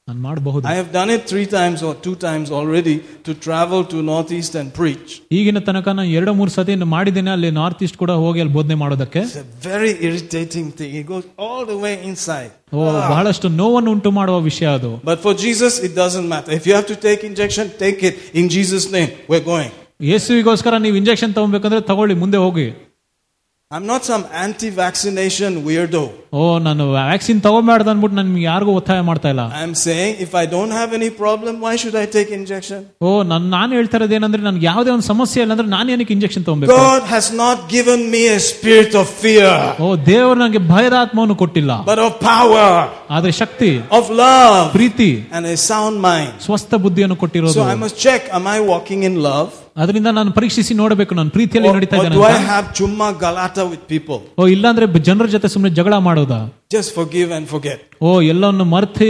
Speaker 2: ನಾನು ಮಾಡಬಹುದು
Speaker 1: I have done it three times or two times already to travel to Northeast and preach.
Speaker 2: ಈಗಿನ ತನಕ ನಾನು ಎರಡು ಮೂರು ಸತಿ ಮಾಡಿದ್ದೇನೆ ಅಲ್ಲಿ ನಾರ್ತ್ ಈಸ್ಟ್ ಕೂಡ ಹೋಗಿ ಅಲ್ಲಿ ಬೋಧನೆ ಮಾಡೋದಕ್ಕೆ
Speaker 1: It's a very irritating thing. It goes all the way inside.
Speaker 2: ಓ ಬಹಳಷ್ಟು ನೋವನ್ನು ಉಂಟು ಮಾಡುವ ವಿಷಯ ಅದು
Speaker 1: But for Jesus, it doesn't matter. If you have to take injection, take it. In Jesus' name, we're going.
Speaker 2: ಯೇಸುವಿಗೋಸ್ಕರ ನೀವು ಇಂಜೆಕ್ಷನ್ ತಗೊಬೇಕಂದ್ರೆ ತಗೊಳ್ಳಿ ಮುಂದೆ ಹೋಗಿ
Speaker 1: I'm not some anti vaccination weirdo.
Speaker 2: ಓ ನಾನು ವ್ಯಾಕ್ಸಿನ್ ತಗೋಬೇಡ್ದು ಅಂದ್ಬಿಟ್ಟು ನಾನು ನಿಮ್ಗೆ ಯಾರಿಗೂ ಒತ್ತಾಯ ಮಾಡ್ತಾ ಇಲ್ಲ
Speaker 1: I'm saying if I don't have any problem, why should I take injection?
Speaker 2: ಓ ನಾನು ನಾನು ಹೇಳ್ತಾ ಇರೋದು ಏನಂದ್ರೆ ನನ್ಗೆ ಯಾವುದೇ ಒಂದು ಸಮಸ್ಯೆ ಇಲ್ಲ ಅಂದ್ರೆ ನಾನು ಏನಕ್ಕೆ ಇಂಜೆಕ್ಷನ್ ತಗೊಬೇಕು
Speaker 1: God has not given me a spirit of fear,
Speaker 2: ಓ ದೇವರು ನನಗೆ ಭಯದ ಆತ್ಮವನ್ನು ಕೊಟ್ಟಿಲ್ಲ
Speaker 1: but of power,
Speaker 2: ಆದ್ರೆ ಶಕ್ತಿ
Speaker 1: of love,
Speaker 2: Preethi
Speaker 1: and a sound mind.
Speaker 2: ಸ್ವಸ್ಥ ಬುದ್ಧಿಯನ್ನು ಕೊಟ್ಟಿರೋದು
Speaker 1: So I must check am I walking in love?
Speaker 2: ಅದರಿಂದ ನಾನು ಪರೀಕ್ಷಿಸಿ ನೋಡಬೇಕು ನಾನು ಪ್ರೀತಿಯಲ್ಲಿ
Speaker 1: Or, or
Speaker 2: ನಡೀತಾ
Speaker 1: Oh, do I
Speaker 2: ಇದ್ದೇನೆ
Speaker 1: have chumma galata with people?
Speaker 2: ಓ ಇಲ್ಲಾಂದ್ರೆ ಜನರ ಜೊತೆ ಸುಮ್ಮನೆ ಜಗಳ ಮಾಡೋದಾ
Speaker 1: Just forgive and forget.
Speaker 2: ಓ ಎಲ್ಲವನ್ನು ಮರ್ತಿ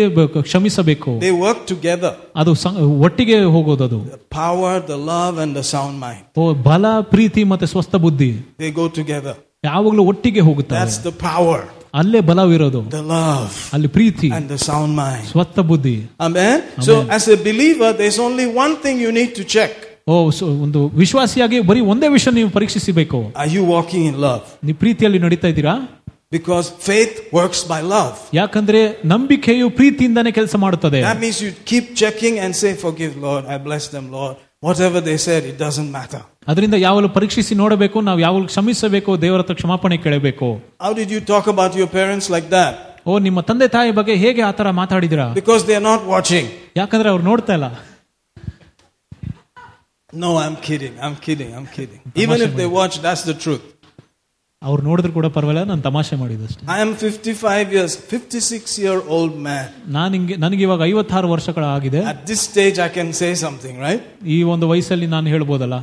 Speaker 2: ಕ್ಷಮಿಸಬೇಕು
Speaker 1: They work together.
Speaker 2: ಅದು ಸಂ- ಒಟ್ಟಿಗೆ ಹೋಗೋದು ಅದು
Speaker 1: The power, the love, and the sound mind.
Speaker 2: ಓ ಬಲ ಪ್ರೀತಿ ಮತ್ತೆ ಸ್ವಸ್ಥ ಬುದ್ಧಿ
Speaker 1: They go together.
Speaker 2: ಯಾವಾಗಲೂ ಒಟ್ಟಿಗೆ ಹೋಗುತ್ತವೆ
Speaker 1: That's the power,
Speaker 2: ಅಲ್ಲೇ ಬಲವಿರೋದು
Speaker 1: the love,
Speaker 2: ಅಲ್ಲಿ ಪ್ರೀತಿ
Speaker 1: and the sound mind.
Speaker 2: ಸ್ವಸ್ಥ ಬುದ್ಧಿ
Speaker 1: Amen? So, as a believer, there's only one thing you need to check.
Speaker 2: ಓ ಸೊ ಒಂದು ವಿಶ್ವಾಸಿಯಾಗಿ ಬರೀ ಒಂದೇ ವಿಷಯ ನೀವು ಪರೀಕ್ಷಿಸಬೇಕು
Speaker 1: Are you walking in love?
Speaker 2: ನೀವು ಪ್ರೀತಿಯಲ್ಲಿ ನಡೀತಾ ಇದ್ದೀರಾ
Speaker 1: Because faith works by love.
Speaker 2: ಯಾಕಂದ್ರೆ ನಂಬಿಕೆಯು ಪ್ರೀತಿಯಿಂದಾನೇ ಕೆಲಸ ಮಾಡುತ್ತದೆ
Speaker 1: That means you keep checking and say, Forgive, Lord. I bless them, Lord. Whatever they said, it doesn't matter.
Speaker 2: ಅದರಿಂದ ಯಾವಾಗಲೂ ಪರೀಕ್ಷಿಸಿ ನೋಡಬೇಕು ನಾವು ಯಾವಾಗಲೂ ಕ್ಷಮಿಸಬೇಕು ದೇವರ ಹತ್ರ ಕ್ಷಮಾಪಣೆ ಕೇಳಬೇಕು
Speaker 1: How did you talk about your parents like that?
Speaker 2: ಓ ನಿಮ್ಮ ತಂದೆ ತಾಯಿ ಬಗ್ಗೆ ಹೇಗೆ ಆ ತರ ಮಾತಾಡಿದಿರಾ
Speaker 1: Because they are not watching.
Speaker 2: ಯಾಕಂದ್ರೆ ಅವ್ರು ನೋಡ್ತಾ ಇಲ್ಲ
Speaker 1: No, I'm kidding. I'm kidding. I'm kidding. Even if they watch, that's the truth.
Speaker 2: ಅವ್ರು ನೋಡಿದ್ರು ಕೂಡ ಪರವಾಗಿಲ್ಲ ನಾನು ತಮಾಷೆ ಮಾಡಿದಷ್ಟೇ
Speaker 1: I am 55 years, 56 year old man.
Speaker 2: ನಾನು ಹಿಂಗೆ ನನಗೆ ಇವಾಗ ಐವತ್ತಾರು ವರ್ಷಗಳ ಆಗಿದೆ
Speaker 1: At this stage, I can say something, right?
Speaker 2: ಈ ಒಂದು ವಯಸ್ಸಲ್ಲಿ ನಾನು ಹೇಳ್ಬೋದಲ್ಲ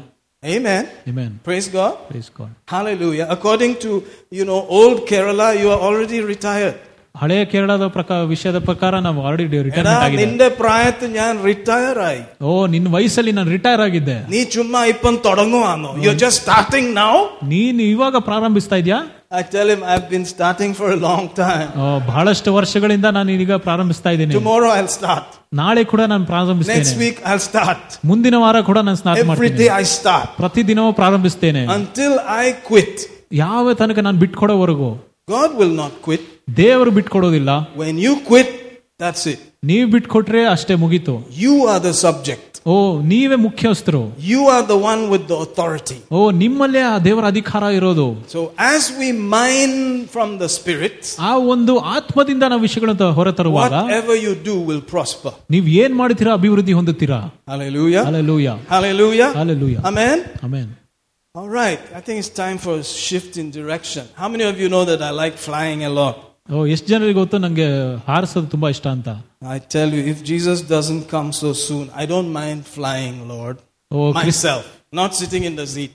Speaker 1: Amen.
Speaker 2: Amen.
Speaker 1: Praise God.
Speaker 2: Praise God.
Speaker 1: Hallelujah. According to, you know, old Kerala, you are already retired.
Speaker 2: ಹಳೆಯ ಕೇರಳದ ಪ್ರಕಾರ ವಿಷಯದ ಪ್ರಕಾರ ನಾವು ಆಲ್ರೆಡಿ
Speaker 1: എടാ,
Speaker 2: ರಿಟೈರ್ಮೆಂಟ್ ಆಗಿದೆ
Speaker 1: നിന്റെ പ്രായത്തിൽ ഞാൻ retire ആയി
Speaker 2: ಓ ನಿನ್ನ ವಯಸ್ಸಲ್ಲಿ ನಾನು ರಿಟೈರ್ ಆಗಿದ್ದೆ
Speaker 1: നീ ചുമ്മാ ഇപ്പം തുടങ്ങുവാന്നോ you are just starting now
Speaker 2: ನೀನು ಇವಾಗ ಪ್ರಾರಂಭಿಸ್ತಾ ಇದ್ಯಾ
Speaker 1: I tell him I have been starting for a long time
Speaker 2: ಓ, ಬಹಳಷ್ಟು ವರ್ಷಗಳಿಂದ ನಾನು ಈಗ ಪ್ರಾರಂಭಿಸ್ತಾ ಇದ್ದೀನಿ
Speaker 1: ടുമോറോ ഐ സ്റ്റാർട്ട്
Speaker 2: ನಾಳೆ ಕೂಡ ನಾನು
Speaker 1: നെക്സ്റ്റ്
Speaker 2: ಪ್ರಾರಂಭಿಸ್ತೇನೆ
Speaker 1: വീക്ക് ഐ സ്റ്റാർട്ട്
Speaker 2: ಮುಂದಿನ ವಾರ ಕೂಡ ನಾನು ಸ್ನಾನ
Speaker 1: എവറി
Speaker 2: ಮಾಡ್ತೀನಿ
Speaker 1: ഡേ ഐ സ്റ്റാർട്ട്
Speaker 2: ಪ್ರತಿದಿನವೂ ಪ್ರಾರಂಭಿಸ್ತೇನೆ
Speaker 1: until I quit.
Speaker 2: ಯಾವ ತನಕ ನಾನು ಬಿಟ್ಕೊಡೋವರೆಗೂ
Speaker 1: God will not quit.
Speaker 2: ದೇವರು ಬಿಟ್ಕೊಡೋದಿಲ್ಲ
Speaker 1: When you quit, that's it.
Speaker 2: ನೀವು ಬಿಟ್ಕೊಟ್ರೆ ಅಷ್ಟೇ ಮುಗೀತು
Speaker 1: You are the subject.
Speaker 2: ಓ ನೀವೇ ಮುಖ್ಯಸ್ಥರು
Speaker 1: You are the one with the authority.
Speaker 2: ಓ ನಿಮ್ಮಲ್ಲೇ ಆ ದೇವರ ಅಧಿಕಾರ ಇರೋದು
Speaker 1: So, as we mine from the Spirit,
Speaker 2: ಆ ಒಂದು ಆತ್ಮದಿಂದ ನಾವು ವಿಷಯಗಳನ್ನು ಹೊರತರುವಾಗ
Speaker 1: whatever you do will prosper.
Speaker 2: ನೀವ್ ಏನ್ ಮಾಡ್ತೀರಾ ಅಭಿವೃದ್ಧಿ ಹೊಂದುತ್ತೀರಾ
Speaker 1: Hallelujah.
Speaker 2: Alleluia
Speaker 1: Hallelujah.
Speaker 2: Alleluia
Speaker 1: Amen.
Speaker 2: Amen
Speaker 1: All right. I think it's time for a shift in direction. How many of you know that I like flying a lot?
Speaker 2: ಓ ಎಷ್ಟು ಜನರಿಗೆ ಗೊತ್ತು ನಂಗೆ ಹಾರಿಸೋದು ತುಂಬಾ ಇಷ್ಟ ಅಂತ
Speaker 1: I tell you, if Jesus doesn't come so soon, I don't mind flying, Lord.
Speaker 2: ಓ ಕ್ರಿಸ್
Speaker 1: Myself, not sitting in the seat.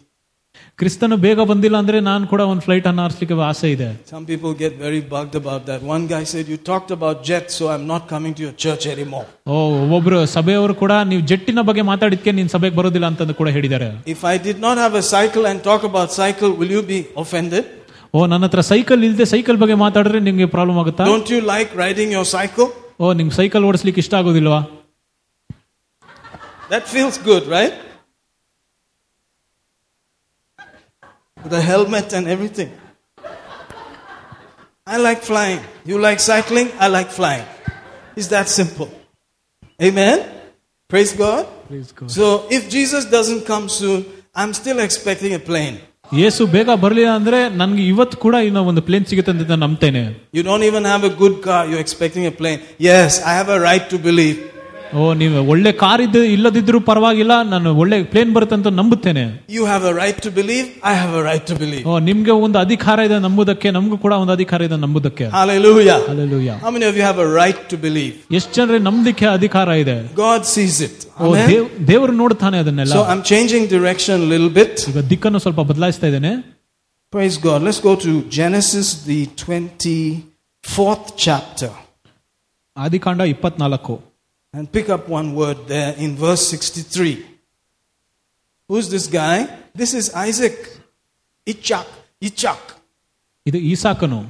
Speaker 2: ಕ್ರಿಸ್ತನು ಬೇಗ ಬಂದಿಲ್ಲ ಅಂದ್ರೆ ನಾನು ಕೂಡ ಒಂದು ಫ್ಲೈಟ್ ಅನ್ನು ಆರಿಸ್ಲಿಕ್ಕೆ ಆಸೆ ಇದೆ
Speaker 1: Some people get very bugged about that. One guy said, You talked about jets, so I'm not coming to your church anymore.
Speaker 2: ಓ ಒಬ್ಬರು ಸಭೆಯವರು ಕೂಡ ನೀವು ಜೆಟ್ಟಿನ ಬಗ್ಗೆ ಮಾತಾಡಿದ್ಕೆ ನೀನು ಸಭೆಗೆ ಬರೋದಿಲ್ಲ ಅಂತಂದು ಕೂಡ ಹೇಳಿದ್ದಾರೆ
Speaker 1: If I did not have a cycle and talk about cycle, will you be offended?
Speaker 2: ಓ ನನ್ನ ಹತ್ರ ಸೈಕಲ್ ಇಲ್ಲದೆ ಸೈಕಲ್ ಬಗ್ಗೆ ಮಾತಾಡಿದ್ರೆ ನಿಮ್ಗೆ ಪ್ರಾಬ್ಲಮ್ ಆಗುತ್ತಾ
Speaker 1: Don't you like riding your cycle?
Speaker 2: ಓ ನಿಮ್ಗೆ ಸೈಕಲ್ ಓಡಿಸ್ಲಿಕ್ಕೆ ಇಷ್ಟ ಆಗೋದಿಲ್ವಾ
Speaker 1: That feels good, right? The helmet and everything. I like flying. You like cycling? I like flying. It's that simple. Amen? Praise God. So if Jesus doesn't come soon, I'm still expecting a plane.
Speaker 2: ಯೇಸು ಬೇಗ ಬರಲಿಲ್ಲ ಅಂದ್ರೆ ನನ್ಗೆ ಇವತ್ತು ಕೂಡ ಇನ್ನೂ ಒಂದು plane ಸಿಗುತ್ತೆ ಅಂತ ನಾನು ನಂಬ್ತೇನೆ
Speaker 1: You don't even have a good car, you're expecting a plane. Yes, I have a right to believe.
Speaker 2: ಓ ನೀವು ಒಳ್ಳೆ ಕಾರ್ ಇದ್ದ ಇಲ್ಲದಿದ್ರೂ ಪರವಾಗಿಲ್ಲ ನಾನು ಒಳ್ಳೆ ಪ್ಲೇನ್ ಬರುತ್ತೆ ಅಂತ ನಂಬುತ್ತೇನೆ
Speaker 1: You have a right to believe, I have a right to believe.
Speaker 2: ಓ ನಿಮ್ಗೆ ಒಂದು ಅಧಿಕಾರ ಇದೆ ನಂಬುದಕ್ಕೆ ನಮಗೂ ಕೂಡ ಒಂದು ಅಧಿಕಾರ ಇದೆ ನಂಬುದಕ್ಕೆ
Speaker 1: Hallelujah.
Speaker 2: Alleluia
Speaker 1: How many of you have a right to believe?
Speaker 2: ಎಷ್ಟು ಜನರಿಗೆ ನಂಬದಿಕ್ಕೆ ಅಧಿಕಾರ ಇದೆ
Speaker 1: God sees it.
Speaker 2: O
Speaker 1: Amen.
Speaker 2: Dev- ದೇವರು ನೋಡ್ತಾನೆ ಅದನ್ನೆಲ್ಲ
Speaker 1: So I'm changing direction a little bit.
Speaker 2: ಈಗ ದಿಕ್ಕನ್ನು ಸ್ವಲ್ಪ ಬದಲಾಯಿಸ್ತಾ ಇದ್ದೇನೆ
Speaker 1: Praise God. Let's go to Genesis, the 24th chapter,
Speaker 2: ಆದಿಕಾಂಡ ಇಪ್ಪತ್ನಾಲ್ಕು
Speaker 1: and pick up one word there in verse 63. Who's this guy? This is Isaac. Ichak. Ichak.
Speaker 2: ಇದು ಈಸಾಕನು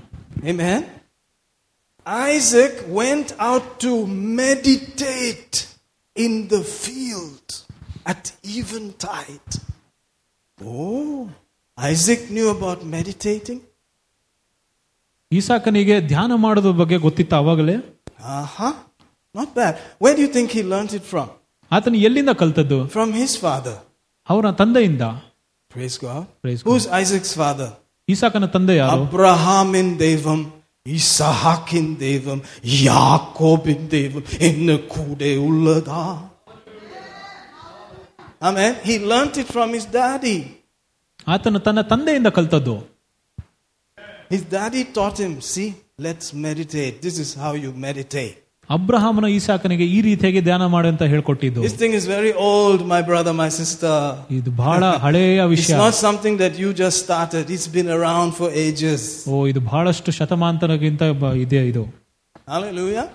Speaker 1: Amen. Isaac went out to meditate in the field at eventide. Oh, Isaac knew about meditating?
Speaker 2: ಈಸಾಕನಿಗೆ ಧ್ಯಾನ ಮಾಡೋದ್ರ ಬಗ್ಗೆ ಗೊತ್ತಿತ್ತು ಅವಾಗಲೇ
Speaker 1: Uh huh. Not bad. Where do you think he learnt it from?
Speaker 2: ಆತನು ಎಲ್ಲಿಂದ ಕಲ್ತದ್ದು
Speaker 1: From his father.
Speaker 2: ಅವರ ತಂದೆಯಿಂದ
Speaker 1: Praise God.
Speaker 2: Praise
Speaker 1: Who's Isaac's father?
Speaker 2: ಈಸಾಕನ ತಂದೆ ಯಾರು
Speaker 1: Abraham in Devam, Isaac in Devam, Jacob in Devam, Enekude Ullada. Amen. He learnt it from his daddy.
Speaker 2: ಆತನು ತನ್ನ ತಂದೆಯಿಂದ ಕಲ್ತದ್ದು
Speaker 1: His daddy taught him, see, let's meditate. This is how you meditate.
Speaker 2: ಅಬ್ರಹಾಮನ ಈಸಾಕನಿಗೆ ಈ ರೀತಿಯಾಗಿ ಧ್ಯಾನ ಮಾಡಿ ಅಂತ ಹೇಳ್ಕೊಟ್ಟಿದ್ದು
Speaker 1: This thing is very old, my brother, my sister.
Speaker 2: ಇದು ಬಹಳ ಹಳೆಯ
Speaker 1: It's
Speaker 2: ವಿಷಯ
Speaker 1: not something that you just started. It's been around for ages.
Speaker 2: ಓ ಇದು ಬಹಳಷ್ಟು ಶತಮಾಂತರಕ್ಕಿಂತ ಬ- ಇದೆ ಇದು
Speaker 1: Hallelujah.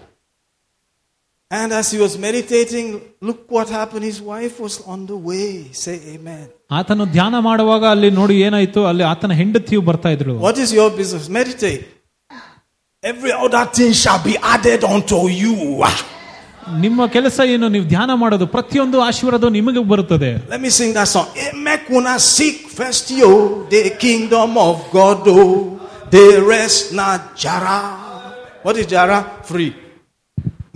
Speaker 1: And as he was meditating, look what happened. His wife was on the way. Say amen.
Speaker 2: ಆತನು ಧ್ಯಾನ ಮಾಡುವಾಗ ಅಲ್ಲಿ ನೋಡಿ ಏನಾಯ್ತು ಅಲ್ಲಿ ಆತನ ಹೆಂಡತಿಯು ಬರ್ತಾ ಇದ್ರು
Speaker 1: What is your business? Meditate. Every other thing shall be added unto you.
Speaker 2: ನಿಮ್ಮ ಕೆಲಸ ಏನು ನೀವು ಧ್ಯಾನ ಮಾಡೋದು ಪ್ರತಿಯೊಂದು ಆಶೀರ್ವಾದ ನಿಮಗೆ ಬರುತ್ತದೆ
Speaker 1: Let me sing that song. Eh, Make una seek first yo, the kingdom of God, oh, the rest na jara. What is jara? Free.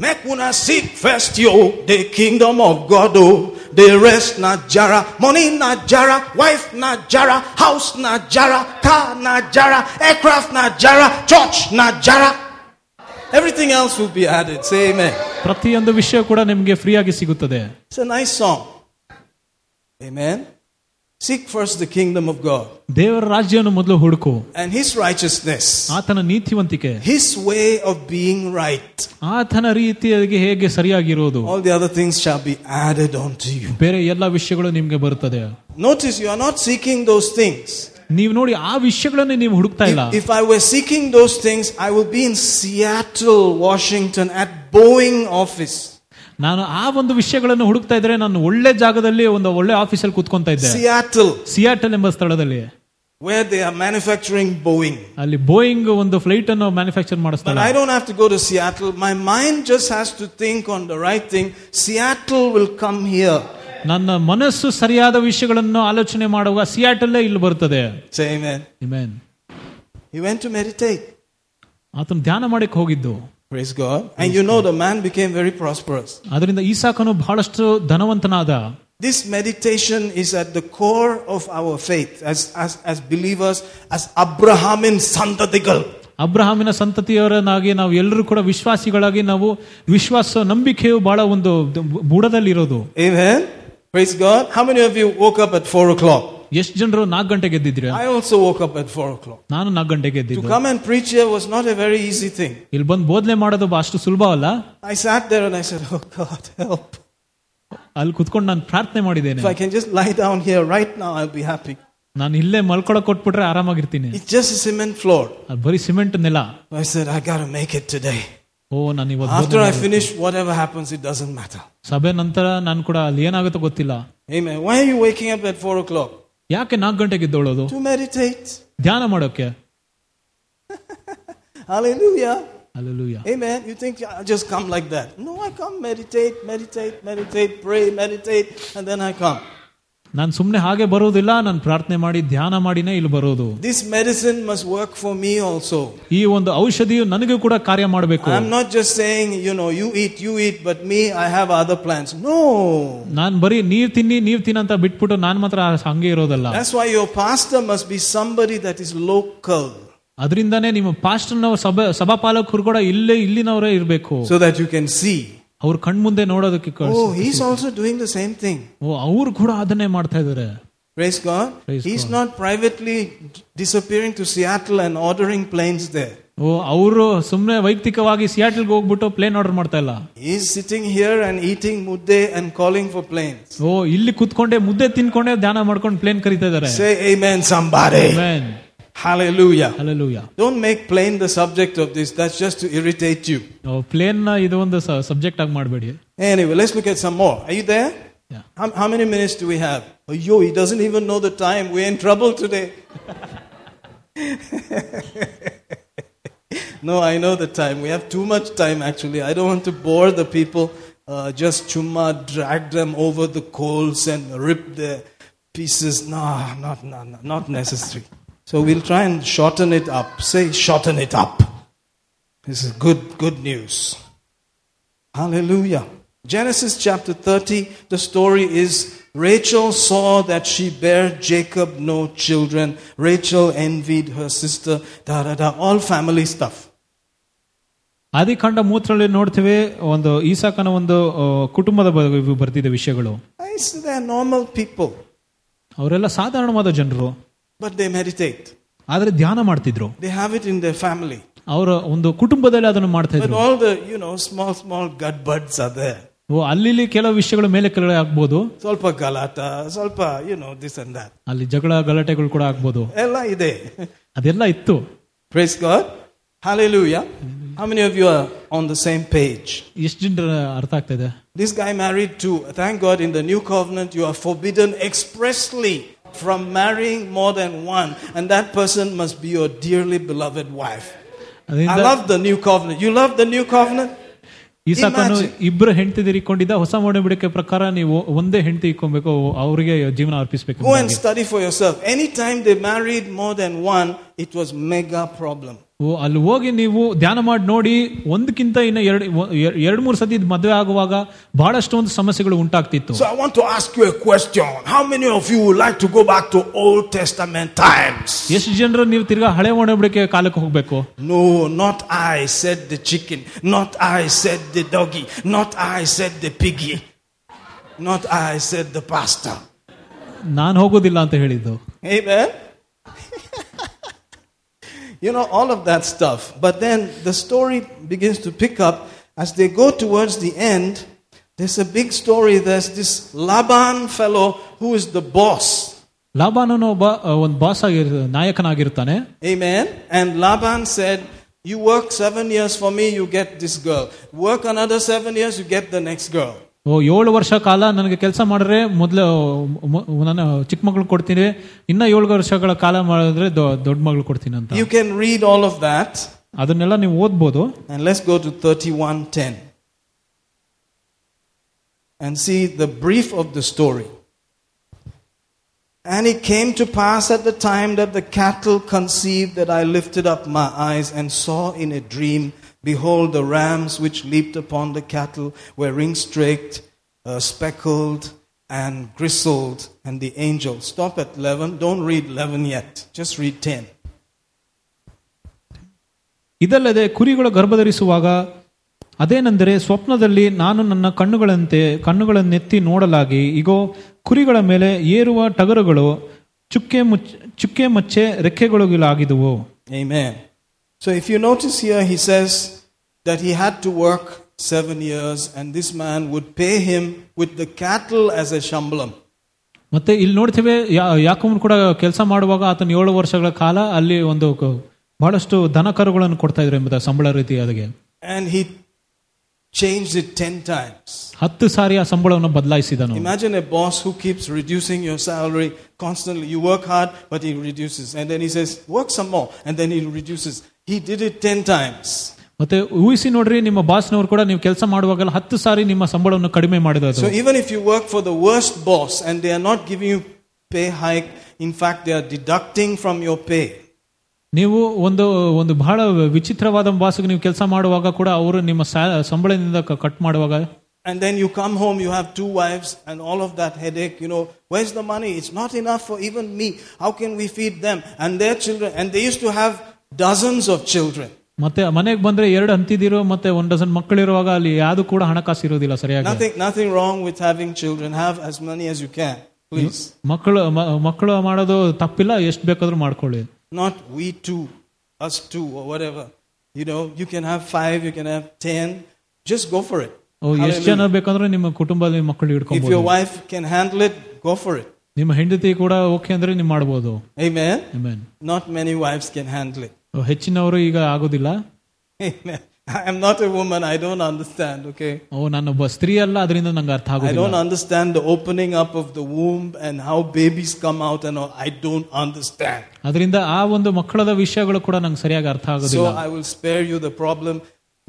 Speaker 1: Make una seek first yo, the kingdom of God, oh, the rest na jara. Money na jara, wife na jara, house na jara, car na jara, aircraft na jara, church na jara. Everything else will be added. Say amen.
Speaker 2: ಪ್ರತಿಯೊಂದು ವಿಷಯ ಕೂಡ ನಿಮಗೆ ಫ್ರೀಯಾಗಿ ಸಿಗುತ್ತದೆ
Speaker 1: It's a nice song. Amen. Seek first the kingdom of God
Speaker 2: ದೇವರ ರಾಜ್ಯವನ್ನು ಮೊದಲು ಹುಡುಕು
Speaker 1: and his righteousness,
Speaker 2: ಆತನ ನೀತಿವಂತಿಕೆ
Speaker 1: his way of being right.
Speaker 2: ಆತನ ರೀತಿಯಾಗಿ ಹೇಗೆ ಸರಿಯಾಗಿರೋದು
Speaker 1: All the other things shall be added unto you.
Speaker 2: ಬೇರೆ ಎಲ್ಲ ವಿಷಯಗಳು ನಿಮ್ಗೆ ಬರುತ್ತದೆ
Speaker 1: Notice you are not seeking those things.
Speaker 2: ನೀವು ನೋಡಿ ಆ ವಿಷಯಗಳನ್ನೇ ನೀವು ಹುಡುಕ್ತಾ ಇಲ್ಲ
Speaker 1: If I were seeking those things, I would be in Seattle, Washington at Boeing office.
Speaker 2: ನಾನು ಆ ಒಂದು ವಿಷಯಗಳನ್ನು ಹುಡುಕ್ತಾ ಇದ್ರೆ ನಾನು ಒಳ್ಳೆ ಜಾಗದಲ್ಲಿ ಒಂದು ಒಳ್ಳೆ ಆಫೀಸಲ್ಲಿ ಕೂತ್ಕೊಂತ ಇದ್ದೆ
Speaker 1: Seattle,
Speaker 2: ಸಿಯಾಟಲ್ ಎಂಬ ಸ್ಥಳದಲ್ಲಿ
Speaker 1: where they are manufacturing Boeing.
Speaker 2: ಅಲ್ಲಿ ಬೋಯಿಂಗ್ ಒಂದು ಫ್ಲೈಟ್ ಅನ್ನು ಮ್ಯಾನುಫ್ಯಾಕ್ಚರ್
Speaker 1: But
Speaker 2: ಮಾಡಿಸ್ತಾರೆ
Speaker 1: I don't have to go to Seattle. My mind just has to think on the right thing. Seattle will come here.
Speaker 2: ನನ್ನ ಮನಸ್ಸು ಸರಿಯಾದ ವಿಷಯಗಳನ್ನು ಆಲೋಚನೆ ಮಾಡುವಾಗ ಸಿಯಾಟಲ್ಲೇ ಇಲ್ಲಿ ಬರ್ತದೆ
Speaker 1: Say amen.
Speaker 2: Amen.
Speaker 1: He went to meditate.
Speaker 2: ಆತನು ಧ್ಯಾನ ಮಾಡಕ್ಕೆ ಹೋಗಿದ್ದು
Speaker 1: Praise God. And you know, the man became very prosperous.
Speaker 2: ಅದರಿಂದ ಈಸಾಕನು ಬಹಳಷ್ಟು ಧನವಂತನಾದ
Speaker 1: This meditation is at the core of our faith as, as, as believers, as Abrahamin Santadigal.
Speaker 2: ಅಬ್ರಹಾಮಿನ ಸಂತತಿಯವರನ್ನಾಗಿ ನಾವು ಎಲ್ಲರೂ ಕೂಡ ವಿಶ್ವಾಸಿಗಳಾಗಿ ನಾವು ವಿಶ್ವಾಸ ನಂಬಿಕೆಯು ಬಹಳ ಒಂದು ಬುಡದಲ್ಲಿರೋದು
Speaker 1: Amen. Praise God. How many of you woke up at 4 o'clock?
Speaker 2: ಎಷ್ಟು ಜನರು ನಾಲ್ಕು ಗಂಟೆಗೆ ಎದ್ದಿದ್ರಿ
Speaker 1: I also woke up at 4 o'clock.
Speaker 2: ನಾನು ನಾಲ್ಕು ಗಂಟೆಗೆ
Speaker 1: To
Speaker 2: ಎದ್ದಿದ್ದು
Speaker 1: come and preach here was not a very easy thing.
Speaker 2: ಇಲ್ಲಿ ಬಂದು ಬೋಧನೆ ಮಾಡೋದು ಬ- ಅಷ್ಟು ಸುಲಭ ಅಲ್ಲ
Speaker 1: I sat there and I said, Oh God, help.
Speaker 2: ಅಲ್ಲಿ ಕುತ್ಕೊಂಡು ನಾನು ಪ್ರಾರ್ಥನೆ ಮಾಡಿದ್ದೇನೆ
Speaker 1: If I can just lie down here right now, I'll be happy.
Speaker 2: ನಾನು ಇಲ್ಲೇ ಮಲ್ಕೊಳಕ್ ಕೊಟ್ಬಿಟ್ರೆ ಆರಾಮಾಗಿರ್ತೀನಿ
Speaker 1: It's just a cement floor.
Speaker 2: ಅದ್ ಬರೀ ಸಿಮೆಂಟ್ ನೆಲ
Speaker 1: I said, I gotta make it today.
Speaker 2: ಓ ನಾನು ಇವತ್ತು
Speaker 1: After I finish, whatever happens, it doesn't matter.
Speaker 2: ಸಭೆ ನಂತರ ನಾನು ಕೂಡ ಅಲ್ಲಿ ಏನಾಗುತ್ತೋ ಗೊತ್ತಿಲ್ಲ
Speaker 1: Amen. Why are you waking up at four o'clock?
Speaker 2: ಯಾಕೆ ನಾಲ್ಕು ಗಂಟೆಗೆ ಎದ್ದೊಳೋದು
Speaker 1: To meditate.
Speaker 2: ಧ್ಯಾನ ಮಾಡೋಕೆ
Speaker 1: Hallelujah.
Speaker 2: Alleluia
Speaker 1: Amen. You think I just come like that? No, I come meditate, meditate, meditate, pray, meditate, and then I come.
Speaker 2: ನಾನು ಸುಮ್ಮನೆ ಹಾಗೆ ಬರೋದಿಲ್ಲ ನಾನು ಪ್ರಾರ್ಥನೆ ಮಾಡಿ ಧ್ಯಾನ ಮಾಡಿನೇ ಇಲ್ಲಿ ಬರೋದು
Speaker 1: This medicine must work for me also.
Speaker 2: ಈ ಒಂದು ಔಷಧಿಯು ನನಗೂ ಕೂಡ ಕಾರ್ಯ ಮಾಡಬೇಕು
Speaker 1: I'm not just saying, you know, you eat, you eat, but me, I have other plans. No.
Speaker 2: ನಾನು ಬರೀ ನೀರ್ ತಿನ್ನಿ ನೀರ್ ತಿನ್ನಂತ ಬಿಟ್ಬಿಟ್ಟು ನಾನು ಮಾತ್ರ ಹಂಗೆ ಇರೋದಲ್ಲ
Speaker 1: That's why your pastor must be somebody that is local
Speaker 2: ಅದರಿಂದಾನೇ ನಿಮ್ಮ ಪಾಸ್ಟರ್ನ ಸಭಾ ಸಭಾಪಾಲಕರು ಕೂಡ ಇಲ್ಲೇ ಇಲ್ಲಿನವರೇ ಇರಬೇಕು
Speaker 1: so that you can see.
Speaker 2: ಅವ್ರ ಕಣ್ಮುಂದೆ ನೋಡೋದಕ್ಕೆ ಕಳ್ಸ್-
Speaker 1: Oh, he's also doing the same thing.
Speaker 2: ಓ ಅವ್ರು ಕೂಡ ಅದನ್ನೇ ಮಾಡ್ತಾ ಇದಾರೆ
Speaker 1: Praise God.
Speaker 2: Praise
Speaker 1: he's not privately d- disappearing to Seattle and ordering planes there.
Speaker 2: ಓ ಅವರು ಸುಮ್ಮನೆ ವೈಯಕ್ತಿಕವಾಗಿ ಸಿಯಾಟಲ್ಗೆ ಹೋಗ್ಬಿಟ್ಟು ಪ್ಲೇನ್ ಆರ್ಡರ್ ಮಾಡ್ತಾ ಇಲ್ಲ
Speaker 1: He's sitting here and eating mudde and calling for planes.
Speaker 2: ಓ ಇಲ್ಲಿ ಕುತ್ಕೊಂಡೆ ಮುದ್ದೆ ತಿನ್ಕೊಂಡೆ ಧ್ಯಾನ ಮಾಡ್ಕೊಂಡು ಪ್ಲೇನ್ ಕರಿತಾ ಇದಾರೆ
Speaker 1: Say amen, somebody. Hallelujah.
Speaker 2: ಅಲ್ಲೂಯ
Speaker 1: Don't make plain the subject of this. That's just to irritate you.
Speaker 2: Plane ನ ಇದು ಒಂದು ಸಬ್ಜೆಕ್ಟ್ ಆಗಿ ಮಾಡಬೇಡಿ
Speaker 1: Anyway, let's look at some more. Are you there? How, how many minutes do we have? Oh, yo, he doesn't even know the time. We're in trouble today. no, I know the time. We have too much time, actually. I don't want to bore the people. Uh, just chumma, drag them over the coals and rip their pieces. No, not, no, no, not necessary. So we'll try and shorten it up. Say, shorten it up. This is good, good news. Hallelujah. Genesis chapter 30, the story is Rachel saw that she bare Jacob no children. Rachel envied her sister, da da da, all family stuff.
Speaker 2: ಆದಿಕಾಂಡ ಮೂತ್ರದಲ್ಲಿ ನೋಡ್ತೀವಿ ಒಂದು ಈಸಾಕನ ಒಂದು ಆ, ಕುಟುಂಬದ ಬಗ್ಗೆ ಇವು ಬರ್ತಿದೆ ವಿಷಯಗಳು
Speaker 1: I see they're normal people,
Speaker 2: ಅವರೆಲ್ಲ ಸಾಧಾರಣವಾದ ಜನರು
Speaker 1: but they meditate.
Speaker 2: ಆದ್ರೆ ಧ್ಯಾನ ಮಾಡ್ತಿದ್ರು
Speaker 1: They have it in their family.
Speaker 2: ಅವರ ಒಂದು ಕುಟುಂಬದಲ್ಲಿ ಅದನ್ನು ಮಾಡ್ತಾ
Speaker 1: But
Speaker 2: ಇದ್ರು
Speaker 1: all the, you know, small, small gut buds are there.
Speaker 2: ಓ ಅಲ್ಲಿ ಇಲ್ಲಿ ಕೆಲವು ವಿಷಯಗಳ ಮೇಲೆ ಕೆಳಗೆ ಆಗ್ಬೋದು
Speaker 1: Solpa galata, solpa, you know, this and that.
Speaker 2: ಅಲ್ಲಿ ಜಗಳ ಗಲಾಟೆಗಳು ಕೂಡ ಆಗ್ಬೋದು
Speaker 1: Ella ide.
Speaker 2: ಅದೆಲ್ಲ ಇತ್ತು
Speaker 1: Praise God. Hallelujah. How many of you are on the same page?
Speaker 2: ಎಷ್ಟು ಜನರ ಅರ್ಥ ಆಗ್ತಾ ಇದೆ
Speaker 1: This guy married two. Thank God in the new covenant you are forbidden expressly from marrying more than one, and that person must be your dearly beloved wife. I
Speaker 2: ಅದರಿಂದ
Speaker 1: love the new covenant. You love the new covenant?
Speaker 2: ಈಸಾಕನು
Speaker 1: Imagine.
Speaker 2: ಇಬ್ರು ಹೆಂಡತಿ ತಿರಿಕೊಂಡಿದ್ದ ಹೊಸ ಒಡಂಬಡಿಕೆ ಪ್ರಕಾರ ನೀವು ಒಂದೇ ಹೆಂಡತಿ ಇಕ್ಕೊಬೇಕು ಅವರಿಗೆ ಜೀವನ ಅರ್ಪಿಸಬೇಕು
Speaker 1: Go and study for yourself. Anytime they married more than one, it was mega problem.
Speaker 2: ಅಲ್ಲಿ ಹೋಗಿ ನೀವು ಧ್ಯಾನ ಮಾಡಿ ನೋಡಿ ಒಂದಕ್ಕಿಂತ ಇನ್ನ ಎರಡು ಎರಡು ಮೂರು ಸತಿ ಮದುವೆ ಆಗುವಾಗ ಬಹಳಷ್ಟು ಒಂದು ಸಮಸ್ಯೆಗಳು ಉಂಟಾಗ್ತಿತ್ತು
Speaker 3: So I want to ask you a question. How many of you would like to go back to Old Testament times?
Speaker 2: ಎಷ್ಟು ಜನರು ನೀವು ತಿರ್ಗಾ ಹಳೆ ಒಡಂಬಡಿಕೆ ಕಾಲಕ್ಕೆ ಹೋಗ್ಬೇಕು
Speaker 1: No, not I, said the chicken. Not I, said the doggy. Not I, said the piggy. Not I, said the pastor.
Speaker 2: ನಾನು ಹೋಗೋದಿಲ್ಲ ಅಂತ ಹೇಳಿದ್ದು
Speaker 1: Amen. you know, all of that stuff. But then the story begins to pick up as they go towards the end. There's a big story. There's this Laban fellow who is the boss.
Speaker 2: ಲಾಭಾನನು ಒಬ್ಬ ಒಂದು boss ಆಗಿರ್ ನಾಯಕನಾಗಿರ್ತಾನೆ
Speaker 1: Amen. And Laban said, You work seven years for me, you get this girl. Work another seven years, you get the next girl.
Speaker 2: ಓ ಏಳು ವರ್ಷ ಕಾಲ ನನಗೆ ಕೆಲಸ ಮಾಡಿದ್ರೆ ಮೊದಲು ನಾನು ಚಿಕ್ಕ ಮಗಳು ಕೊಡ್ತೀನಿ ಇನ್ನ ಏಳು ವರ್ಷಗಳ ಕಾಲ ಮಾಡಿದ್ರೆ ದೊ- ದೊಡ್ಡ ಮಗಳು ಕೊಡ್ತೀನಿ ಅಂತ
Speaker 1: You can read all of that.
Speaker 2: ಅದನ್ನೆಲ್ಲ ನೀವು ಓದ್ಬೋದು
Speaker 1: And let's go to 31:10 and see the brief of the story. And it came to pass at the time that the cattle conceived that I lifted up my eyes and saw in a dream, behold, the rams which leaped upon the cattle were ring streaked, uh, speckled, and grizzled, and the angel. Stop at 11. Don't read 11 yet. Just read 10.
Speaker 2: ಇದಲ್ಲದೆ ಕುರಿಗಳು ಗರ್ಭಧರಿಸುವಾಗ ಅದೇನೆಂದರೆ ಸ್ವಪ್ನದಲ್ಲಿ ನಾನು ನನ್ನ ಕಣ್ಣುಗಳಂತೆ ಕಣ್ಣುಗಳನ್ನೆತ್ತಿ ನೋಡಲಾಗಿ ಇಗೋ ಕುರಿಗಳ ಮೇಲೆ ಏರುವ ಟಗರುಗಳು ಚುಕ್ಕೆ ಮುಚ್ಚ ಚುಕ್ಕೆ ಮಚ್ಚೆ ರೆಕ್ಕೆಗಳಿಲಾಗಿದುವು
Speaker 1: Amen. So if you notice here, he says that he had to work seven years, and this man would pay him with the cattle as a shamblam.
Speaker 2: ಮತ್ತೆ ಇಲ್ಲಿ ನೋಡ್ತೇವೆ ಯಾ- ಯಾಕೋಬನ್ ಕೂಡ ಕೆಲಸ ಮಾಡುವಾಗ ಆತನ ಏಳು ವರ್ಷಗಳ ಕಾಲ ಅಲ್ಲಿ ಒಂದು ಕ- ಬಹಳಷ್ಟು ದನ ಕರುಗಳನ್ನು ಕೊಡ್ತಾ ಇದ್ರು ಎಂಬುದ ಸಂಬಳ ರೀತಿ ಅದಕ್ಕೆ
Speaker 1: And he changed it 10 times.
Speaker 2: ಹತ್ತು ಸಾರಿ ಆ ಸಂಬಳವನ್ನು ಬದಲಾಯಿಸಿದನು
Speaker 1: Imagine a boss who keeps reducing your salary constantly. You work hard, but he reduces. And then he says, work some more. And then he reduces. He did it 10 times.
Speaker 2: ಮತ್ತೆ ಊಹಿಸಿ ನೋಡ್ರಿ ನಿಮ್ಮ ಬಾಸ್ನವರು ಕೂಡ ನೀವು ಕೆಲಸ ಮಾಡುವಾಗಲ್ಲ ಹತ್ತು ಸಾರಿ ನಿಮ್ಮ ಸಂಬಳವನ್ನು ಕಡಿಮೆ ಮಾಡಿದ
Speaker 1: So even if you work for the worst boss and they are not giving you pay hike, in fact, they are deducting from your pay.
Speaker 2: ನೀವು ಒಂದು ಒಂದು ಬಹಳ ವಿಚಿತ್ರವಾದ ಬಾಸ್ಗೆ ನೀವು ಕೆಲಸ ಮಾಡುವಾಗ ಕೂಡ ಅವರು ನಿಮ್ಮ ಸ್ಯಾ- ಸಂಬಳದಿಂದ ಕ- ಕಟ್ ಮಾಡುವಾಗ
Speaker 1: And then you come home, you have two wives, and all of that headache. You know, where's the money? It's not enough for even me. How can we feed them and their children? And they used to have dozens of children.
Speaker 2: ಮತ್ತೆ ಮನೆಗೆ ಬಂದ್ರೆ ಎರಡು ಅಂತಿದಿರೋ ಮತ್ತೆ ಒಂದ್ dozen ಮಕ್ಕಳಿರುವಾಗ ಅಲ್ಲಿ ಯಾವ್ದು ಕೂಡ ಹಣಕಾಸು ಇರೋದಿಲ್ಲ ಸರಿಯಾಗಿ
Speaker 1: Nothing, nothing wrong with having children. Have as many as you can, please.
Speaker 2: ಮಕ್ಕಳು ಮ- ಮಕ್ಕಳು ಮಾಡೋದು ತಪ್ಪಿಲ್ಲ ಎಷ್ಟು ಬೇಕಾದ್ರೂ ಮಾಡ್ಕೊಳ್ಳಿ
Speaker 1: Not we two, us two, or whatever. You know, you can have five, you can have ten. Just go for it.
Speaker 2: ಎಷ್ಟು ಜನ ಬೇಕಂದ್ರೆ ನಿಮ್ಮ ಕುಟುಂಬದಲ್ಲಿ ಮಕ್ಕಳು
Speaker 1: If
Speaker 2: ಇಟ್ಕೊಬಹುದು
Speaker 1: your wife can handle it, go for it.
Speaker 2: ನಿಮ್ಮ ಹೆಂಡತಿ ಕೂಡ ಓಕೆ ಅಂದ್ರೆ ನೀವು ಮಾಡ್ಬೋದು
Speaker 1: Amen.
Speaker 2: Amen.
Speaker 1: Not many wives can handle it.
Speaker 2: ಹೆಚ್ಚಿನವರು ಈಗ ಆಗೋದಿಲ್ಲ
Speaker 1: Amen. I am not a woman. I don't understand, okay?
Speaker 2: ಓ ನಾನೊಬ್ಬ ಸ್ತ್ರೀ ಅಲ್ಲ ಅದರಿಂದ ನಂಗೆ ಅರ್ಥ
Speaker 1: I
Speaker 2: ಆಗೋದಿಲ್ಲ
Speaker 1: don't understand the opening up of the womb and how babies come out and all. I don't understand.
Speaker 2: ಅದರಿಂದ ಆ ಒಂದು ಮಕ್ಕಳದ ವಿಷಯಗಳು ಕೂಡ ನಂಗೆ ಸರಿಯಾಗಿ ಅರ್ಥ
Speaker 1: So
Speaker 2: ಆಗೋದಿಲ್ಲ
Speaker 1: I will spare you the problem.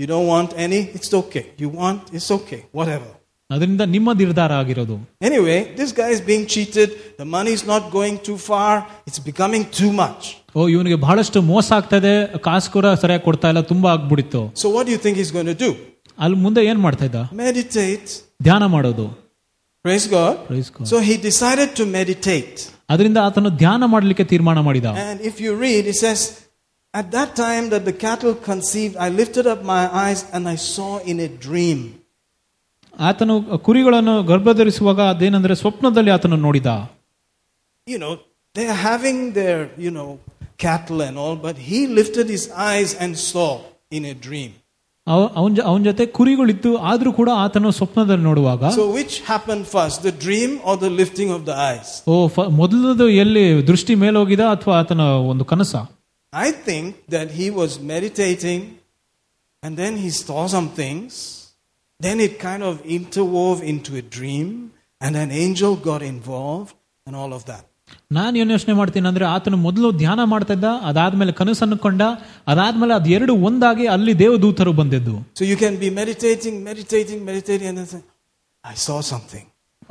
Speaker 1: You don't want any? It's okay. You want? It's okay. Whatever.
Speaker 2: ಅದರಿಂದ ನಿಮ್ಮ ನಿರ್ಧಾರ ಆಗಿರೋದು
Speaker 1: Anyway, this guy is being cheated. The money is not going too far. It's becoming too much.
Speaker 2: ಓ ಇವನಿಗೆ ಬಹಳಷ್ಟು ಮೋಸ ಆಗ್ತದೆ ಕಾಸು ಕೂಡ ಸರಿಯಾಗಿ ಕೊಡ್ತಾ ಇಲ್ಲ ತುಂಬಾ ಆಗ್ಬಿಡಿತ್ತು
Speaker 1: So what do you think he's going to do?
Speaker 2: ಅಲ್ಲಿ ಮುಂದೆ ಏನ್ ಮಾಡ್ತಾ ಇದ್ದ
Speaker 1: Meditate.
Speaker 2: ಧ್ಯಾನ ಮಾಡೋದು
Speaker 1: Praise God.
Speaker 2: Praise God.
Speaker 1: So he decided to meditate.
Speaker 2: ಅದರಿಂದ ಆತನು ಧ್ಯಾನ ಮಾಡಲಿಕ್ಕೆ ತೀರ್ಮಾನ ಮಾಡಿದ
Speaker 1: And if you read, it says, At that time that the cattle conceived, I lifted up my eyes and I saw in a dream.
Speaker 2: ಆತನು ಕುರಿಗಳನ್ನು ಗರ್ಭಧರಿಸುವಾಗ ಅದೇನಂದ್ರೆ ಸ್ವಪ್ನದಲ್ಲಿ ಆತನು ನೋಡಿದ
Speaker 1: You know, they are having their, you know, cattle and all, but he lifted his eyes and saw in a dream.
Speaker 2: ಅವನ ಅವನ ಜೊತೆ ಕುರಿಗಳಿತ್ತು ಆದ್ರೂ ಕೂಡ ಆತನು ಸ್ವಪ್ನದಲ್ಲಿ ನೋಡುವಾಗ
Speaker 1: So, which happened first, the dream or the lifting of the eyes?
Speaker 2: ಓ ಫ- ಮೊದಲದು ಎಲ್ಲಿ ದೃಷ್ಟಿ ಮೇಲೋಗಿದ ಅಥವಾ ಆತನ ಒಂದು ಕನಸ
Speaker 1: I think that he was meditating and then he saw some things. Then it kind of interwove into a dream, and an angel got involved, and all of that.
Speaker 2: ನಾನು ಏನು ಯೋಚನೆ ಮಾಡ್ತೀನಿ ಅಂದ್ರೆ ಆತನು ಮೊದಲು ಧ್ಯಾನ ಮಾಡ್ತಾ ಇದ್ದ ಅದಾದ್ಮೇಲೆ ಕನಸು ಅನ್ಕೊಂಡ ಅದಾದ್ಮೇಲೆ ಅದೆರಡು ಒಂದಾಗಿ ಅಲ್ಲಿ ದೇವದೂತರು ಬಂದಿದ್ದು
Speaker 1: So you can be meditating, meditating, meditating, and then say, I saw something.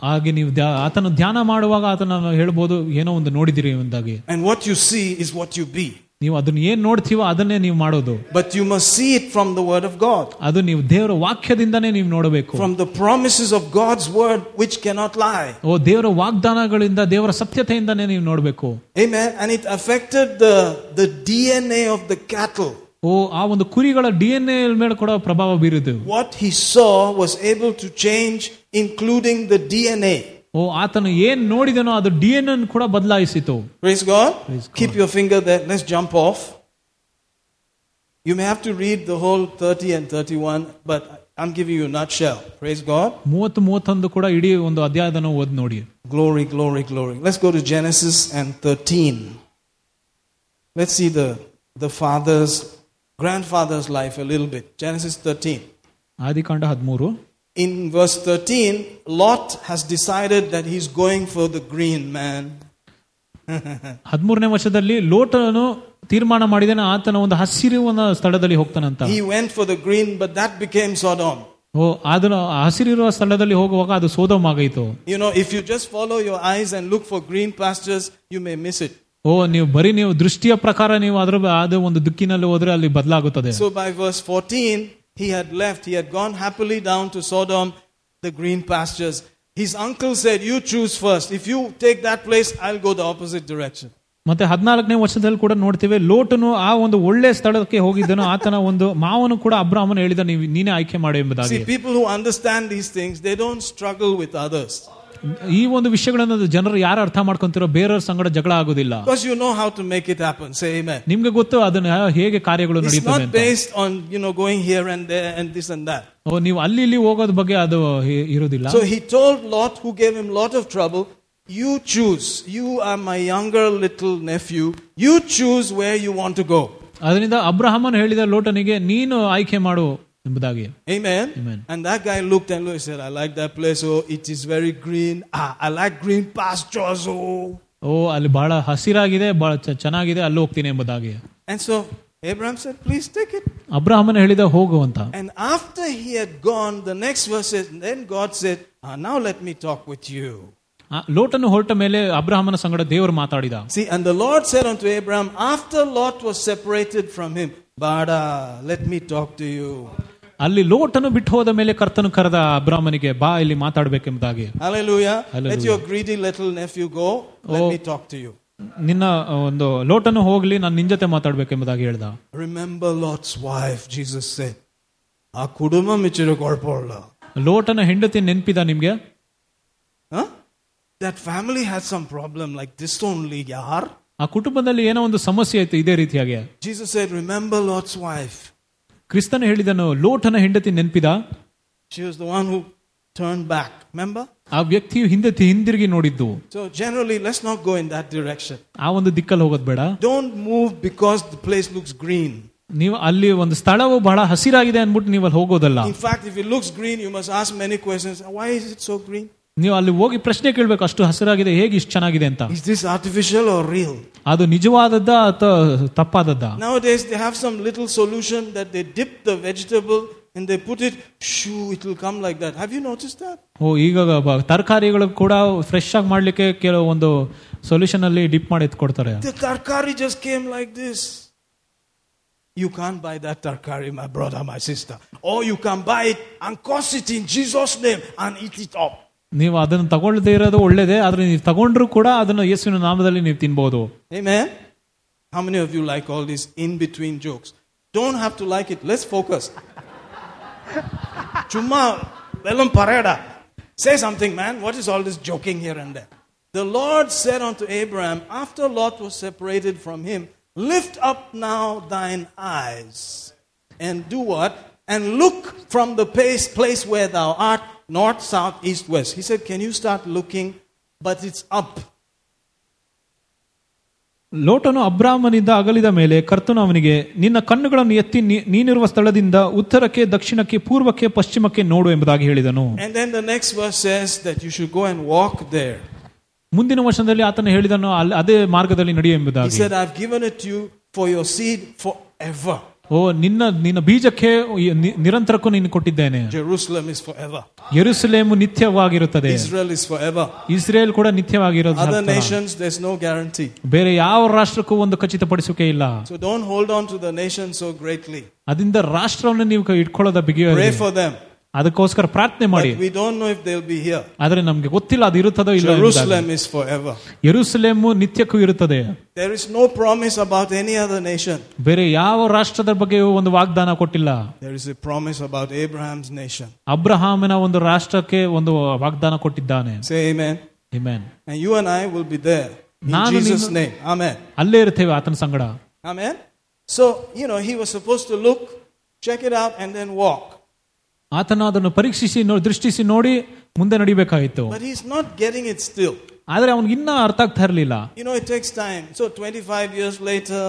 Speaker 2: ಹಾಗೆ ನೀವು ಧ್ಯ- ಆತನು ಧ್ಯಾನ ಮಾಡುವಾಗ ಆತನ ಹೇಳ್ಬೋದು ಏನೋ ಒಂದು ನೋಡಿದಿರಿ ಒಂದಾಗಿ
Speaker 1: And what you see is what you be.
Speaker 2: ನೀವು ಅದನ್ನ ಏನ್ ನೋಡ್ತೀವೋ ಅದನ್ನೇ ನೀವು ಮಾಡೋದು
Speaker 1: But you must see it from the Word of God,
Speaker 2: ಅದು ನೀವು ದೇವರ ವಾಕ್ಯದಿಂದನೇ ನೀವು ನೋಡಬೇಕು
Speaker 1: from the promises of God's Word, which cannot lie.
Speaker 2: ಓ ದೇವರ ವಾಗ್ದಾನಗಳಿಂದ ದೇವರ ಸತ್ಯತೆಯಿಂದನೇ ನೀವು ನೋಡಬೇಕು
Speaker 1: Amen. And it affected the, the DNA of the cattle.
Speaker 2: ಓ ಆ ಒಂದು ಕುರಿಗಳ ಡಿ ಎನ್ ಎ ಮೇಲೆ ಕೂಡ ಪ್ರಭಾವ ಬೀರಿದ್ದು
Speaker 1: What he saw was able to change, including the DNA.
Speaker 2: ಓ ಆತನು ಏನ್ ನೋಡಿದನೋ ಅದು ಡಿ ಎನ್ ಎನ್ ಕೂಡ ಬದಲಾಯಿಸಿತು
Speaker 1: Praise God.
Speaker 2: Praise God.
Speaker 1: Keep your finger there. Let's jump off. You may have to read the whole 30 and 31, but I'm giving you a nutshell. Praise God.
Speaker 2: ಮೂವತ್ತು ಮೂವತ್ತೊಂದು ಕೂಡ ಇಡೀ ಒಂದು ಅಧ್ಯಾಯದನ್ನು ಓದ್ ನೋಡಿ
Speaker 1: Glory, glory, glory. Let's go to Genesis and 13. Let's see the, the father's, grandfather's life a little bit. Genesis 13.
Speaker 2: ಆದಿಕಾಂಡ ಹದಿಮೂರು
Speaker 1: In verse 13, Lot has decided that he's going for the green man.
Speaker 2: ಹದಿಮೂರನೇ ವರ್ಷದಲ್ಲಿ ಲೋಟನು ತೀರ್ಮಾನ ಮಾಡಿದಾನೆ ಆತನ ಒಂದು ಹಸಿರಿನ ಸ್ಥಳದಲ್ಲಿ ಹೋಗ್ತಾನಂತ
Speaker 1: He went for the green, but that became Sodom.
Speaker 2: ಓ ಅದನ್ನು ಆ ಹಸಿರಿರುವ ಸ್ಥಳದಲ್ಲಿ ಹೋಗುವಾಗ ಅದು ಸೋದಮಾಗಾಯಿತು
Speaker 1: You know, if you just follow your eyes and look for green pastures, you may miss it.
Speaker 2: ಓ ನೀವು ಬರೀ ನೀವು ದೃಷ್ಟಿಯ ಪ್ರಕಾರ ನೀವು ಅದರ ಅದೇ ಒಂದು ದಿಕ್ಕಿನಲ್ಲಿ ಹೋದ್ರೆ ಅಲ್ಲಿ ಬದಲಾಗುತ್ತದೆ
Speaker 1: So by verse 14, he had left. He had gone happily down to Sodom, the green pastures. His uncle said, You choose first. If you take that place, I'll go the opposite direction.
Speaker 2: ಮತ್ತೆ ಹದಿನಾಲ್ಕನೇ ವರ್ಷದಲ್ಲಿ ಕೂಡ ನೋಡ್ತೇವೆ ಲೋಟನು ಆ ಒಂದು ಒಳ್ಳೆ ಸ್ಥಳಕ್ಕೆ ಹೋಗಿದ್ದನು ಆತನ ಒಂದು ಮಾವನು ಕೂಡ ಅಬ್ರಾಹ್ಮನು ಹೇಳಿದ ನೀವು ನೀನೇ ಆಯ್ಕೆ ಮಾಡಿ ಎಂಬುದಾಗಿ
Speaker 1: See, people who understand these things, they don't struggle with others.
Speaker 2: ಈ ಒಂದು ವಿಷಯಗಳನ್ನು ಜನರು ಯಾರು ಅರ್ಥ ಮಾಡ್ಕೊಂತಿರೋ ಬೇರೆಯವ್ರ ಸಂಗಡ ಜಗಳ ಆಗೋದಿಲ್ಲ
Speaker 1: Because you know how to make it happen. Say amen.
Speaker 2: ನಿಮ್ಗೆ ಗೊತ್ತು ಅದನ್ನ ಹೇಗೆ ಕಾರ್ಯಗಳು
Speaker 1: It's
Speaker 2: ನಡೀತದೆ
Speaker 1: not
Speaker 2: ಅಂತ
Speaker 1: based on, you know, going here and there and this and that.
Speaker 2: ಓ, ನೀವು ಅಲ್ಲಿ ಇಲ್ಲಿ ಹೋಗೋದ್ ಬಗ್ಗೆ ಅದು ಇ- ಇರೋದಿಲ್ಲ
Speaker 1: So he told Lot, who gave him a lot of trouble, You choose. You are my younger little nephew. You choose where you want to go.
Speaker 2: ಅದರಿಂದ ಅಬ್ರಹಾಮನ್ ಹೇಳಿದ ಲೋಟನಿಗೆ ನೀನು ಆಯ್ಕೆ ಮಾಡು ಎಂಬುದಾಗಿ
Speaker 1: Amen.
Speaker 2: Amen.
Speaker 1: And that guy looked and looked and said, I like that place. Oh, it is very green. Ah, I like green pastures. Oh.
Speaker 2: ಓ ಅಲ್ಲಿ ಬಹಳ ಹಸಿರಾಗಿದೆ ಬಹಳ ಚ- ಚೆನ್ನಾಗಿದೆ ಅಲ್ಲಿ ಹೋಗ್ತೀನಿ ಎಂಬುದಾಗಿ
Speaker 1: And so Abraham said, Please take it.
Speaker 2: ಅಬ್ರಹಾಮನ್ ಹೇಳಿದ ಹೋಗು ಅಂತ
Speaker 1: And after he had gone, the next verse says, Then God said, ah, Now let me talk with you.
Speaker 2: ಆ ಲೋಟನು ಹೊರಟ ಮೇಲೆ ಅಬ್ರಹಾಮನ ಸಂಗಡ ದೇವರು ಮಾತಾಡಿದ
Speaker 1: See, and the Lord said unto Abraham, After Lot was separated from him, Bada, let me talk to you.
Speaker 2: ಅಲ್ಲಿ ಲೋಟನು ಬಿಟ್ಟು ಹೋದ ಮೇಲೆ ಕರ್ತನು ಕರೆದ ಅಬ್ರಾಹ್ಮನಿಗೆ ಬಾ ಇಲ್ಲಿ ಮಾತಾಡ್ಬೇಕೆಂಬುದಾಗಿ
Speaker 1: Hallelujah. Let
Speaker 2: Hallelujah.
Speaker 1: your greedy little nephew go. Let
Speaker 2: Oh.
Speaker 1: me talk to you.
Speaker 2: ನಿನ್ನ ಒಂದು ಲೋಟನು ಹೋಗ್ಲಿ ನಾನು ನಿನ್ ಜೊತೆ ಮಾತಾಡ್ಬೇಕೆಂಬುದಾಗಿ ಹೇಳ್ದ
Speaker 1: Remember Lot's wife, Jesus said. ಆ ಕುಡುಂಬ ಮಿಚ್ಚಿರೋ ಕೊಳ್ಪೋಳ್ಳ
Speaker 2: ಲೋಟನ ಹೆಂಡತಿ ನೆನ್ಪಿದ ನಿಮ್ಗೆ
Speaker 1: that family has some problem like this only ಯಾರ್
Speaker 2: ಆ ಕುಟುಂಬದಲ್ಲಿ ಏನೋ ಒಂದು ಸಮಸ್ಯೆ ಆಯ್ತು ಇದೇ ರೀತಿಯಾಗಿ
Speaker 1: Jesus said remember lots wife
Speaker 2: ಕ್ರಿಸ್ತನು ಹೇಳಿದನು ಲೋಟನ ಹೆಂಡತಿ ನೆನ್ಪಿದ
Speaker 1: she was the one who turn back remember
Speaker 2: ಆ ವ್ಯಕ್ತಿಯು ಹಿಂದೆ ತಿ- ಹಿಂದಿರುಗಿ ನೋಡಿದ್ದು
Speaker 1: so generally let's not go in that direction
Speaker 2: ಆ ಒಂದು ದಿಕ್ಕಲ್ಲಿ ಹೋಗೋದ್ ಬೇಡ
Speaker 1: don't move because the place looks green
Speaker 2: ನೀವು ಅಲ್ಲಿ ಒಂದು ಸ್ಥಳವು ಬಹಳ ಹಸಿರಾಗಿದೆ ಅಂದ್ಬಿಟ್ಟು ನೀವು ಅಲ್ಲಿ ಹೋಗೋದಲ್ಲ
Speaker 1: in fact if it looks green you must ask many questions why is it so green
Speaker 2: ನೀವು ಅಲ್ಲಿ ಹೋಗಿ ಪ್ರಶ್ನೆ ಕೇಳ್ಬೇಕು ಅಷ್ಟು ಹಸಿರಾಗಿದೆ ಹೇಗೆ ಇಷ್ಟು ಚೆನ್ನಾಗಿದೆ ಅಂತ
Speaker 1: is this artificial or real
Speaker 2: ಅದು ನಿಜವಾದದ್ದ ಅಥವಾ ತಪ್ಪಾದದ್ದ
Speaker 1: Nowadays, they have some little solution that they dip the vegetable and they put it, shoo, it will come like that. Have you noticed that?
Speaker 2: ಓ ಈಗ ಬ- ತರಕಾರಿಗಳು ಕೂಡ ಫ್ರೆಶ್ ಆಗಿ ಮಾಡ್ಲಿಕ್ಕೆ ಕೆಲವು ಒಂದು ಸೊಲ್ಯೂಷನ್ ಅಲ್ಲಿ ಡಿಪ್ ಮಾಡಿ ಎತ್ಕೊಡ್ತಾರೆ
Speaker 1: The tarkari just came like this. You can't buy that tarkari, my brother, my sister. Or you can buy it and cause it in Jesus' name and eat it up.
Speaker 2: ನೀವು ಅದನ್ನು ತಗೊಳ್ಳದೇ ಇರೋದು ಒಳ್ಳೇದೇ ಆದ್ರೆ ನೀವು ತಗೊಂಡ್ರು ಕೂಡ ಅದನ್ನು ಯೇಸುವಿನ ನಾಮದಲ್ಲಿ ನೀವು ತಿನ್ಬಹುದು
Speaker 1: Amen? How many of you like all these in between jokes? Don't have to like it. Let's focus. Chumma, velam parada. Say something, man. What is all this joking here and there? The Lord said unto Abraham, after Lot was separated from him, Lift up now thine eyes and do what? And look from the place, place where thou art, north, south, east, west. He said, Can you start looking? But it's up.
Speaker 2: ಲೋಟನು ಅಬ್ರಾಹ್ಮನಿಂದ ಅಗಲಿದ ಮೇಲೆ ಕರ್ತನು ಅವನಿಗೆ ನಿನ್ನ ಕಣ್ಣುಗಳನ್ನು ಎತ್ತಿ ನೀ- ನೀನಿರುವ ಸ್ಥಳದಿಂದ ಉತ್ತರಕ್ಕೆ ದಕ್ಷಿಣಕ್ಕೆ ಪೂರ್ವಕ್ಕೆ ಪಶ್ಚಿಮಕ್ಕೆ ನೋಡು ಎಂಬುದಾಗಿ ಹೇಳಿದನು
Speaker 1: And then the next verse says that you should go and walk there.
Speaker 2: ಮುಂದಿನ ವರ್ಷದಲ್ಲಿ ಆತನು ಹೇಳಿದನು ಅಲ್ಲಿ ಅದೇ ಮಾರ್ಗದಲ್ಲಿ ನಡೆಯು
Speaker 1: He
Speaker 2: ಎಂಬುದಾಗಿ
Speaker 1: said, I've given it to you for your seed forever.
Speaker 2: ಓ ನಿನ್ನ ನಿನ್ನ ಬೀಜಕ್ಕೆ ನಿ- ನಿರಂತರಕ್ಕೂ ನೀನು ಕೊಟ್ಟಿದ್ದೇನೆ
Speaker 1: Jerusalem is forever.
Speaker 2: ಯೆರೂಸಲೇಮು ನಿತ್ಯವಾಗಿರುತ್ತದೆ
Speaker 1: Israel is forever.
Speaker 2: ಇಸ್ರೇಲ್ ಕೂಡ ನಿತ್ಯವಾಗಿರೋದು
Speaker 1: Other
Speaker 2: ಅರ್ಥ.
Speaker 1: nations, there's no guarantee.
Speaker 2: ಬೇರೆ ಯಾವ ರಾಷ್ಟ್ರಕ್ಕೂ ಒಂದು ಖಚಿತಪಡಿಸುವಿಕೆ ಇಲ್ಲ
Speaker 1: So don't hold on to the nation so greatly.
Speaker 2: ಅದರಿಂದ ರಾಷ್ಟ್ರವನ್ನು ನೀವು ಕ- ಇಟ್ಕೊಳ್ಳೋದ ಬಿಗಿಯ
Speaker 1: Pray for them.
Speaker 2: ಅದಕ್ಕೋಸ್ಕರ ಪ್ರಾರ್ಥನೆ ಮಾಡಿ
Speaker 1: But we don't know if they'll be here.
Speaker 2: ಆದ್ರೆ ನಮ್ಗೆ ಗೊತ್ತಿಲ್ಲ ಅದು ಇರುತ್ತದೋ ಇಲ್ಲ
Speaker 1: Jerusalem is forever.
Speaker 2: ಯೆರೂಸಲೇಮು ನಿತ್ಯಕ್ಕೂ ಇರುತ್ತದೆ
Speaker 1: There is no promise about any other nation.
Speaker 2: ಬೇರೆ ಯಾವ ರಾಷ್ಟ್ರದ ಬಗ್ಗೆ ಒಂದು ವಾಗ್ದಾನ ಕೊಟ್ಟಿಲ್ಲ
Speaker 1: There is a promise about Abraham's nation.
Speaker 2: ಅಬ್ರಹಾಮನ ಒಂದು ರಾಷ್ಟ್ರಕ್ಕೆ ಒಂದು ವಾಗ್ದಾನ ಕೊಟ್ಟಿದ್ದಾನೆ
Speaker 1: Say amen.
Speaker 2: Amen.
Speaker 1: And you and I will be there. In
Speaker 2: ನಾನು
Speaker 1: Jesus'
Speaker 2: ನಿನ್ನ-
Speaker 1: name. Amen.
Speaker 2: ಅಲ್ಲೇ ಇರ್ತೇವೆ ಆತನ ಸಂಗಡ
Speaker 1: Amen. So, you know, he was supposed to look, check it out, and then walk.
Speaker 2: ಆತನ ಅದನ್ನು ಪರೀಕ್ಷಿಸಿ ನೋ- ದೃಷ್ಟಿಸಿ ನೋಡಿ ಮುಂದೆ ನಡಿಬೇಕಾಯಿತು
Speaker 1: But he's not getting it still.
Speaker 2: ಆದ್ರೆ ಅವನಿಗೆ ಇನ್ನೂ ಅರ್ಥ ಆಗ್ತಾ ಇರಲಿಲ್ಲ
Speaker 1: You know, it takes time. So, 25 years later,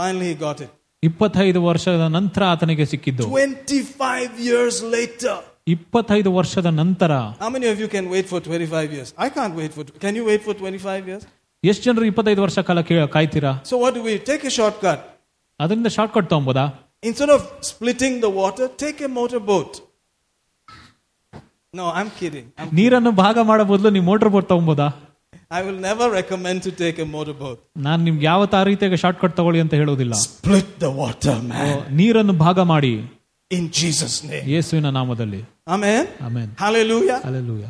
Speaker 1: finally he got it.
Speaker 2: ಇಪ್ಪತ್ತೈದು ವರ್ಷದ ನಂತರ ಆತನಿಗೆ ಸಿಕ್ಕಿದ್ದು
Speaker 1: 25 years later.
Speaker 2: ಇಪ್ಪತ್ತೈದು ವರ್ಷದ ನಂತರ
Speaker 1: How many of you can wait for 25 years? I can't wait for. Can you wait for 25 years?
Speaker 2: ಎಷ್ಟು ಜನರು ಇಪ್ಪತ್ತೈದು ವರ್ಷ ಕಾಲ ಕೇ- ಕಾಯ್ತೀರಾ
Speaker 1: So, what do we take a shortcut?
Speaker 2: ಅದರಿಂದ ಶಾರ್ಟ್ ಕಟ್ ತಗೊಬೋದಾ
Speaker 1: Instead of splitting the water, take a motorboat. No, I'm kidding. I'm-
Speaker 2: ನೀರನ್ನು ಭಾಗ ಮಾಡೋ ಬದಲು ನೀವು ಮೋಟರ್ ಬೋಟ್ ತಗೊಬೋದಾ
Speaker 1: I will never recommend to take a motorboat.
Speaker 2: ನಾನು ನಿಮ್ಗೆ ಯಾವತ್ತ ಆ ರೀತಿಯಾಗಿ ಶಾರ್ಟ್ ಕಟ್ ತಗೊಳ್ಳಿ ಅಂತ ಹೇಳೋದಿಲ್ಲ
Speaker 1: Split the water, man.
Speaker 2: ನೀರನ್ನು ಭಾಗ ಮಾಡಿ
Speaker 1: In Jesus' name.
Speaker 2: ಯೇಸುವಿನ ನಾಮದಲ್ಲಿ
Speaker 1: Amen.
Speaker 2: ಆಮೇನ್
Speaker 1: Hallelujah.
Speaker 2: ಅಲ್ಲೆಲ್ಲೂಯ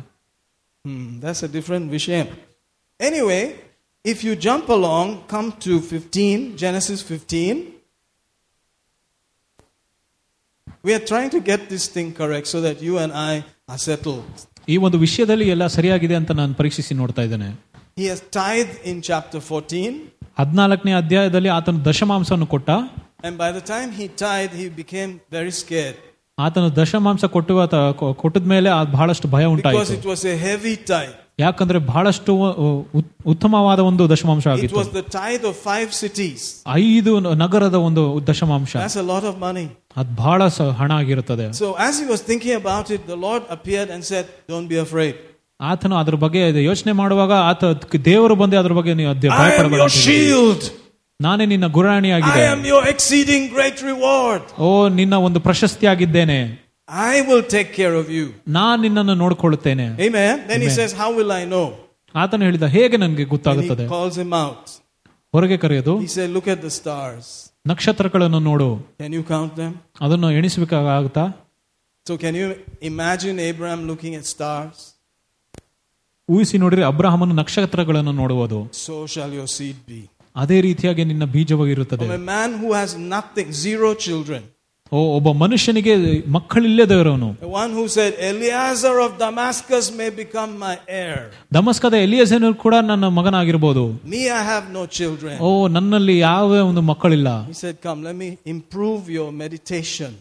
Speaker 1: Hmm, that's a different Vishem. Anyway, if you jump along, come to 15, Genesis 15. We are trying to get this thing correct so that you and I are settled.
Speaker 2: ಈ ಒಂದು ವಿಷಯದಲ್ಲಿ ಎಲ್ಲ ಸರಿಯಾಗಿದೆ ಅಂತ ನಾನು ಪರೀಕ್ಷಿಸಿ ನೋಡ್ತಾ ಇದ್ದೇನೆ
Speaker 1: He has tithed in chapter 14,
Speaker 2: ಹದಿನಾಲ್ಕನೇ ಅಧ್ಯಾಯದಲ್ಲಿ ಆತನು ದಶಮಾಂಶವನ್ನು ಕೊಟ್ಟ
Speaker 1: and by the time he tithed, he became very scared
Speaker 2: ಆತನು ದಶಮಾಂಶ ಕೊಟ್ಟುವ ಕೊಟ್ಟದ ಮೇಲೆ ಬಹಳಷ್ಟು ಭಯ
Speaker 1: because
Speaker 2: ಉಂಟಾಯಿತು
Speaker 1: it was a heavy tithe.
Speaker 2: ಯಾಕಂದ್ರೆ ಬಹಳಷ್ಟು ಉ- ಉತ್- ಉತ್ತಮವಾದ ಒಂದು ದಶಮಾಂಶ
Speaker 1: It
Speaker 2: ಆಗಿತ್ತು
Speaker 1: was the tithe of five cities.
Speaker 2: ಐದು ನ- ನಗರದ ಒಂದು ದಶಮಾಂಶ
Speaker 1: That's a lot of money.
Speaker 2: ಅದ್ ಬಹಳ ಸ- ಹಣ ಆಗಿರುತ್ತದೆ
Speaker 1: So as he was thinking about it, the Lord appeared and said, Don't be afraid.
Speaker 2: ಆತನು ಅದ್ರ ಬಗ್ಗೆ ಇದು ಯೋಚನೆ ಮಾಡುವಾಗ ಆತ ಅದಕ್ಕೆ ದೇವರು ಬಂದೆ ಅದ್ರ ಬಗ್ಗೆ ನೀವು ಅದ್ದೇ
Speaker 3: I am
Speaker 2: ಭಯಪಡಬೇಡ
Speaker 3: your
Speaker 2: ಅಂತ ಹೇಳಿದ್ರು.
Speaker 3: shield.
Speaker 2: ನಾನೇ ನಿನ್ನ
Speaker 3: I
Speaker 2: ಗುರಾಣಿಯಾಗಿದೆ
Speaker 3: am your exceeding great reward.
Speaker 2: ಓ ನಿನ್ನ ಒಂದು ಪ್ರಶಸ್ತಿ ಆಗಿದ್ದೇನೆ
Speaker 1: I will take care of you.
Speaker 2: ನಾನ್ ನಿನ್ನನ್ನು ನೋಡ್ಕೊಳ್ಳುತ್ತೇನೆ
Speaker 1: Amen. Then he says, How will I know?
Speaker 2: ಆತನು ಹೇಳಿದ ಹೇಗೆ ನನಗೆ
Speaker 1: And he
Speaker 2: ಗೊತ್ತಾಗುತ್ತದೆ
Speaker 1: calls him out.
Speaker 2: ಹೊರಗೆ ಕರೆಯೋದು
Speaker 1: He said, Look at the stars.
Speaker 2: ನಕ್ಷತ್ರಗಳನ್ನು ನೋಡು
Speaker 1: Can you count them?
Speaker 2: ಅದನ್ನು ಎಣಿಸಬೇಕಾಗುತ್ತಾ
Speaker 1: So can you imagine Abraham looking at stars?
Speaker 2: ಊಹಿಸಿ ನೋಡಿದ್ರೆ ಅಬ್ರಹಾಮನ ನಕ್ಷತ್ರಗಳನ್ನು ನೋಡುವುದು
Speaker 1: So shall your seed be.
Speaker 2: ಅದೇ ರೀತಿಯಾಗಿ ನಿನ್ನ ಬೀಜವಾಗಿರುತ್ತದೆ
Speaker 1: From a man who has nothing, zero children.
Speaker 2: ಓ ಒಬ್ಬ ಮನುಷ್ಯನಿಗೆ ಮಕ್ಕಳಿಲ್ಲದವರವನು
Speaker 1: The one who said, Eleazar of Damascus may become my heir.
Speaker 2: ದಮಸ್ಕದ ಎಲಿಯಸನು ಕೂಡ ನನ್ನ ಮಗನಾಗಿರ್ಬೋದು
Speaker 1: Me, I have no children.
Speaker 2: ಓ ನನ್ನಲ್ಲಿ ಯಾವ ಒಂದು ಮಕ್ಕಳಿಲ್ಲ
Speaker 1: He said, Come, let me improve your meditation.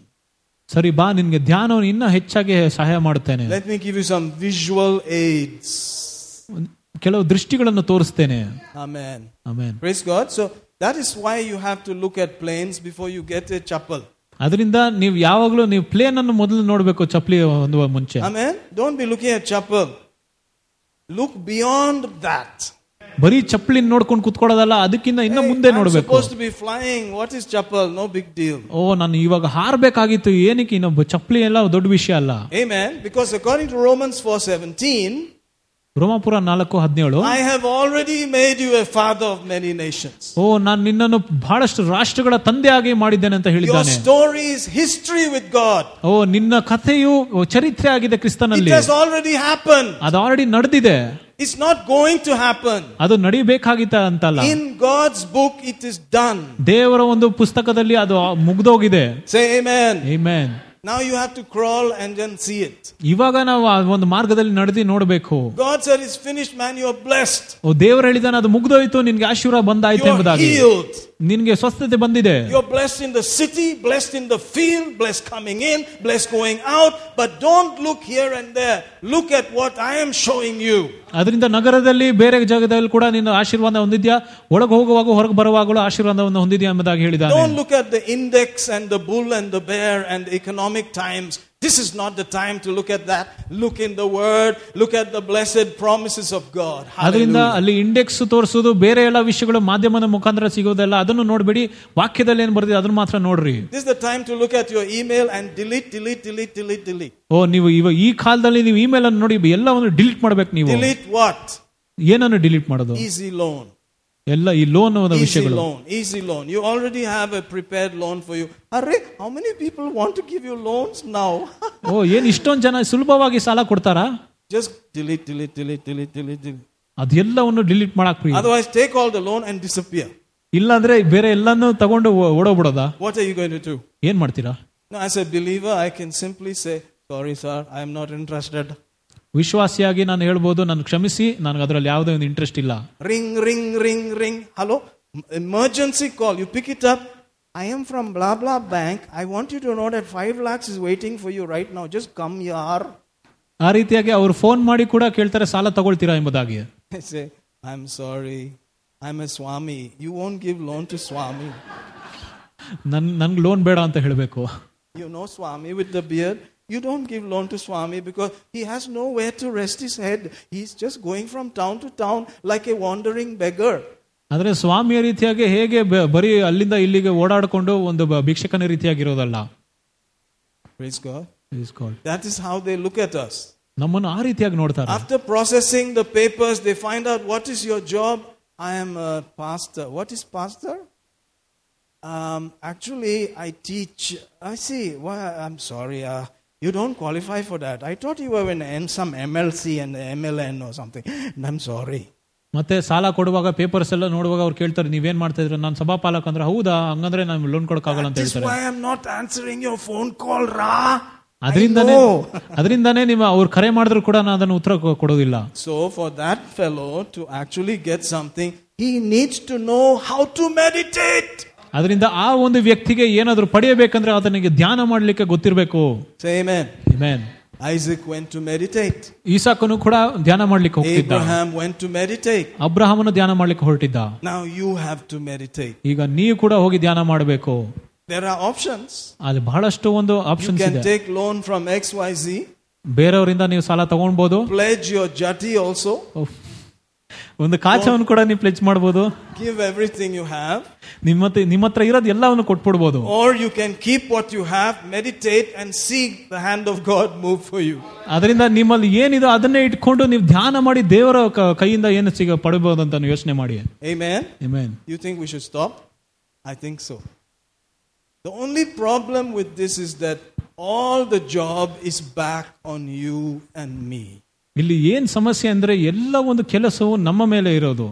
Speaker 2: ಸರಿ ಬಾ ನಿನ್ಗೆ ಧ್ಯಾನವನ್ನು ಇನ್ನೂ ಹೆಚ್ಚಾಗಿ ಸಹಾಯ ಮಾಡುತ್ತೇನೆ
Speaker 1: Let me give you some visual aids.
Speaker 2: ಕೆಲವು ದೃಷ್ಟಿಗಳನ್ನು ತೋರಿಸ್ತೇನೆ
Speaker 1: Amen.
Speaker 2: Amen
Speaker 1: Praise God. So that is why you have to look at planes before you get a chapel.
Speaker 2: ಅದರಿಂದ ನೀವು ಯಾವಾಗಲೂ ನೀವು ಪ್ಲೇನ್ ಅನ್ನು ಮೊದಲು ನೋಡಬೇಕು ಚಪ್ಪಲಿ ಹೊಂದುವ ಮುಂಚೆ
Speaker 1: Amen. Don't be looking at chapel. Look beyond that.
Speaker 2: ಬರೀ ಚಪ್ಪಲಿ ನೋಡ್ಕೊಂಡು ಕುತ್ಕೊಳ್ಳೋದಲ್ಲ ಅದಕ್ಕಿಂತ ಇನ್ನ ಮುಂದೆ
Speaker 1: Hey, I'm
Speaker 2: ನೋಡಬೇಕು
Speaker 1: supposed to be flying. What is chapel? No big deal.
Speaker 2: ಓ ನಾನು ಇವಾಗ ಹಾರ್ಬೇಕಾಗಿತ್ತು ಏನಕ್ಕೆ ಇನ್ನೊಬ್ಬ ಚಪ್ಪಲಿ ಎಲ್ಲ ದೊಡ್ಡ ವಿಷಯ ಅಲ್ಲ
Speaker 1: Amen. Because according to Romans 4:17,
Speaker 2: ರೋಮಾಪುರ ನಾಲ್ಕು ಹದಿನೇಳು
Speaker 1: I have already made you a father of many nations.
Speaker 2: ಓ ನಾನು ನಿನ್ನನ್ನು ಬಹಳಷ್ಟು ರಾಷ್ಟ್ರಗಳ ತಂದೆಯಾಗಿ ಮಾಡಿದ್ದೇನೆ ಅಂತ
Speaker 1: Your
Speaker 2: ಹೇಳಿದ್ದಾನೆ
Speaker 1: story is history with God.
Speaker 2: ಓ ನಿನ್ನ ಕಥೆಯು ಚರಿತ್ರೆ ಆಗಿದೆ
Speaker 1: It
Speaker 2: ಕ್ರಿಸ್ತನಲ್ಲಿ
Speaker 1: has already happened.
Speaker 2: ಅದು ಆಲ್ರೆಡಿ ನಡೆದಿದೆ
Speaker 1: It's not going to happen.
Speaker 2: ಅದು ನಡಿಬೇಕಾಗಿತ್ತ ಅಂತಲ್ಲ
Speaker 1: In God's book, it is done.
Speaker 2: ದೇವರ ಒಂದು ಪುಸ್ತಕದಲ್ಲಿ ಅದು ಮುಗ್ದೋಗಿದೆ
Speaker 1: Say amen.
Speaker 2: Amen
Speaker 1: Now you have to crawl and then see it.
Speaker 2: ಇವಾಗ ನಾವು ಆ ಒಂದು ಮಾರ್ಗದಲ್ಲಿ ನಡೆದಿ ನೋಡಬೇಕು
Speaker 1: God said, It's finished, man. You are blessed.
Speaker 2: ಓ ದೇವರು ಹೇಳಿದಾನೆ ಅದು ಮುಗ್ದೋಯ್ತು ನಿನ್ಗೆ ಆಶೀರ್ವಾದ ಬಂದಾಯ್ತು
Speaker 1: You are
Speaker 2: ಎಂಬುದಾಗಿ
Speaker 1: healed.
Speaker 2: ನಿನ್ಗೆ ಸ್ವಸ್ಥತೆ ಬಂದಿದೆ
Speaker 1: You're blessed in the city, blessed in the field, blessed coming in, blessed going out. But don't look here and there. Look at what I am showing you.
Speaker 2: ಅದರಿಂದ ನಗರದಲ್ಲಿ ಬೇರೆ ಜಾಗದಲ್ಲಿ ಕೂಡ ನೀನು ಆಶೀರ್ವಾದ ಹೊಂದಿದ್ಯಾ ಒಳಗೆ ಹೋಗುವಾಗ ಹೊರಗೆ ಬರುವಾಗಲೂ ಆಶೀರ್ವಾದವನ್ನು ಹೊಂದಿದ್ಯಾ ಎಂಬುದಾಗಿ ಹೇಳಿದಾನೆ
Speaker 1: Don't look at the index and the bull and the bear and the economic times. This is not the time to look at that. Look in the word. Look at the blessed promises of God.
Speaker 2: ಅದರಿಂದ
Speaker 1: Hallelujah.
Speaker 2: ಅಲ್ಲಿ index ತೋರಿಸೋದು ಬೇರೆ ಎಲ್ಲ ವಿಷಯಗಳು ಮಾಧ್ಯಮದ ಮುಖಾಂತರ ಸಿಗೋದಲ್ಲ ಅದನ್ನು ನೋಡಬೇಡಿ ವಾಕ್ಯದಲ್ಲಿ ಏನು ಬರ್ದಿದೆ ಅದನ್ನು ಮಾತ್ರ ನೋಡ್ರಿ
Speaker 1: This is the time to look at your email and delete, delete, delete, delete, delete.
Speaker 2: ಓ ನೀವು ಇವಾಗ ಈ ಕಾಲದಲ್ಲಿ ನೀವು ಇಮೇಲ್ ಅನ್ನು ನೋಡಿ ಎಲ್ಲವನ್ನು ಡಿಲೀಟ್ ಮಾಡ್ಬೇಕು ನೀವು
Speaker 1: Delete what?
Speaker 2: ಏನನ್ನು ಡಿಲೀಟ್ ಮಾಡೋದು
Speaker 1: Easy loan.
Speaker 2: ಎಲ್ಲ ಈ ಲೋನ್
Speaker 1: Easy
Speaker 2: ವಿಷಯಗಳು
Speaker 1: loan. Easy loan. You already have a prepared loan for you. Arre, how many people want to give you loans now?
Speaker 2: ಓ ಏನ್ ಇಷ್ಟೊಂದು ಜನ ಸುಲಭವಾಗಿ ಸಾಲ ಕೊಡ್ತಾರಾ
Speaker 1: Just delete, delete, delete, delete, delete, delete.
Speaker 2: ಅದೆಲ್ಲವನ್ನು ಡಿಲೀಟ್ ಮಾಡಕ್ ಪ್ರಿಯ.
Speaker 1: Otherwise, take all the loan and disappear.
Speaker 2: ಇಲ್ಲಾಂದ್ರೆ ಬೇರೆ ಎಲ್ಲಾನು ತಗೊಂಡು ಓ- ಓಡೋಗ್ಬಿಡೋದಾ
Speaker 1: What are you going to do?
Speaker 2: ಏನ್ ಮಾಡ್ತೀರಾ
Speaker 1: No, as a believer, I can simply say, Sorry, sir, I am not interested.
Speaker 2: ವಿಶ್ವಾಸಿಯಾಗಿ ನಾನು ಹೇಳ್ಬೋದು ನಾನು ಕ್ಷಮಿಸಿ ನನಗೆ ಅದರಲ್ಲಿ ಯಾವುದೇ ಒಂದು ಇಂಟ್ರೆಸ್ಟ್ ಇಲ್ಲ
Speaker 1: Ring, ring, ring, ring. Hello? M- Emergency call. You pick it up. I am from blah blah bank. I want you to know that 5 lakhs is waiting for you right now. Just come here.
Speaker 2: ಆ ರೀತಿಯಾಗಿ ಅವ್ರು phone ಮಾಡಿ ಕೂಡ ಕೇಳ್ತಾರೆ ಸಾಲ ತಗೊಳ್ತೀರಾ ಎಂಬುದಾಗಿ
Speaker 1: I say, I'm sorry. I'm a Swami. You won't give loan to Swami.
Speaker 2: ನನ್ ನನ್ಗೆ ಲೋನ್ ಬೇಡ ಅಂತ ಹೇಳಬೇಕು
Speaker 1: You know Swami with the beard. You don't give loan to Swami because he has nowhere to rest his head. He's just going from town to town like a wandering beggar.
Speaker 2: ಅಂದ್ರೆ ಸ್ವಾಮಿಯ ರೀತಿಯಾಗಿ ಹೇಗೆ ಬ- ಬರೀ ಅಲ್ಲಿಂದ ಇಲ್ಲಿಗೆ ಓಡಾಡಿಕೊಂಡು ಒಂದು ಬ- ಭಿಕ್ಷಕನ ರೀತಿಯಾಗಿರೋದಲ್ಲ
Speaker 1: Praise God.
Speaker 2: Praise God.
Speaker 1: That is how they look at us.
Speaker 2: ನಮ್ಮನ್ನು ಆ ರೀತಿಯಾಗಿ ನೋಡ್ತಾರೆ
Speaker 1: After processing the papers, they find out what is your job. I am a pastor. What is pastor? Um, actually, I teach. I see. Well, I'm sorry. Uh, you don't qualify for that. I thought you were in N- some MLC and MLN or something. I'm sorry.
Speaker 2: ಮತ್ತೆ ಸಾಲ ಕೊಡುವಾಗ papers ಎಲ್ಲ ನೋಡುವಾಗ ಅವ್ರು ಕೇಳ್ತಾರೆ ನೀವೇನ್ ಮಾಡ್ತಾ ಇದ್ರೆ ನಾನು ಸಭಾಪಾಲಕ ಅಂದ್ರೆ ಹೌದಾ ಹಂಗಂದ್ರೆ ನಾನು ಲೋನ್ ಕೊಡಕ್ಕಾಗಲ್ಲ ಅಂತ
Speaker 3: This is
Speaker 2: ಹೇಳ್ತಾರೆ
Speaker 3: why I'm not answering your phone call, Ra.
Speaker 2: ಅದರಿಂದಾನೇ ಅದರಿಂದಾನೇ ನಿಮ್ಮ ಅವ್ರು ಕರೆ ಮಾಡಿದ್ರು ಕೂಡ ನಾನು ಅದನ್ನು ಉತ್ತರ ಕೊ- ಕೊಡೋದಿಲ್ಲ
Speaker 1: So, for that fellow to actually get something, he needs to know how to meditate.
Speaker 2: ಅದರಿಂದ ಆ ಒಂದು ವ್ಯಕ್ತಿಗೆ ಏನಾದ್ರೂ ಪಡೆಯಬೇಕಂದ್ರೆ ಆತನಿಗೆ ಧ್ಯಾನ ಮಾಡ್ಲಿಕ್ಕೆ ಗೊತ್ತಿರಬೇಕು
Speaker 1: Say amen.
Speaker 2: Amen
Speaker 1: Isaac went to meditate.
Speaker 2: ಈಸಾಕನು ಕೂಡ ಧ್ಯಾನ ಮಾಡ್ಲಿಕ್ಕೆ ಹೋಗ್ತಿದ್ದ
Speaker 1: Abraham went to meditate.
Speaker 2: ಅಬ್ರಹಾಮನು ಧ್ಯಾನ ಮಾಡ್ಲಿಕ್ಕೆ ಹೊರಟಿದ್ದ
Speaker 1: Now you have to meditate.
Speaker 2: ಈಗ ನೀವು ಕೂಡ ಹೋಗಿ ಧ್ಯಾನ ಮಾಡಬೇಕು
Speaker 1: There are options.
Speaker 2: ಅಲ್ಲಿ ಬಹಳಷ್ಟು ಒಂದು
Speaker 1: You
Speaker 2: ಆಪ್ಷನ್ಸ್
Speaker 1: can
Speaker 2: ಇದೆ
Speaker 1: take loan from XYZ,
Speaker 2: ಬೇರೆಯವರಿಂದ ನೀವು ಸಾಲ ತಗೊಳ್ಬಹುದು
Speaker 1: pledge your jati also,
Speaker 2: ಒಂದು ಕಾಚವನ್ನು ಕೂಡ ನೀವು ಪ್ಲೆಚ್ ಮಾಡ್ಬೋದು
Speaker 1: give everything you have,
Speaker 2: ನಿಮ್ಮ ನಿಮ್ಮ ಹತ್ರ ಇರೋದು ಎಲ್ಲವನ್ನು ಕೊಟ್ಬಿಡ್ಬೋದು
Speaker 1: or you can keep what you have, meditate, and see the hand of God move for you.
Speaker 2: ಅದರಿಂದ ನಿಮ್ಮಲ್ಲಿ ಏನಿದೆ ಅದನ್ನೇ ಇಟ್ಕೊಂಡು ನೀವು ಧ್ಯಾನ ಮಾಡಿ ದೇವರ ಕ- ಕೈಯಿಂದ ಏನು ಸಿಗ ಪಡಿಬಹುದು ಅಂತ ನೀವು ಯೋಚನೆ ಮಾಡಿ
Speaker 1: Amen.
Speaker 2: Amen.
Speaker 1: You think we should stop? I think so. The only problem with this is that all the job is back on you and me.
Speaker 2: ಇಲ್ಲಿ ಏನ್ ಸಮಸ್ಯೆ ಅಂದ್ರೆ ಎಲ್ಲ ಒಂದು ಕೆಲಸವು ನಮ್ಮ ಮೇಲೆ ಇರೋದು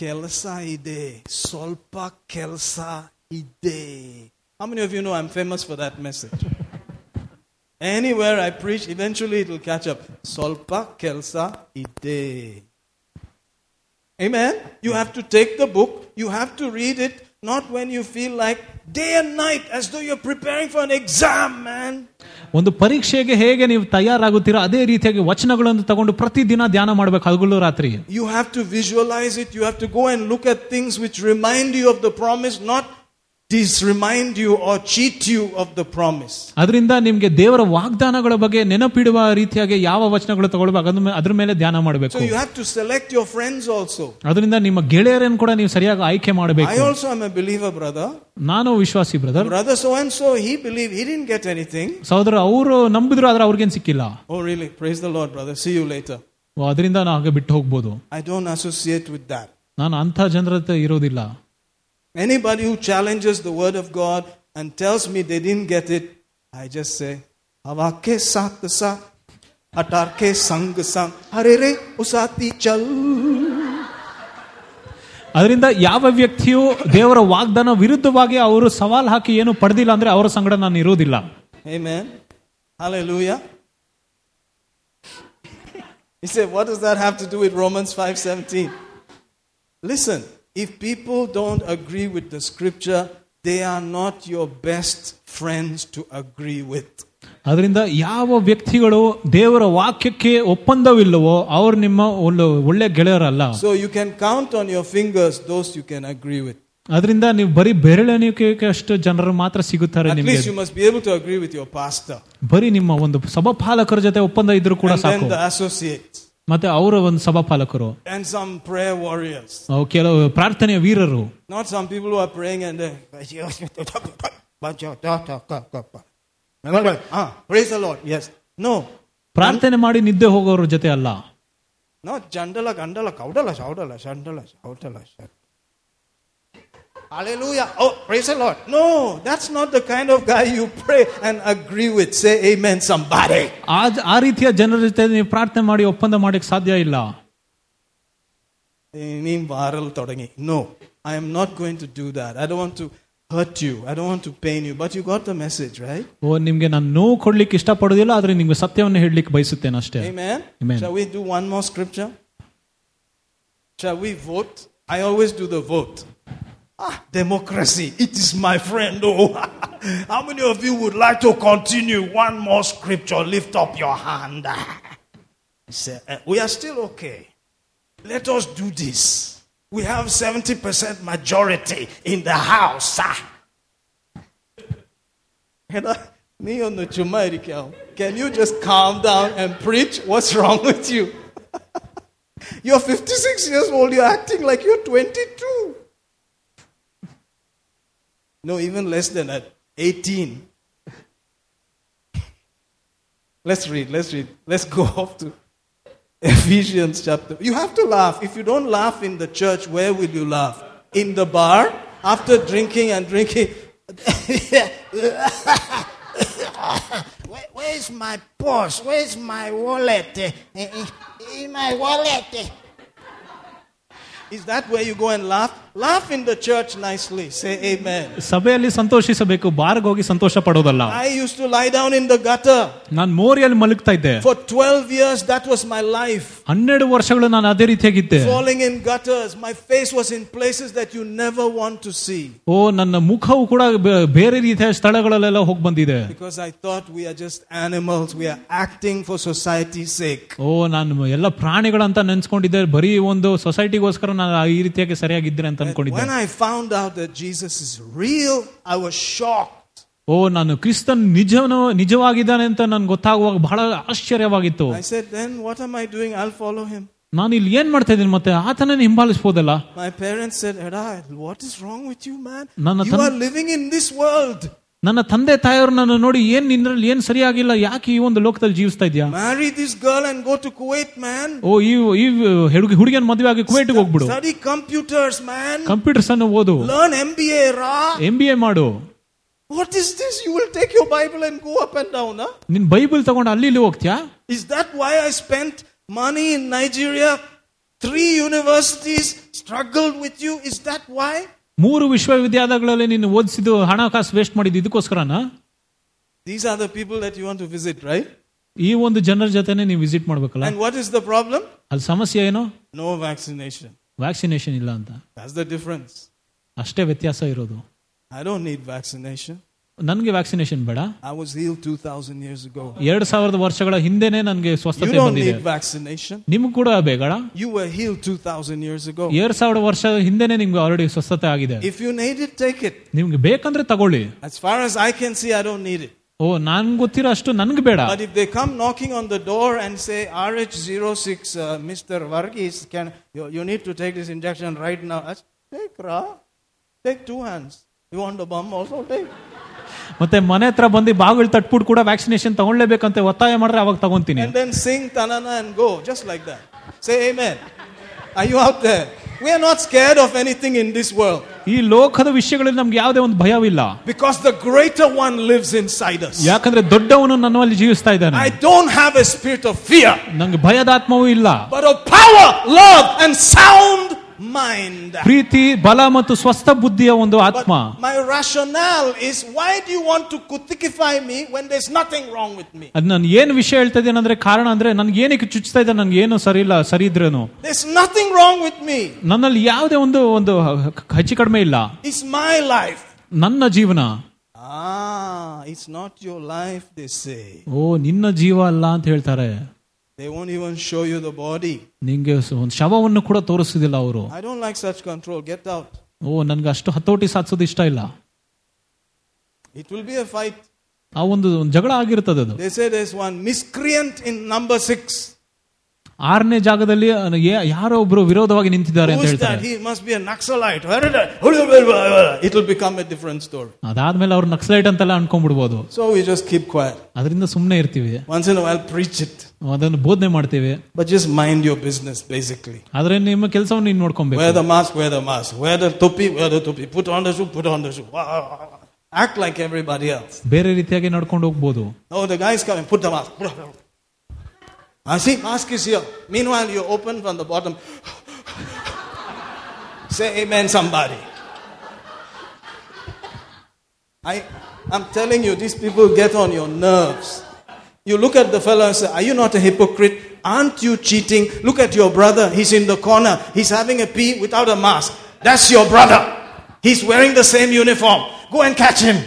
Speaker 1: Kelsa ide, solpa kelsa ide. How many of you know I'm famous for that message? Anywhere I preach, eventually it'll catch up. Solpa kelsa ide. Amen. You have to take the book, you have to read it, not when you feel like day and night as though you're preparing for an exam, man.
Speaker 2: ಒಂದು ಪರೀಕ್ಷೆಗೆ ಹೇಗೆ ನೀವು ತಯಾರಾಗುತ್ತೀರೋ ಅದೇ ರೀತಿಯಾಗಿ ವಚನಗಳನ್ನು ತಗೊಂಡು ಪ್ರತಿದಿನ ಧ್ಯಾನ ಮಾಡ್ಬೇಕು ಹಗಲು ರಾತ್ರಿ
Speaker 1: You have to visualize it. You have to go and look at things which remind you of the promise, not disremind you or cheat you of the promise.
Speaker 2: ಅದರಿಂದ ನಿಮ್ಗೆ ದೇವರ ವಾಗ್ದಾನಗಳ ಬಗ್ಗೆ ನೆನಪಿಡುವ ರೀತಿಯಾಗಿ ಯಾವ ವಚನಗಳು ತಗೊಳ್ಬೇಕು ಅದ್ರ ಮೇ- ಅದ್ರ ಮೇಲೆ ಧ್ಯಾನ ಮಾಡಬೇಕು
Speaker 1: So you have to select your friends also.
Speaker 2: ಅದರಿಂದ ನಿಮ್ಮ ಗೆಳೆಯರನ್ನು ಕೂಡ ನೀವು ಸರಿಯಾಗಿ ಆಯ್ಕೆ
Speaker 1: I
Speaker 2: ಮಾಡಬೇಕು
Speaker 1: also am a believer, brother.
Speaker 2: ನಾನು ವಿಶ್ವಾಸಿ brother
Speaker 1: Brother so and so, he believed he didn't get anything.
Speaker 2: ಸಹೋದರ ಅವರು ನಂಬಿದ್ರು ಆದ್ರೆ ಅವ್ರಿಗೇನ್ ಸಿಕ್ಕಿಲ್ಲ
Speaker 1: Oh, really? Praise the Lord, brother. See you later.
Speaker 2: ಓ, ಅದರಿಂದ ನಾವು ಹಾಗೆ ಬಿಟ್ಟು ಹೋಗ್ಬೋದು
Speaker 1: I don't associate with that.
Speaker 2: ನಾನು ಅಂಥ ಜನರ ಹತ್ರ ಇರೋದಿಲ್ಲ
Speaker 1: Anybody who challenges the word of God and tells me they didn't get it, I just say, Havake sat sa, atarke sang sang, harere usati chal.
Speaker 2: ಅದರಿಂದ ಯಾವ ವ್ಯಕ್ತಿಯು ದೇವರ ವಾಗ್ದಾನ ವಿರುದ್ಧವಾಗಿ ಅವರು ಸವಾಲ್ ಹಾಕಿ ಏನು ಪಡೆದಿಲ್ಲ ಅಂದ್ರೆ ಅವರ ಸಂಗಡ ನಾನು ಇರೋದಿಲ್ಲ
Speaker 1: Amen. Hallelujah. He said, what does that have to do with Romans 5:17? Listen, if people don't agree with the scripture, they are not your best friends to agree with.
Speaker 2: ಅದರಿಂದ ಯಾವ ವ್ಯಕ್ತಿಗಳು ದೇವರ ವಾಕ್ಯಕ್ಕೆ ಒಪ್ಪಂದವಿಲ್ಲವೋ ಅವರು ನಿಮ್ಮ ಒಂದು ಒಳ್ಳೆ ಗೆಳೆಯರಲ್ಲ
Speaker 1: So you can count on your fingers those you can agree with.
Speaker 2: ಅದರಿಂದ ನೀವು ಬರೀ ಬೆರಳೆಣಿಕೆ ಅಷ್ಟು ಜನರು ಮಾತ್ರ ಸಿಗುತ್ತಾರೆ
Speaker 1: At
Speaker 2: ನಿಮಗೆ
Speaker 1: least you must be able to agree with your pastor
Speaker 2: ಬರೀ ನಿಮ್ಮ ಒಂದು ಸಭಾಪಾಲಕರ ಜೊತೆ ಒಪ್ಪಂದ ಇದ್ರೂ ಕೂಡ
Speaker 1: and
Speaker 2: ಸಾಕು
Speaker 1: then the associates
Speaker 2: ಮತ್ತೆ ಅವರ ಒಂದು ಸಭಾಪಾಲಕರು
Speaker 1: and some prayer warriors.
Speaker 2: ಅವು ಕೆಲವು ಪ್ರಾರ್ಥನೆಯ ವೀರರು
Speaker 1: Not some people who are praying and then, ah, praise the Lord. Yes. No.
Speaker 2: ಪ್ರಾರ್ಥನೆ ಮಾಡಿ ನಿದ್ದೆ ಹೋಗೋರ ಜೊತೆ ಅಲ್ಲ
Speaker 1: Not jandala, gandala, kaudala, shaudala, shandala, shaudala, shandala. Hallelujah. Oh, praise the Lord. No, that's not the kind of guy you pray and agree with. Say amen, somebody.
Speaker 2: ಆ ಆ ರೀತಿಯ ಜನರ ಜೊತೆ ನೀವು ಪ್ರಾರ್ಥನೆ ಮಾಡಿ ಒಪ್ಪಂದ ಮಾಡಕ್ ಸಾಧ್ಯ ಇಲ್ಲ
Speaker 1: ഇനിയും വാറൽ തുടങ്ങി no I am not going to do that I do want to hurt you I do want to pain you but you got the message right
Speaker 2: ಓ ನಿಮ್ಗೆ ನಾನು ನೋವು ಕೊಡ್ಲಿಕ್ಕೆ ಇಷ್ಟಪಡೋದಿಲ್ಲ ಆದ್ರೆ ನಿಮ್ಗೆ ಸತ್ಯವನ್ನು ಹೇಳಲಿಕ್ಕೆ ಬಯಸುತ್ತೇನೆ ಅಷ್ಟೇ
Speaker 1: Amen.
Speaker 2: Amen.
Speaker 1: Shall we do one more scripture? Shall we vote? I always do the vote. Ah,
Speaker 3: Democracy, it is my friend. Oh, how many of you would like to continue one more scripture? Lift up your hand. Say, eh, we are still okay. Let us do this. We have 70% majority in the house. ah.
Speaker 1: എടാ, നീ ഒന്ന് ചുമ്മാ ഇരിക്കാവോ Can you just calm down and preach? What's wrong with you? You're 56 years old. You're acting like you're 22. No, even less than that. 18. Let's read. Let's read. Let's go off to Ephesians chapter. You have to laugh. If you don't laugh in the church, where will you laugh? In the bar? After drinking and drinking?
Speaker 4: Where, where's my purse? Where's eh. my wallet? Eh, eh, eh, In my wallet. eh.
Speaker 1: Is that where you go and laugh? Laugh in the church nicely. Say amen.
Speaker 2: ಸಭೆಯಲ್ಲಿ ಸಂತೋಷಿಸಬೇಕು ಬಾರ್ಗ್ ಹೋಗಿ ಸಂತೋಷ ಪಡೋದಲ್ಲ
Speaker 1: I used to lie down in the gutter.
Speaker 2: ನಾನು ಮೋರಿಯಲ್ಲಿ ಮಲಗ್ತಾ ಇದ್ದೆ
Speaker 1: For 12 years, that was my life.
Speaker 2: ಹನ್ನೆರಡು ವರ್ಷಗಳು ನಾನು ಅದೇ ರೀತಿಯಾಗಿದ್ದೆ
Speaker 1: Falling in gutters. My face was in places that you never want to see.
Speaker 2: ಓ ನನ್ನ ಮುಖವು ಕೂಡ ಬೆ- ಬೇರೆ ರೀತಿಯ ಸ್ಥಳಗಳಲ್ಲೆಲ್ಲ ಹೋಗಿ ಬಂದಿದೆ
Speaker 1: Because I thought we are just animals. We are acting for society's sake.
Speaker 2: ಓ ನಾನು ಎಲ್ಲ ಪ್ರಾಣಿಗಳಂತ ನೆನ್ಸ್ಕೊಂಡಿದ್ದೆ ಬರೀ ಒಂದು ಸೊಸೈಟಿಗೋಸ್ಕರ ನಾನು ಆ- ಈ ರೀತಿಯಾಗಿ ಸರಿಯಾಗಿದ್ದೆ ಅಂತ ಅನ್ಕೊಂಡಿದ್ದೆ
Speaker 1: When I found out that Jesus is real, I was shocked.
Speaker 2: ಓ ನಾನು ಕ್ರಿಸ್ತನ್ ನಿಜವನು ನಿಜವಾಗಿದ್ದಾನೆ ಅಂತ ನನ್ಗೆ ಗೊತ್ತಾಗುವಾಗ ಬಹಳ ಆಶ್ಚರ್ಯವಾಗಿತ್ತು
Speaker 1: I said, then what am I doing? I'll follow him.
Speaker 2: ನಾನು ಇಲ್ಲಿ ಏನ್ ಮಾಡ್ತಾ ಇದ್ದೀನಿ ಮತ್ತೆ ಆತನನ್ನ ಹಿಂಬಾಲಿಸ್ಬೋದಲ್ಲ
Speaker 1: My parents said, Eda, what is wrong with you, man?
Speaker 2: ನನ್ನ
Speaker 1: You
Speaker 2: ತನ್-
Speaker 1: are living in this world.
Speaker 2: ನನ್ನ ತಂದೆ ತಾಯಿಯವರು ನನ್ನ ನೋಡಿ ಏನ್ ನಿನ್ನಲ್ಲಿ ಏನ್ ಸರಿಯಾಗಿಲ್ಲ ಯಾಕೆ ಈ ಒಂದು ಲೋಕದಲ್ಲಿ ಜೀವಿಸ್ತಾ ಇದೆಯಾ
Speaker 1: Marry this girl and go to Kuwait, man.
Speaker 2: ಓ ಈ ಈ ಹುಡುಗಿ ಹುಡುಗಿಯನ್ ಮದುವೆ ಆಗಿ ಕುವೈಟ್ಗೆ ಹೋಗ್ಬಿಡು
Speaker 1: Study computers, man.
Speaker 2: ಕಂಪ್ಯೂಟರ್ಸ್ ಅನ್ನು ಓದು
Speaker 1: Learn MBA, Ra.
Speaker 2: M B A ಮಾಡು
Speaker 1: What is this? You will take your Bible and go up and down, huh?
Speaker 2: ನಿನ್ ಬೈಬಲ್ ತಗೊಂಡು ಅಲ್ಲಿ ಇಲ್ಲಿ ಹೋಗ್ತೀಯಾ
Speaker 1: Is that why I spent money in Nigeria? Three universities struggled with you. Is that why?
Speaker 2: ಮೂರು ವಿಶ್ವವಿದ್ಯಾಲಯಗಳಲ್ಲಿ ನೀನು ಓದಿಸಿದ್ದು ಹಣಕಾಸು waste ಮಾಡಿದ್ದು ಇದಕ್ಕೋಸ್ಕರನಾ
Speaker 1: These are the people that you want to visit, right?
Speaker 2: ಈ ಒಂದು ಜನರ ಜೊತೆನೆ ನೀವು ವಿಸಿಟ್ ಮಾಡ್ಬೇಕಲ್ಲ
Speaker 1: And what is the problem?
Speaker 2: ಅಲ್ಲಿ ಸಮಸ್ಯೆ ಏನು
Speaker 1: No vaccination.
Speaker 2: ವ್ಯಾಕ್ಸಿನೇಷನ್ ಇಲ್ಲ ಅಂತ
Speaker 1: That's the difference.
Speaker 2: ಅಷ್ಟೇ ವ್ಯತ್ಯಾಸ ಇರೋದು
Speaker 1: I don't need vaccination.
Speaker 2: ನನ್ಗೆ ವ್ಯಾಕ್ಸಿನೇಷನ್ ಬೇಡ
Speaker 1: I was healed 2,000 years ago.
Speaker 2: ಎರಡ್ ಸಾವಿರದ ವರ್ಷಗಳ ಹಿಂದೆನೆ ನನ್ಗೆ
Speaker 1: You
Speaker 2: ಸ್ವಸ್ಥತೆ
Speaker 1: don't
Speaker 2: ಬಂದಿದೆ
Speaker 1: need vaccination.
Speaker 2: ನಿಮ್ಗೆ ಕೂಡ ಬೇಡ
Speaker 1: You were healed 2,000 years ago.
Speaker 2: ಎರಡ್ ಸಾವಿರ ವರ್ಷ ಹಿಂದೆನೆ ನಿಮ್ಗೆ ಆಲ್ರೆಡಿ ಸ್ವಸ್ಥತೆ ಆಗಿದೆ
Speaker 1: If you need it, take it.
Speaker 2: ನಿಮ್ಗೆ ಬೇಕಂದ್ರೆ ತಗೊಳ್ಳಿ
Speaker 1: As far as I can see, I don't need it.
Speaker 2: ಓ ನನ್ ಗೊತ್ತಿರೋ ಅಷ್ಟು ನನ್ಗೆ ಬೇಡ
Speaker 1: But if they come knocking on the door and say, RH06, uh, Mr. Varghese, can, you, you need to take this injection right now. I say, take, Ra. Take two hands. You want the bum also? Take.
Speaker 2: ಮತ್ತೆ ಮನೆ ಹತ್ರ ಬಂದು ಬಾಗಿಲು ತಟ್ಬಿಟ್ಟು ಕೂಡ vaccination ತಗೊಳ್ಳೇಬೇಕಂತ ಒತ್ತಾಯ ಮಾಡಿದ್ರೆ ಅವಾಗ ತಗೊಂತೀನಿ
Speaker 1: And then sing Tanana and go, just like that. Say amen. Are you out there? We are not scared of anything in this world
Speaker 2: ಈ ಲೋಕದ ವಿಷಯಗಳಲ್ಲಿ ನಮ್ಗೆ ಯಾವುದೇ ಒಂದು ಭಯವಿಲ್ಲ
Speaker 1: because the greater one lives inside us.
Speaker 2: ಯಾಕಂದ್ರೆ ದೊಡ್ಡವನು ನನ್ನಲ್ಲಿ ಜೀವಿಸ್ತಾ ಇದ್ದಾನೆ
Speaker 1: I don't have a spirit of fear,
Speaker 2: ನಂಗೆ ಭಯದಾತ್ಮವೂ ಇಲ್ಲ
Speaker 1: but of power, love, and sound mind.
Speaker 2: ಪ್ರೀತಿ ಬಲ ಮತ್ತು ಸ್ವಸ್ಥ ಬುದ್ಧಿಯ ಒಂದು ಆತ್ಮ
Speaker 1: But my rationale is why do you want to kutikify me when there's nothing wrong with me?
Speaker 2: ಅದ್ ನಾನು ಏನ್ ವಿಷಯ ಹೇಳ್ತಾ ಇದ್ದೇನೆ ಅಂದ್ರೆ ಕಾರಣ ಅಂದ್ರೆ ನನ್ಗೆ ಏನಕ್ಕೆ ಚುಚ್ಚುತ್ತಾ ಇದ್ದೆ ನನ್ಗೆ ಏನು ಸರಿ ಇಲ್ಲ ಸರಿ ಇದ್ರೇನು
Speaker 1: There's nothing wrong with me.
Speaker 2: ನನ್ನಲ್ಲಿ ಯಾವುದೇ ಒಂದು ಒಂದು ಹೆಚ್ಚು ಕಡಿಮೆ ಇಲ್ಲ
Speaker 1: It's my life.
Speaker 2: ನನ್ನ ಜೀವನ
Speaker 1: Ah, it's not your life, they say.
Speaker 2: ಓ ನಿನ್ನ ಜೀವ ಅಲ್ಲ ಅಂತ ಹೇಳ್ತಾರೆ
Speaker 1: They won't even show you the body.
Speaker 2: ನಿಂಗೆ ಸ- ಒಂದು ಶವವನ್ನು ಕೂಡ ತೋರಿಸುದಿಲ್ಲ ಅವರು
Speaker 1: I don't like such control. Get out.
Speaker 2: ಓ ನನ್ಗೆ ಅಷ್ಟು ಹತೋಟಿ ಸಾಧಿಸೋದು ಇಷ್ಟ ಇಲ್ಲ
Speaker 1: It will be a fight.
Speaker 2: ಆ ಒಂದು ಒಂದು ಜಗಳ ಆಗಿರ್ತದೆ ಅದು
Speaker 1: They say there's one miscreant in number six.
Speaker 2: ಆರನೇ ಜಾಗದಲ್ಲಿ ಅನ- ಯಾ- ಯಾರೋ ಒಬ್ರು ವಿರೋಧವಾಗಿ ನಿಂತಿದ್ದಾರೆ
Speaker 1: Who
Speaker 2: ಅಂತ
Speaker 1: is that?
Speaker 2: ಹೇಳ್ತಾರೆ
Speaker 1: He must be a Naxalite. Where did I? It will become a different story.
Speaker 2: ಅದಾದ್ಮೇಲೆ ಅವ್ರು ನಕ್ಸಲೈಟ್ ಅಂತೆಲ್ಲ ಅನ್ಕೊಂಡ್ಬಿಡ್ಬೋದು
Speaker 1: So we just keep quiet.
Speaker 2: ಅದರಿಂದ ಸುಮ್ಮನೆ ಇರ್ತೀವಿ
Speaker 1: Once in a while, preach it.
Speaker 2: ಅದನ್ನು ಬೋಧನೆ ಮಾಡ್ತೀವಿ
Speaker 1: But just mind your business, basically.
Speaker 2: ಆದ್ರೆ ನಿಮ್ಮ ಕೆಲಸವನ್ನು ನೀನ್ ನೋಡ್ಕೊಬೇಕು
Speaker 1: Wear the mask, wear the mask. Wear the topi, wear the topi. Put on the shoe, put on the shoe. Wah, wah, wah, wah. Act like everybody else.
Speaker 2: ಬೇರೆ ರೀತಿಯಾಗಿ ನಡ್ಕೊಂಡು ಹೋಗ್ಬೋದು
Speaker 1: Oh, the guy is coming. Put the mask. Put on the mask. I see, mask is here. Meanwhile, you open from the bottom. Say amen, somebody. I, I'm telling you, these people get on your nerves. You look at the fellow and say, Are you not a hypocrite? Aren't you cheating? Look at your brother. He's in the corner. He's having a pee without a mask. That's your brother. He's wearing the same uniform. Go and catch him.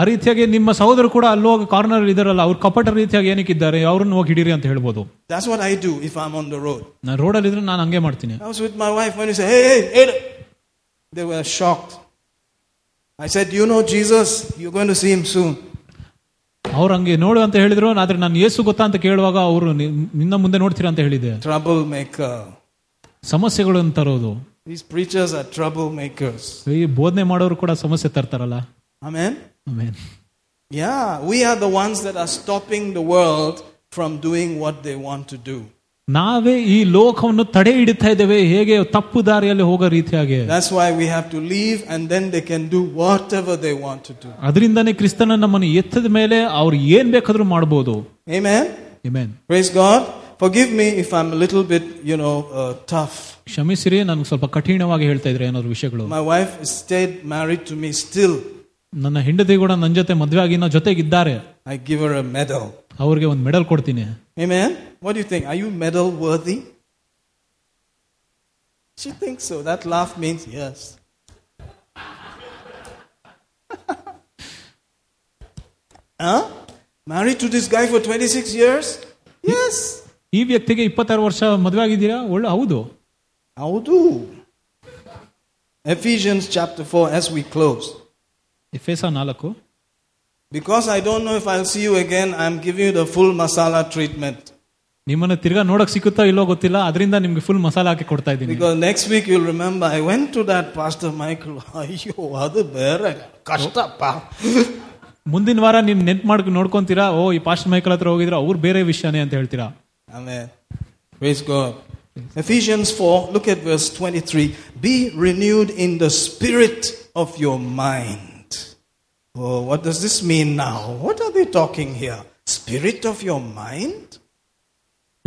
Speaker 2: ಆ ರೀತಿಯಾಗಿ ನಿಮ್ಮ ಸಹೋದರು ಕೂಡ ಅಲ್ಲಿ ಹೋಗಿ corner ಇದಾರಲ್ಲ ಅವ್ರು ಕಪಟ ರೀತಿಯಾಗಿ ಏನಕ್ಕಿದ್ದಾರೆ ಅವ್ರನ್ನ ಹೋಗಿ ಹಿಡೀರಿ ಅಂತ ಹೇಳ್ಬೋದು
Speaker 1: That's what I do if I'm on the road.
Speaker 2: ನಾನು ರೋಡಲ್ಲಿ ಇದ್ರೆ ನಾನು ಹಂಗೆ ಮಾಡ್ತೀನಿ
Speaker 1: I was with my wife when he said, Hey, hey, hey. They were shocked. I said, You know Jesus, you're going to see him soon.
Speaker 2: ಅವ್ರು ಹಂಗೆ ನೋಡು ಅಂತ ಹೇಳಿದ್ರು ಆದ್ರೆ ನಾನು ಏಸು ಗೊತ್ತಾ ಅಂತ ಕೇಳುವಾಗ ಅವರು ನಿನ್ನ ಮುಂದೆ ನೋಡ್ತೀರಾ ಅಂತ ಹೇಳಿದೆ
Speaker 1: Troublemaker.
Speaker 2: ಸಮಸ್ಯೆಗಳನ್ನು ತರೋದು
Speaker 1: These preachers are troublemakers.
Speaker 2: ಈ ಬೋಧನೆ ಮಾಡೋರು ಕೂಡ ಸಮಸ್ಯೆ ತರ್ತಾರಲ್ಲ
Speaker 1: Amen?
Speaker 2: Amen
Speaker 1: Yeah, we are the ones that are stopping the world from doing what they want to do.
Speaker 2: ನಾವೇ ಈ ಲೋಕವನ್ನು ತಡೆ ಹಿಡಿತಾ ಇದ್ದೇವೆ ಹೇಗೆ ತಪ್ಪು ದಾರಿಯಲ್ಲಿ ಹೋಗೋ ರೀತಿಯಾಗಿ
Speaker 1: That's why we have to leave and then they can do whatever they want to do.
Speaker 2: ಅದರಿಂದನೇ ಕ್ರಿಸ್ತನ ನಮ್ಮನ್ನು ಎತ್ತದ ಮೇಲೆ ಅವ್ರು ಏನ್ ಬೇಕಾದ್ರೂ ಮಾಡ್ಬೋದು
Speaker 1: Amen?
Speaker 2: ಇಮೇನ್
Speaker 1: Praise God. Forgive me if I'm a little bit, you know, uh, tough.
Speaker 2: ಕ್ಷಮಿಸಿರಿ ನನಗೆ ಸ್ವಲ್ಪ ಕಠಿಣವಾಗಿ ಹೇಳ್ತಾ ಇದ್ರೆ ಏನಾದ್ರು ವಿಷಯಗಳು
Speaker 1: My wife stayed married to me still.
Speaker 2: ನನ್ನ ಹೆಂಡತಿ ಕೂಡ ನನ್ನ ಜೊತೆ ಮದುವೆ ಆಗಿನ ಜೊತೆಗಿದ್ದಾರೆ
Speaker 1: I give her a medal.
Speaker 2: ಅವ್ರಿಗೆ ಒಂದು ಮೆಡಲ್ ಕೊಡ್ತೀನಿ
Speaker 1: Amen? What do you think? Are you medal worthy? She thinks so. That laugh means yes. huh? Married to this guy for 26 years? Yes.
Speaker 2: ಈ ವ್ಯಕ್ತಿಗೆ ಇಪ್ಪತ್ತಾರು ವರ್ಷ ಮದುವೆ ಆಗಿದ್ದೀರಾ ಒಳ್ಳೆ ಹೌದು
Speaker 1: How do? Ephesians chapter 4 as we close.
Speaker 2: ಎಫೆಸ ನಾಲ್ಕು
Speaker 1: Because I don't know if I'll see you again, I'm giving you the full masala treatment.
Speaker 2: ನಿಮ್ಮನ್ನ ತಿರ್ಗಾ ನೋಡಕ್ ಸಿಕ್ಕುತ್ತೋ ಇಲ್ಲೋ ಗೊತ್ತಿಲ್ಲ ಅದರಿಂದ ನಿಮ್ಗೆ ಫುಲ್ ಮಸಾಲ ಹಾಕಿ ಕೊಡ್ತಾ ಇದ್ದೀನಿ
Speaker 1: Because next week you'll remember I went to that Pastor Michael. Ayyo, ಅದು ಬೇರೆ ಕಷ್ಟಪ್ಪ.
Speaker 2: ಮುಂದಿನ ವಾರ ನೀವು ನೆನ್ಪು ಮಾಡ್ಕೊಂಡು ನೋಡ್ಕೊಂತೀರಾ ಓ ಈ ಪಾಸ್ಟ್ ಮೈಕಲ್ ಹತ್ರ ಹೋಗಿದ್ರೆ ಅವ್ರು ಬೇರೆ ವಿಷಯನೇ ಅಂತ ಹೇಳ್ತೀರಾ
Speaker 1: Amen. Praise God. Ephesians 4, look at verse 23. Be renewed in the spirit of your mind. Oh, what does this mean now? What are they talking here? Spirit of your mind?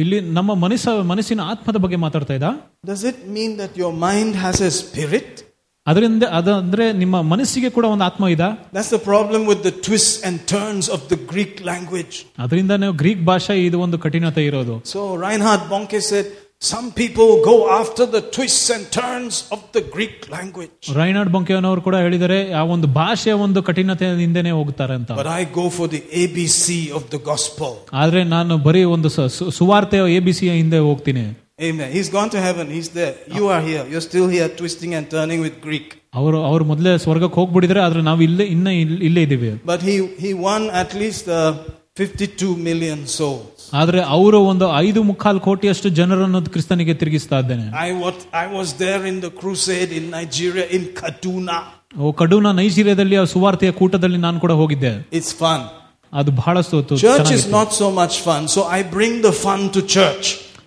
Speaker 2: ಇಲ್ಲಿ ನಮ್ಮ ಮನಸ್ಸ ಮನಸ್ಸಿನ ಆತ್ಮದ ಬಗ್ಗೆ ಮಾತಾಡ್ತಾ ಇದ್ದ
Speaker 1: Does it mean that your mind has a spirit?
Speaker 2: ಅದರಿಂದ ಅದಂದ್ರೆ ನಿಮ್ಮ ಮನಸ್ಸಿಗೆ ಕೂಡ ಒಂದು ಆತ್ಮ ಇದ
Speaker 1: That's the problem with the twists and turns of the Greek language.
Speaker 2: ಅದರಿಂದ ನೀವು ಗ್ರೀಕ್ ಭಾಷೆ ಇದು ಒಂದು ಕಠಿಣತೆ ಇರೋದು
Speaker 1: So Reinhard Bonke said, Some people go after the twists and turns of the Greek language,
Speaker 2: ರೈನಾಡ್ ಬೊಂಕೆಯವರು ಕೂಡ ಹೇಳಿದ್ದಾರೆ ಆ ಒಂದು ಭಾಷೆಯ ಒಂದು ಕಠಿಣತೆ ಹಿಂದೆನೆ ಹೋಗ್ತಾರೆ ಅಂತ
Speaker 1: but I go for the ABC of the gospel.
Speaker 2: ಆದ್ರೆ ನಾನು ಬರೀ ಒಂದು ಸ- ಸು- ಸುವಾರ್ತೆಯ ಎ ಬಿ ಸಿಯ ಹಿಂದೆ ಹೋಗ್ತೀನಿ
Speaker 1: Amen. He's gone to heaven. He's there. You are here. You're still here twisting and turning with Greek.
Speaker 2: ಅವರು ಅವ್ರು ಮೊದಲೇ ಸ್ವರ್ಗಕ್ಕೆ ಹೋಗ್ಬಿಟ್ಟಿದ್ರೆ ಆದ್ರೆ ನಾವು ಇಲ್ಲೇ ಇನ್ನ ಇಲ್- ಇಲ್ಲೇ ಇದೀವಿ
Speaker 1: But he, he won at least uh, 52 million souls.
Speaker 2: ಆದ್ರೆ ಅವರು ಒಂದು ಐದು ಮುಕ್ಕಾಲು ಕೋಟಿಯಷ್ಟು ಜನರನ್ನು ಕ್ರಿಸ್ತನಿಗೆ ತಿರುಗಿಸ್ತಾ ಇದ್ದೇನೆ
Speaker 1: I was, I was there in the crusade in Nigeria, in Kaduna.
Speaker 2: ಓ ಕಡೂನ ನೈಜೀರಿಯಾದಲ್ಲಿ ಆ ಸುವಾರ್ತೆಯ ಕೂಟದಲ್ಲಿ ನಾನು ಕೂಡ ಹೋಗಿದ್ದೆ
Speaker 1: It's fun.
Speaker 2: ಅದು ಬಹಳಷ್ಟು ಹೊತ್ತು
Speaker 1: Church is
Speaker 2: ಚೆನ್ನಾಗಿತ್ತು.
Speaker 1: not so much fun, so I bring the fun to church.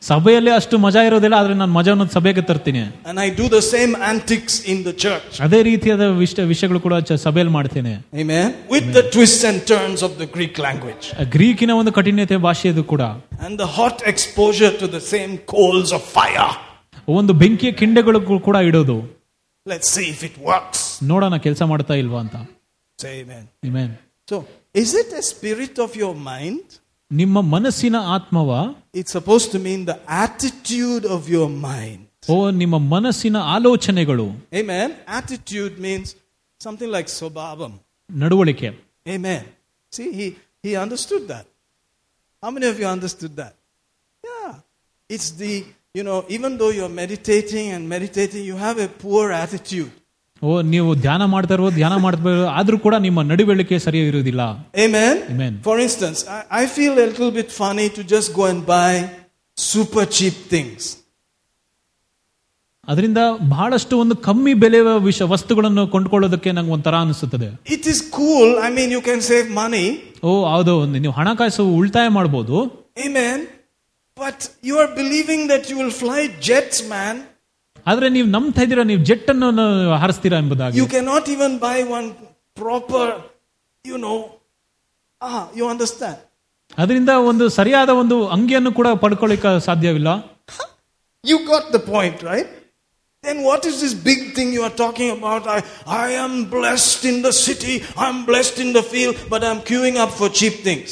Speaker 2: ಸಭೆಯಲ್ಲಿ ಅಷ್ಟು ಮಜಾ ಇರೋದಿಲ್ಲ ಆದ್ರೆ ನಾನು ಮಜಾವನ್ನು ಸಭೆಗೆ ತರ್ತೀನಿ
Speaker 1: And I do the same antics in the church.
Speaker 2: ಅದೇ ರೀತಿಯಾದ ವಿಷ- ವಿಷಯಗಳು ಕೂಡ ಚ- ಸಭೆಯಲ್ಲಿ ಮಾಡ್ತೇನೆ
Speaker 1: Amen. With the twists and turns of the Greek language.
Speaker 2: ಆ ಗ್ರೀಕಿನ ಒಂದು ಕಠಿಣತೆ ಭಾಷೆ ಇದು ಕೂಡ
Speaker 1: And the hot exposure to the same coals of fire.
Speaker 2: ಒಂದು ಬೆಂಕಿಯ ಕಿಂಡೆಗಳು ಕೂಡ ಇಡೋದು
Speaker 1: Let's see if it works.
Speaker 2: ನೋಡೋಣ ಕೆಲಸ ಮಾಡ್ತಾ ಇಲ್ವಾ ಅಂತ
Speaker 1: Say amen.
Speaker 2: Amen.
Speaker 1: So, is it a spirit of your mind?
Speaker 2: ನಿಮ್ಮ ಮನಸ್ಸಿನ ಆತ್ಮವ
Speaker 1: It's supposed to mean the attitude of your mind.
Speaker 2: ಓ ನಿಮ್ಮ ಮನಸ್ಸಿನ ಆಲೋಚನೆಗಳು
Speaker 1: Amen. Attitude means something like sobabam.
Speaker 2: ನಡವಳಿಕೆ
Speaker 1: Amen. See, he, he understood that. How many of you understood that? Yeah. It's the, you know, even though you're meditating and meditating, you have a poor attitude.
Speaker 2: ಓ ನೀವು ಧ್ಯಾನ ಮಾಡ್ತಾ ಇರೋ ಧ್ಯಾನ ಮಾಡ್ತಾ ಆದ್ರೂ ಕೂಡ ನಿಮ್ಮ ನಡವಳಿಕೆ ಸರಿ ಇರುವುದಿಲ್ಲ
Speaker 1: Amen?
Speaker 2: Amen.
Speaker 1: For instance, I, I feel a little bit funny to just go and buy super cheap things.
Speaker 2: ಅದರಿಂದ ಬಹಳಷ್ಟು ಒಂದು ಕಮ್ಮಿ ಬೆಲೆಯ ವಿಷ ವಸ್ತುಗಳನ್ನು ಕೊಂಡ್ಕೊಳ್ಳೋದಕ್ಕೆ ನಂಗೆ ಒಂಥರ ಅನಿಸುತ್ತದೆ
Speaker 1: It is cool. I mean, you can save money.
Speaker 2: ಓ ಹೌದು ಒಂದು ನೀವು ಹಣಕಾಸು ಉಳಿತಾಯ ಮಾಡ್ಬೋದು
Speaker 1: Amen. But you are believing that you will fly jets, man.
Speaker 2: ಆದ್ರೆ ನೀವು ನಂಬ್ತಾ ಇದ್ದೀರಾ ನೀವು ಜೆಟ್ ಅನ್ನು ನ- ಹಾರಿಸ್ತೀರಾ ಎಂಬುದಾಗಿ
Speaker 1: You cannot even buy one proper, you know. Ah, you understand?
Speaker 2: ಅದರಿಂದ ಒಂದು ಸರಿಯಾದ ಒಂದು ಅಂಗಿಯನ್ನು ಕೂಡ ಪಡ್ಕೊಳ್ಳಿಕ್ಕೆ ಸಾಧ್ಯವಿಲ್ಲ
Speaker 1: You got the point, right? Then what is this big thing you are talking about? I, I am blessed in the city, I'm blessed in the field, but I'm queuing up for cheap things.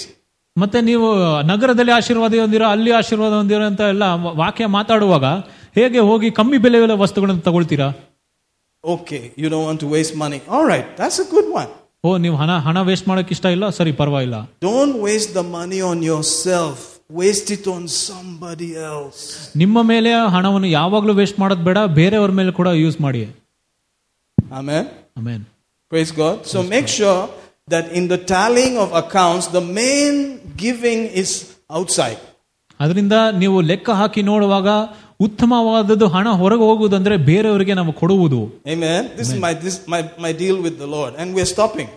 Speaker 2: ಮತ್ತೆ ನೀವು ನಗರದಲ್ಲಿ ಆಶೀರ್ವಾದ ಹೊಂದಿರೋ ಅಲ್ಲಿ ಆಶೀರ್ವಾದ ಹೊಂದಿರೋ ಅಂತ ಎಲ್ಲ ವಾಕ್ಯ ಮಾತಾಡುವಾಗ ಹೇಗೆ ಹೋಗಿ ಕಮ್ಮಿ ಬೆಲೆಯ ವಸ್ತುಗಳನ್ನು ತಗೊಳ್ತೀರಾ
Speaker 1: Okay, you don't want to waste money. All right, that's a good one.
Speaker 2: ಓ ನೀವು ಹಣ ಹಣ ವೇಸ್ಟ್ ಮಾಡೋಕೆ ಇಷ್ಟ ಇಲ್ಲ ಸರಿ ಪರವಾಗಿಲ್ಲ
Speaker 1: Don't waste the money on yourself, waste it on somebody else.
Speaker 2: ನಿಮ್ಮ ಮೇಲೆ ಹಣವನ್ನು ಯಾವಾಗಲೂ ವೇಸ್ಟ್ ಮಾಡೋದು ಬೇಡ ಬೇರೆಯವ್ರ ಮೇಲೆ ಕೂಡ ಯೂಸ್ ಮಾಡಿ
Speaker 1: Amen.
Speaker 2: Amen
Speaker 1: Praise God. So make sure that in the tallying of accounts, the main giving is outside.
Speaker 2: ಅದರಿಂದ ನೀವು ಲೆಕ್ಕ ಹಾಕಿ ನೋಡುವಾಗ ಉತ್ತಮವಾದದ್ದು ಹಣ ಹೊರಗೆ ಹೋಗುವುದಂದ್ರೆ ಬೇರೆಯವರಿಗೆ ನಾವು ಕೊಡುವುದು
Speaker 1: Amen. This is my, this, my, my deal with the Lord. And we're stopping.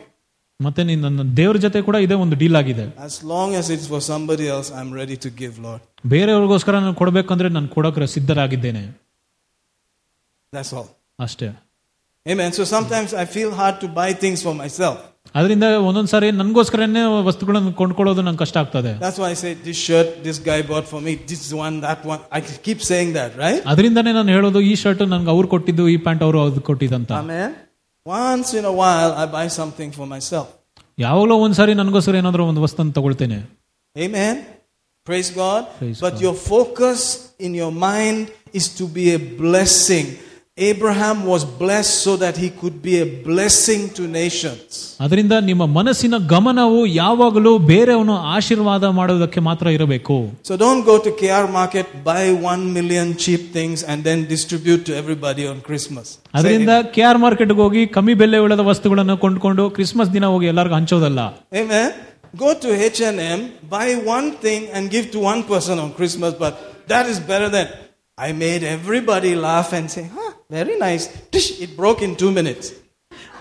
Speaker 2: ಮತ್ತೆ ನೀನ್ ನನ್ನ ದೇವ್ರ ಜೊತೆ ಕೂಡ ಇದೇ ಒಂದು ಡೀಲ್ ಆಗಿದೆ
Speaker 1: As long as it's for somebody else, I'm ready to give, Lord.
Speaker 2: ಬೇರೆಯವ್ರಿಗೋಸ್ಕರ ನಾನು ಕೊಡಬೇಕಂದ್ರೆ ನಾನು ಕೊಡೋಕೆ ಸಿದ್ಧರಾಗಿದ್ದೇನೆ
Speaker 1: That's all.
Speaker 2: ಅಷ್ಟೇ
Speaker 1: Amen. So sometimes I feel hard to buy things for myself.
Speaker 2: ಅದರಿಂದ ಒಂದೊಂದ್ ಸಾರಿ ನನ್ಗೋಸ್ಕರನೇ ವಸ್ತುಗಳನ್ನು ಕೊಂಡ್ಕೊಳ್ಳೋದು ನಂಗೆ ಕಷ್ಟ ಆಗ್ತದೆ
Speaker 1: That's why I say this shirt this guy bought for me, this one, that one. I keep saying that, right?
Speaker 2: ಅದರಿಂದನೇ ನಾನು ಹೇಳೋದು ಈ ಶರ್ಟ್ ನನ್ಗೆ ಅವ್ರು ಕೊಟ್ಟಿದ್ದು ಈ ಪ್ಯಾಂಟ್ ಅವರು ಅವ್ರು ಕೊಟ್ಟಿದ್ದಂತ
Speaker 1: Amen. Once in a while, I buy something for myself.
Speaker 2: ಯಾವಾಗಲೂ ಒಂದ್ ಸಾರಿ ನನ್ಗೋಸ್ಕರ ಏನಾದ್ರೂ ಒಂದು ವಸ್ತುನ ತಗೊಳ್ತೇನೆ
Speaker 1: Amen. Praise God.
Speaker 2: Praise
Speaker 1: but
Speaker 2: God.
Speaker 1: your focus in your mind is to be a blessing. Abraham was blessed so that he could be a blessing to nations.
Speaker 2: ಅದರಿಂದ ನಿಮ್ಮ ಮನಸ್ಸಿನ ಗಮನವು ಯಾವಾಗಲೂ ಬೇರೆಯವನು ಆಶೀರ್ವಾದ ಮಾಡೋದಕ್ಕೆ ಮಾತ್ರ ಇರಬೇಕು
Speaker 1: So don't go to KR Market, buy one million cheap things, and then distribute to everybody on Christmas.
Speaker 2: ಅದರಿಂದ ಕೆ ಆರ್ ಮಾರ್ಕೆಟ್ಗೆ ಹೋಗಿ ಕಮ್ಮಿ ಬೆಲೆ ಉಳದ ವಸ್ತುಗಳನ್ನು ಕೊಂಡ್ಕೊಂಡು ಕ್ರಿಸ್ಮಸ್ ದಿನ ಹೋಗಿ ಎಲ್ಲರಿಗೂ ಹಂಚೋದಲ್ಲ
Speaker 1: Amen. Go to H&M, buy one thing and give to one person on Christmas, but that is better than I made everybody laugh and say, "Huh, very nice." Tish, it broke in two minutes.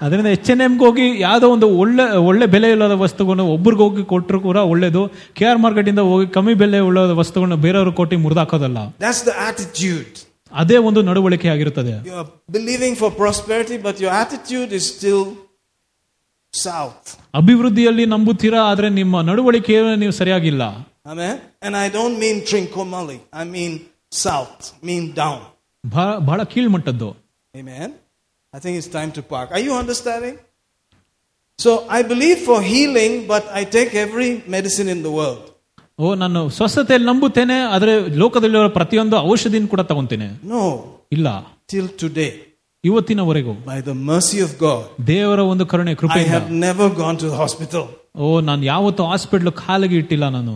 Speaker 2: ಅದರಿಂದ H and ಎಮ್ಗೆ ಹೋಗಿ ಯಾವುದೋ ಒಂದು ಒಳ್ಳೆ ಒಳ್ಳೆ ಬೆಲೆ ಇಲ್ಲದ ವಸ್ತುಗಳನ್ನು ಒಬ್ರಿಗೆ ಹೋಗಿ ಕೊಟ್ಟರು ಕೂಡ ಒಳ್ಳೇದು ಕೆ ಆರ್ ಮಾರ್ಕೆಟಿಂದ ಹೋಗಿ ಕಮ್ಮಿ ಬೆಲೆ ಉಳ್ಳದ ವಸ್ತುಗಳನ್ನು ಬೇರೆಯವ್ರಿಗೆ ಕೊಟ್ಟು ಮುರಿದಾಕೋದಲ್ಲ
Speaker 1: That's the attitude.
Speaker 2: ಅದೇ ಒಂದು ನಡವಳಿಕೆ ಆಗಿರುತ್ತದೆ
Speaker 1: You are believing for prosperity, but your attitude is still south.
Speaker 2: ಅಭಿವೃದ್ಧಿಯಲ್ಲಿ ನಂಬುತ್ತೀರಾ ಆದರೆ ನಿಮ್ಮ ನಡವಳಿಕೆ ನೀವು ಸರಿಯಾಗಿಲ್ಲ
Speaker 1: Amen. And I don't mean trincomalee. I mean south. Mean down.
Speaker 2: ಬಹಳ ಬಹಳ ಕೀಳ್ಮಟ್ಟದ್ದು
Speaker 1: Amen. I think it's time to park. Are you understanding? So I believe for healing, but I take every medicine in the world.
Speaker 2: ಓ ನಾನು ಸ್ವಸ್ಥತೆಯಲ್ಲಿ ನಂಬುತ್ತೇನೆ ಆದರೆ ಲೋಕದಲ್ಲಿರೋ ಪ್ರತಿಯೊಂದು ಔಷಧಿನ ಕೂಡ ತಗೊಂತೇನೆ
Speaker 1: No,
Speaker 2: ಇಲ್ಲ
Speaker 1: till today,
Speaker 2: ಇವತ್ತಿನವರೆಗೂ
Speaker 1: by the mercy of God,
Speaker 2: ದೇವರ ಒಂದು ಕರುಣೆ
Speaker 1: I
Speaker 2: ಕೃಪೆಯಿಂದ
Speaker 1: have never gone to the hospital.
Speaker 2: ಓ ನಾನು ಯಾವತ್ತೂ ಹಾಸ್ಪಿಟ್ಲ್ ಕಾಲಿಗೆ ಇಟ್ಟಿಲ್ಲ ನಾನು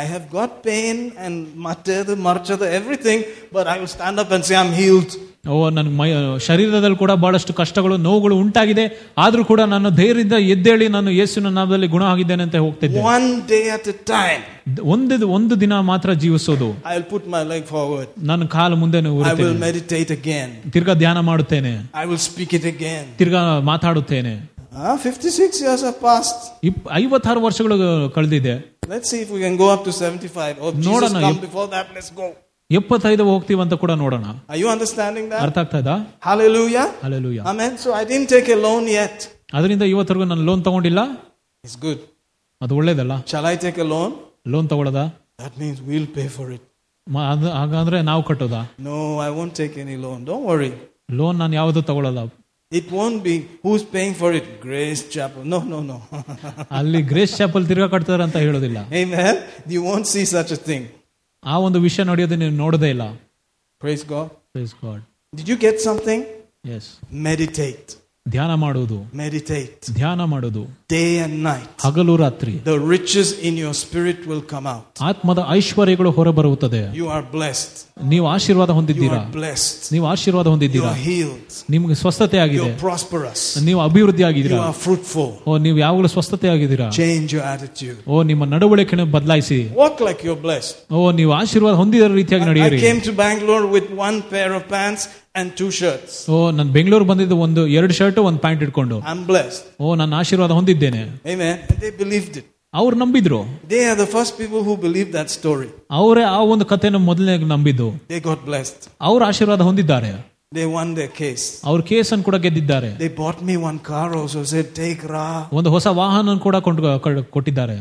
Speaker 1: I have got pain and matted, marchada, everything, but I will stand up and say I'm healed.
Speaker 2: ಓ ನನ್ನ ಮೈ ಶರೀರದಲ್ಲಿ ಕೂಡ ಬಹಳಷ್ಟು ಕಷ್ಟಗಳು ನೋವುಗಳು ಉಂಟಾಗಿದೆ ಆದ್ರೂ ಕೂಡ ನಾನು ಧೈರ್ಯದಿಂದ ಎದ್ದೇಳಿ ನಾನು ಯೇಸುವಿನ ನಾಮದಲ್ಲಿ ಗುಣ ಆಗಿದ್ದೇನೆ ಅಂತ ಹೋಗ್ತಿದ್ದೆ
Speaker 1: One day at a time,
Speaker 2: ಒಂದು ಒಂದು ದಿನ ಮಾತ್ರ ಜೀವಿಸೋದು
Speaker 1: I'll put my leg forward.
Speaker 2: ನನ್ನ ಕಾಲು ಮುಂದೆ
Speaker 1: I will
Speaker 2: ಊರುತ್ತೇನೆ
Speaker 1: meditate again.
Speaker 2: ತಿರ್ಗಾ ಧ್ಯಾನ ಮಾಡುತ್ತೇನೆ
Speaker 1: I will speak it again.
Speaker 2: ತಿರ್ಗಾ ಮಾತಾಡುತ್ತೇನೆ
Speaker 1: Ah, 56 years have passed.
Speaker 2: ಇಪ್ ಐವತ್ತಾರು ವರ್ಷಗಳು ಕಳೆದಿದೆ
Speaker 1: Let's see if we can go up to 75. Oh, Jesus,
Speaker 2: ನೋಡೋಣ,
Speaker 1: come
Speaker 2: F-
Speaker 1: before that, let's go.
Speaker 2: ಎಪ್ಪತ್ತೈದು ಹೋಗ್ತೀವಿ ಅಂತ ಕೂಡ ನೋಡೋಣ
Speaker 1: Are you understanding that?
Speaker 2: ಅರ್ಥ ಆಗ್ತಾ ಇದಾ
Speaker 1: Hallelujah.
Speaker 2: Alleluia
Speaker 1: Amen. So I didn't take a loan yet.
Speaker 2: ಅದರಿಂದ ಇವತ್ತರೆಗೂ ನಾನು ಲೋನ್ ತಗೊಂಡಿಲ್ಲ
Speaker 1: It's good.
Speaker 2: ಅದು ಒಳ್ಳೇದಲ್ಲ
Speaker 1: Shall I take a loan?
Speaker 2: Loan ತಗೊಳ್ಳೋದ
Speaker 1: That means we'll pay for it.
Speaker 2: ಮ- ಅದು ಹಾಗಂದ್ರೆ ನಾವು ಕಟ್ಟೋದಾ
Speaker 1: No, I won't take any loan. Don't worry.
Speaker 2: Loan ನಾನು ಯಾವುದು ತಗೊಳ್ಳಲ್ಲ
Speaker 1: It won't be who's paying for it? Grace Chapel. No, no, no.
Speaker 2: ಅಲ್ಲಿ ಗ್ರೇಸ್ ಚಾಪಲ್ ತಿರ್ಗಾ ಕಟ್ತಾರೆ ಅಂತ ಹೇಳೋದಿಲ್ಲ
Speaker 1: Amen. You won't see such a thing.
Speaker 2: ಆ ಒಂದು ವಿಷಯ ನಡೆಯೋದು ನೀವು ನೋಡೋದೇ ಇಲ್ಲ
Speaker 1: Praise God.
Speaker 2: Please God
Speaker 1: Did you get something?
Speaker 2: Yes
Speaker 1: Meditate.
Speaker 2: ಧ್ಯಾನ ಮಾಡೋದು
Speaker 1: Meditate.
Speaker 2: ಧ್ಯಾನ ಮಾಡೋದು
Speaker 1: Day and night.
Speaker 2: ಹಗಲು ರಾತ್ರಿ
Speaker 1: The riches in your spirit will come out.
Speaker 2: ಆತ್ಮದ ಐಶ್ವರ್ಯಗಳು ಹೊರಬರುತ್ತದೆ
Speaker 1: You are blessed.
Speaker 2: ನೀವು ಆಶೀರ್ವಾದ
Speaker 1: You
Speaker 2: ಹೊಂದಿದ್ದೀರಾ
Speaker 1: are blessed.
Speaker 2: ನೀವು ಆಶೀರ್ವಾದ
Speaker 1: You
Speaker 2: ಹೊಂದಿದ್ದೀರಾ
Speaker 1: are healed.
Speaker 2: ನಿಮ್ಗೆ ಸ್ವಸ್ಥತೆ
Speaker 1: You
Speaker 2: ಆಗಿದೆ
Speaker 1: are prosperous.
Speaker 2: ನೀವು ಅಭಿವೃದ್ಧಿ
Speaker 1: You
Speaker 2: ಆಗಿದ್ದೀರಾ
Speaker 1: are fruitful.
Speaker 2: ಓ ನೀವು ಯಾವಾಗಲೂ ಸ್ವಸ್ಥತೆ ಆಗಿದ್ದೀರಾ
Speaker 1: Change your attitude.
Speaker 2: ಓ ನಿಮ್ಮ ನಡವಳಿಕೆಯನ್ನು ಬದಲಾಯಿಸಿ
Speaker 1: Walk like you're blessed.
Speaker 2: ಓ ನೀವು ಆಶೀರ್ವಾದ ಹೊಂದಿದ ರೀತಿಯಾಗಿ
Speaker 1: I
Speaker 2: ನಡೆಯಿರಿ
Speaker 1: came to Bangalore with one pair of pants and two shirts.
Speaker 2: ಓ ನಾನು ಬೆಂಗಳೂರು ಬಂದಿದ್ದು ಒಂದು ಎರಡು ಶರ್ಟ್ ಒಂದು ಪ್ಯಾಂಟ್ ಇಟ್ಕೊಂಡು
Speaker 1: I'm blessed.
Speaker 2: ಓ ನಾನು ಆಶೀರ್ವಾದ ಹೊಂದಿದ್ದೇನೆ
Speaker 1: Amen. And they believed it.
Speaker 2: ಅವ್ರು ನಂಬಿದ್ರು
Speaker 1: They are the first people who believed that story.
Speaker 2: ಅವರೇ ಆ ಒಂದು ಕಥೆನ ಮೊದಲನೇ ನಂಬಿದ್ದು
Speaker 1: They got blessed.
Speaker 2: ಅವ್ರು ಆಶೀರ್ವಾದ ಹೊಂದಿದ್ದಾರೆ
Speaker 1: They won their case.
Speaker 2: ಅವ್ರ ಕೇಸ್ ಅನ್ನು ಕೂಡ ಗೆದ್ದಿದ್ದಾರೆ
Speaker 1: They bought me one car also, said, Take Ra.
Speaker 2: ಒಂದು ಹೊಸ ವಾಹನ ಕೂಡ ಕೊಂಡು- ಕ- ಕೊಟ್ಟಿದ್ದಾರೆ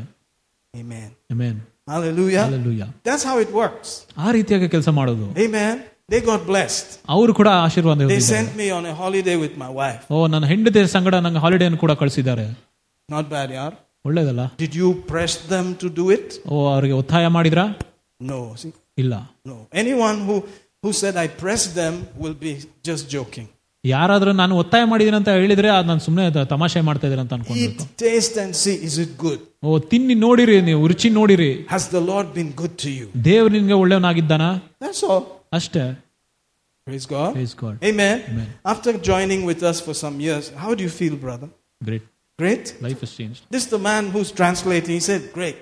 Speaker 1: Amen.
Speaker 2: Amen.
Speaker 1: Hallelujah.
Speaker 2: Hallelujah.
Speaker 1: That's how it works.
Speaker 2: ಆ ರೀತಿಯಾಗಿ ಕೆಲಸ ಮಾಡೋದು
Speaker 1: Amen. They got blessed.
Speaker 2: ಅವರು ಕೂಡ ಆಶೀರ್ವಾದ
Speaker 1: They
Speaker 2: ಹೊಂದಿದ್ದಾರೆ.
Speaker 1: sent me on a holiday with my wife.
Speaker 2: ಓ ನನ್ನ ಹೆಂಡತಿ ಸಂಗಡ ನಂಗೆ ಹಾಲಿಡೇನ ಕೂಡ ಕಳಿಸಿದ್ದಾರೆ
Speaker 1: Not bad, yaar.
Speaker 2: ಒಳ್ಳೇದಲ್ಲ
Speaker 1: Did you press them to do it?
Speaker 2: ಓ ಅವರಿಗೆ ಒತ್ತಾಯ ಮಾಡಿದ್ರಾ
Speaker 1: No. See,
Speaker 2: ಇಲ್ಲ
Speaker 1: no. Anyone who, who said I pressed them will be just joking.
Speaker 2: ಯಾರಾದ್ರೂ ನಾನು ಒತ್ತಾಯ ಮಾಡಿದ್ದೀನಿ ಅಂತ ಹೇಳಿದ್ರೆ ಅದು ನಾನು ಸುಮ್ಮನೆ ತಮಾಷೆ ಮಾಡ್ತಾ ಇದ್ದೀರಾ ಅಂತ ಅನ್ಕೊಂಡು
Speaker 1: Eat, taste, and see is it good?
Speaker 2: ಓ ತಿನ್ನಿ ನೋಡಿರಿ ನೀವು ರುಚಿ ನೋಡಿರಿ
Speaker 1: Has the Lord been good to you?
Speaker 2: ದೇವ್ರು ನಿನ್ಗೆ ಒಳ್ಳೆಯವನಾಗಿದ್ದಾನ
Speaker 1: That's all.
Speaker 2: ಅಷ್ಟೇ
Speaker 1: Praise God.
Speaker 2: Praise God.
Speaker 1: Amen.
Speaker 2: Amen.
Speaker 1: After joining with us for some years, how do you feel, brother?
Speaker 2: Great
Speaker 1: Great?
Speaker 2: Life is change
Speaker 1: This is the man who's translating. He said, Great.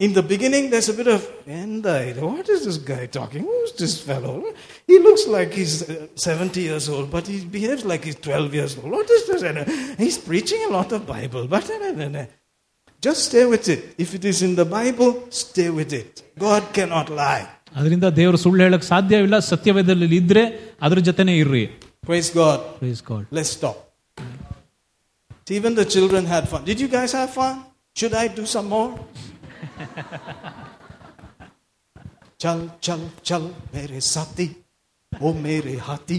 Speaker 1: In the beginning, there's a bit of, and I, what is this guy talking? Who's this fellow? He looks like he's uh, 70 years old, but he behaves like he's 12 years old. What is this? And, uh, he's preaching a lot of Bible, but uh, uh, uh, uh. just stay with it. If it is in the Bible, stay with it. God cannot lie.
Speaker 2: ಅದರಿಂದ ದೇವರು ಸುಳ್ಳು ಹೇಳಕ್ ಸಾಧ್ಯವಿಲ್ಲ ಸತ್ಯವೇದಲ್ಲಿ ಇದ್ರೆ ಅದ್ರ ಜೊತೆನೆ ಇರ್ರಿ
Speaker 1: Praise God.
Speaker 2: Please God
Speaker 1: Let's stop. Even the children had fun. Did you guys have fun? Should I do some more? chal, chal, chal, mere sati, o mere hati.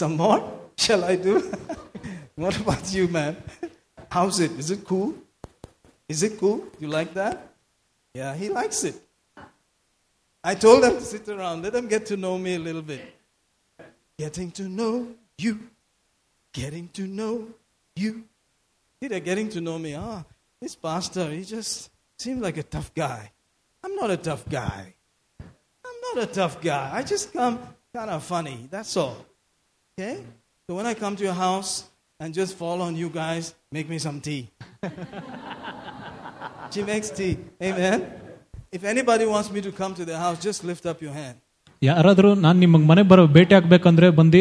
Speaker 1: Some more? Shall I do? what about you, man? How's it? Is it cool? Is it cool? You like that? Yeah, he likes it. I told them to sit around, let them get to know me a little bit. Getting to know you, getting to know you. See, they're getting to know me. Ah, this pastor, he just seemed like a tough guy. I'm not a tough guy. I'm not a tough guy. I just come kind of funny. That's all. Okay? So when I come to your house and just fall on you guys, make me some tea. she makes tea. Amen. If anybody wants me to come to their house, just lift up your hand.
Speaker 2: ಯಾರಾದರೂ ನಾನು ನಿಮಗೆ ಮನೆ ಬರೋ ಭೇಟಿ ಆಗ್ಬೇಕಂದ್ರೆ ಬಂದು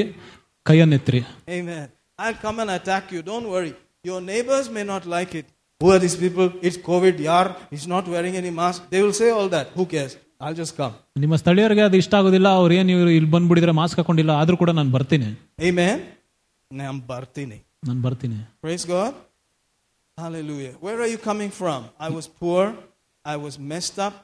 Speaker 2: ಕೈಯನ್ನೆತ್ರಿ
Speaker 1: Amen. I'll come and attack you. Don't worry. Your neighbors may not like it. Who are these people? It's COVID, yar. He's not wearing any mask. They will say all that. Who cares? I'll just come.
Speaker 2: ನಿಮ್ಮ ಸ್ಥಳೀಯರಿಗೆ ಅದು ಇಷ್ಟ ಆಗೋದಿಲ್ಲ ಅವ್ರು ಏನು ಇವ್ರು ಇಲ್ಲಿ ಬಂದ್ಬಿಟ್ಟಿದ್ರೆ mask ಹಾಕೊಂಡಿಲ್ಲ ಆದರೂ ಕೂಡ ನಾನು ಬರ್ತೀನಿ
Speaker 1: Amen. Nam Bartini.
Speaker 2: ನಾನು ಬರ್ತೀನಿ
Speaker 1: Praise God. Hallelujah. Where are you coming from? I was poor. I was messed up.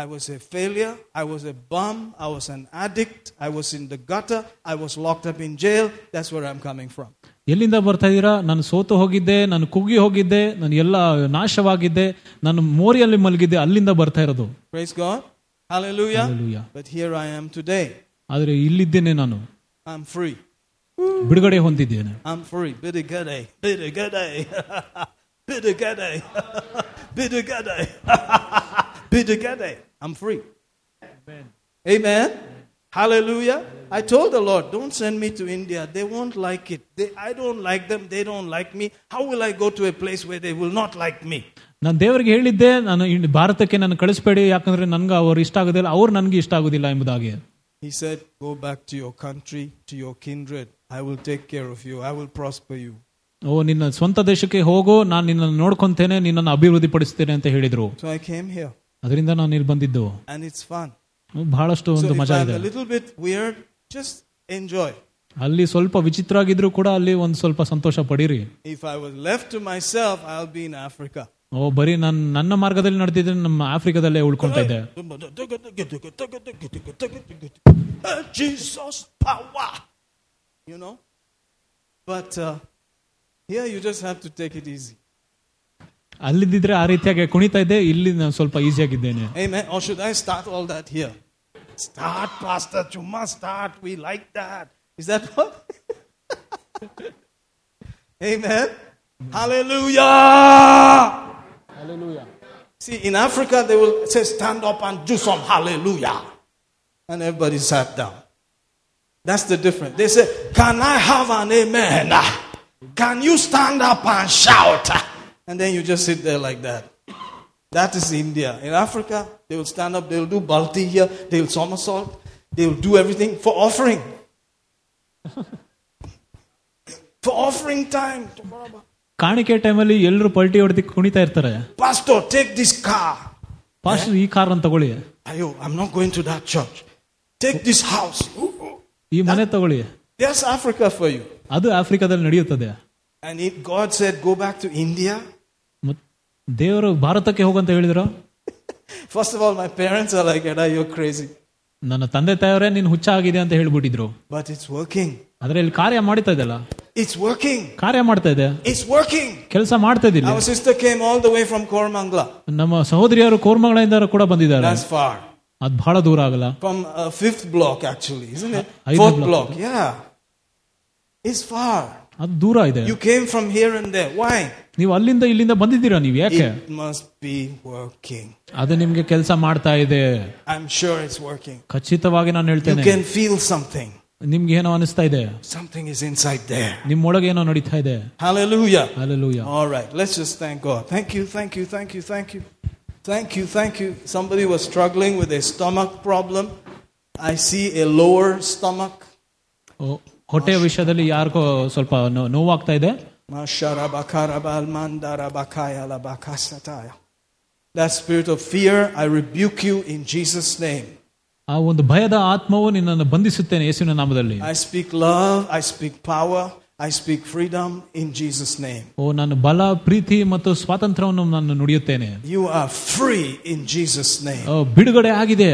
Speaker 1: I was a failure. I was a bum. I was an addict. I was in the gutter. I was locked up in jail. That's where I'm coming from.
Speaker 2: ಎಲ್ಲಿಂದ ಬರ್ತಾ ಇದ್ದೀರಾ ನಾನು ಸೋತು ಹೋಗಿದ್ದೆ ನಾನು ಕುಗ್ಗಿ ಹೋಗಿದ್ದೆ ನಾನು ಎಲ್ಲ ನಾಶವಾಗಿದ್ದೆ ನಾನು ಮೋರಿಯಲ್ಲಿ ಮಲಗಿದ್ದೆ ಅಲ್ಲಿಂದ ಬರ್ತಾ ಇರೋದು
Speaker 1: Praise God. Hallelujah.
Speaker 2: Hallelujah.
Speaker 1: But here I am today.
Speaker 2: ಆದರೆ ಇಲ್ಲಿದ್ದೇನೆ ನಾನು
Speaker 1: I'm free.
Speaker 2: ಬಿಡುಗಡೆ ಹೊಂದಿದ್ದೇನೆ
Speaker 1: I'm free. Bitter good day. Bitter good day. Bitter good day. Bitter good day. Bitter good day. I'm free. Amen. Hallelujah. I told the Lord, don't send me to India. They won't like it. They, I don't like them. They don't like me. How will I go to a place where they will not like me?
Speaker 2: ನಾನು ದೇವರಿಗೆ ಹೇಳಿದ್ದೆ ನಾನು ಇಲ್ಲಿ ಭಾರತಕ್ಕೆ ನಾನು ಕಳಿಸ್ಬೇಡಿ ಯಾಕಂದ್ರೆ ನನ್ಗೆ ಅವ್ರು ಇಷ್ಟ ಆಗೋದಿಲ್ಲ ಅವ್ರು ನನಗೆ ಇಷ್ಟ ಆಗೋದಿಲ್ಲ ಎಂಬುದಾಗಿ
Speaker 1: He said, go back to your country, to your kindred. I will take care of you. I will prosper you.
Speaker 2: ಓ ನಿನ್ನ ಸ್ವಂತ ದೇಶಕ್ಕೆ ಹೋಗು ನಾನು ನಿನ್ನನ್ನು ನೋಡ್ಕೊಂತೇನೆ ನಿನ್ನನ್ನು ಅಭಿವೃದ್ಧಿ ಪಡಿಸ್ತೇನೆ ಅಂತ ಹೇಳಿದ್ರು
Speaker 1: So I came here,
Speaker 2: ಅದರಿಂದ ನಾನು ಇಲ್ಲಿ ಬಂದಿದ್ದು
Speaker 1: and it's fun.
Speaker 2: ಬಹಳಷ್ಟು
Speaker 1: So
Speaker 2: ಒಂದು
Speaker 1: if
Speaker 2: ಮಜಾ
Speaker 1: I'm
Speaker 2: ಇದೆ
Speaker 1: a little bit weird, just enjoy.
Speaker 2: ಅಲ್ಲಿ ಸ್ವಲ್ಪ ವಿಚಿತ್ರ ಆಗಿದ್ರು ಕೂಡ ಅಲ್ಲಿ ಒಂದು ಸ್ವಲ್ಪ ಸಂತೋಷ ಪಡೀರಿ
Speaker 1: If I was left to myself, I'll be in Africa.
Speaker 2: ಓ ಬರೀ ನಾನು ನನ್ನ ಮಾರ್ಗದಲ್ಲಿ ನಡೆದಿದ್ರೆ ನಮ್ಮ ಆಫ್ರಿಕಾದಲ್ಲೇ ಉಳ್ಕೊಂತ ಇದ್ದೆ
Speaker 1: Uh, Jesus power. You know? But uh, here you just have to take it easy.
Speaker 2: ಅಲ್ಲಿದ್ದಿದ್ರೆ ಆ ರೀತಿಯಾಗಿ ಕುಣಿತಾ ಇದ್ದೆ ಇಲ್ಲಿ ನಾನು ಸ್ವಲ್ಪ ಈಸಿಯಾಗಿದ್ದೇನೆ
Speaker 1: Amen. Or should I start all that here?
Speaker 3: Start, Pastor. You must start. We like that.
Speaker 1: Is that what? Amen. Hallelujah. See, in Africa, they will say, stand up and do some hallelujah. And everybody sat down. That's the difference. They say, Can I have an amen? Can you stand up and shout? And then you just sit there like that. That is India. In Africa, they will stand up, they will do balti here, they will somersault, they will do everything for offering. for offering time.
Speaker 2: ಕಾಣಿಕೆ ಟೈಮಲ್ಲಿ ಎಲ್ಲರೂ ಪಲ್ಟಿ ಹೊಡೆದಿ ಕುಣಿತಾ ಇರ್ತಾರೆ
Speaker 1: Pastor, take this car.
Speaker 2: Pastor ಈ car ಅಂತ ತಗೊಳ್ಳಿ
Speaker 1: Ayo, I'm not going to that church. Take this house.
Speaker 2: ಈ ಮನೆ ತಗೊಳ್ಳಿ
Speaker 1: There's Africa for you.
Speaker 2: ಅದು ಆಫ್ರಿಕಾದಲ್ಲಿ ನಡೆಯುತ್ತದೆ
Speaker 1: And it, God said, go back to India.
Speaker 2: ಮತ್- ದೇವರು ಭಾರತಕ್ಕೆ ಹೋಗಂತ ಹೇಳಿದ್ರು
Speaker 1: First of all, my parents are like, Eda, you're crazy.
Speaker 2: ನನ್ನ ತಂದೆ ತಾಯವರೇ ನೀನ್ ಹುಚ್ಚ ಆಗಿದೆ ಅಂತ ಹೇಳ್ಬಿಟ್ಟಿದ್ರು
Speaker 1: But it's working.
Speaker 2: ಆದ್ರೆ ಇಲ್ಲಿ ಕಾರ್ಯ ಮಾಡ್ತಾ ಇದೆಲ್ಲ
Speaker 1: It's working.
Speaker 2: ಕಾರ್ಯ ಮಾಡ್ತಾ ಇದೆ
Speaker 1: It's working.
Speaker 2: ಕೆಲಸ ಮಾಡ್ತಾ ಇದ್ದಿಲ್ಲ
Speaker 1: Our sister came all the way from Kormangla.
Speaker 2: ನಮ್ಮ ಸಹೋದರಿಯರು ಕೋರ್ಮಗಳಿಂದ ಕೂಡ ಬಂದಿದ್ದಾರೆ
Speaker 1: That's far.
Speaker 2: ಅದ್ ಬಹಳ ದೂರ ಆಗಲ್ಲ
Speaker 1: From uh, fifth block, actually, isn't it?
Speaker 2: Either
Speaker 1: Fourth
Speaker 2: block.
Speaker 1: block, yeah. It's far.
Speaker 2: ಅದು ದೂರ ಇದೆ
Speaker 1: You came from here and there. Why?
Speaker 2: ನೀವು ಅಲ್ಲಿಂದ ಇಲ್ಲಿಂದ ಬಂದಿದ್ದೀರಾ ನೀವು ಯಾಕೆ
Speaker 1: It must be working.
Speaker 2: ಅದು ನಿಮ್ಗೆ ಕೆಲಸ ಮಾಡ್ತಾ ಇದೆ
Speaker 1: I'm sure it's working.
Speaker 2: ಖಚಿತವಾಗಿ ನಾನು
Speaker 1: You
Speaker 2: ಹೇಳ್ತೇನೆ
Speaker 1: can feel something.
Speaker 2: ನಿಮ್ಗೆ ಏನೋ ಅನಿಸ್ತಾ ಇದೆ
Speaker 1: Something is inside there.
Speaker 2: ನಿಮ್ಮೊಳಗೆ ಏನೋ ನಡೀತಾ ಇದೆ
Speaker 1: Hallelujah.
Speaker 2: Alleluia
Speaker 1: All right, let's just thank God. Thank you, thank you, thank you, thank you. Thank you, thank you. Somebody was struggling with a stomach problem. I see a lower stomach.
Speaker 2: ಹೊಟ್ಟೆಯ ವಿಷಯದಲ್ಲಿ ಯಾರಿಗೋ ಸ್ವಲ್ಪ no- ನೋವಾಗ್ತಾ ಇದೆ
Speaker 1: That spirit of fear, I rebuke you in Jesus' name.
Speaker 2: ಆ ಒಂದು ಭಯದ ಆತ್ಮವು ನಿನ್ನನ್ನು ಬಂಧಿಸುತ್ತೇನೆ ಯೇಸುವಿನ ನಾಮದಲ್ಲಿ
Speaker 1: I speak love, I speak power, I speak freedom in Jesus' name.
Speaker 2: ಓ ನಾನು ಬಲ ಪ್ರೀತಿ ಮತ್ತು ಸ್ವಾತಂತ್ರ್ಯವನ್ನು ನಾನು ನುಡಿಯುತ್ತೇನೆ
Speaker 1: You are free in Jesus' name.
Speaker 2: ಓ, ಬಿಡುಗಡೆ ಆಗಿದೆ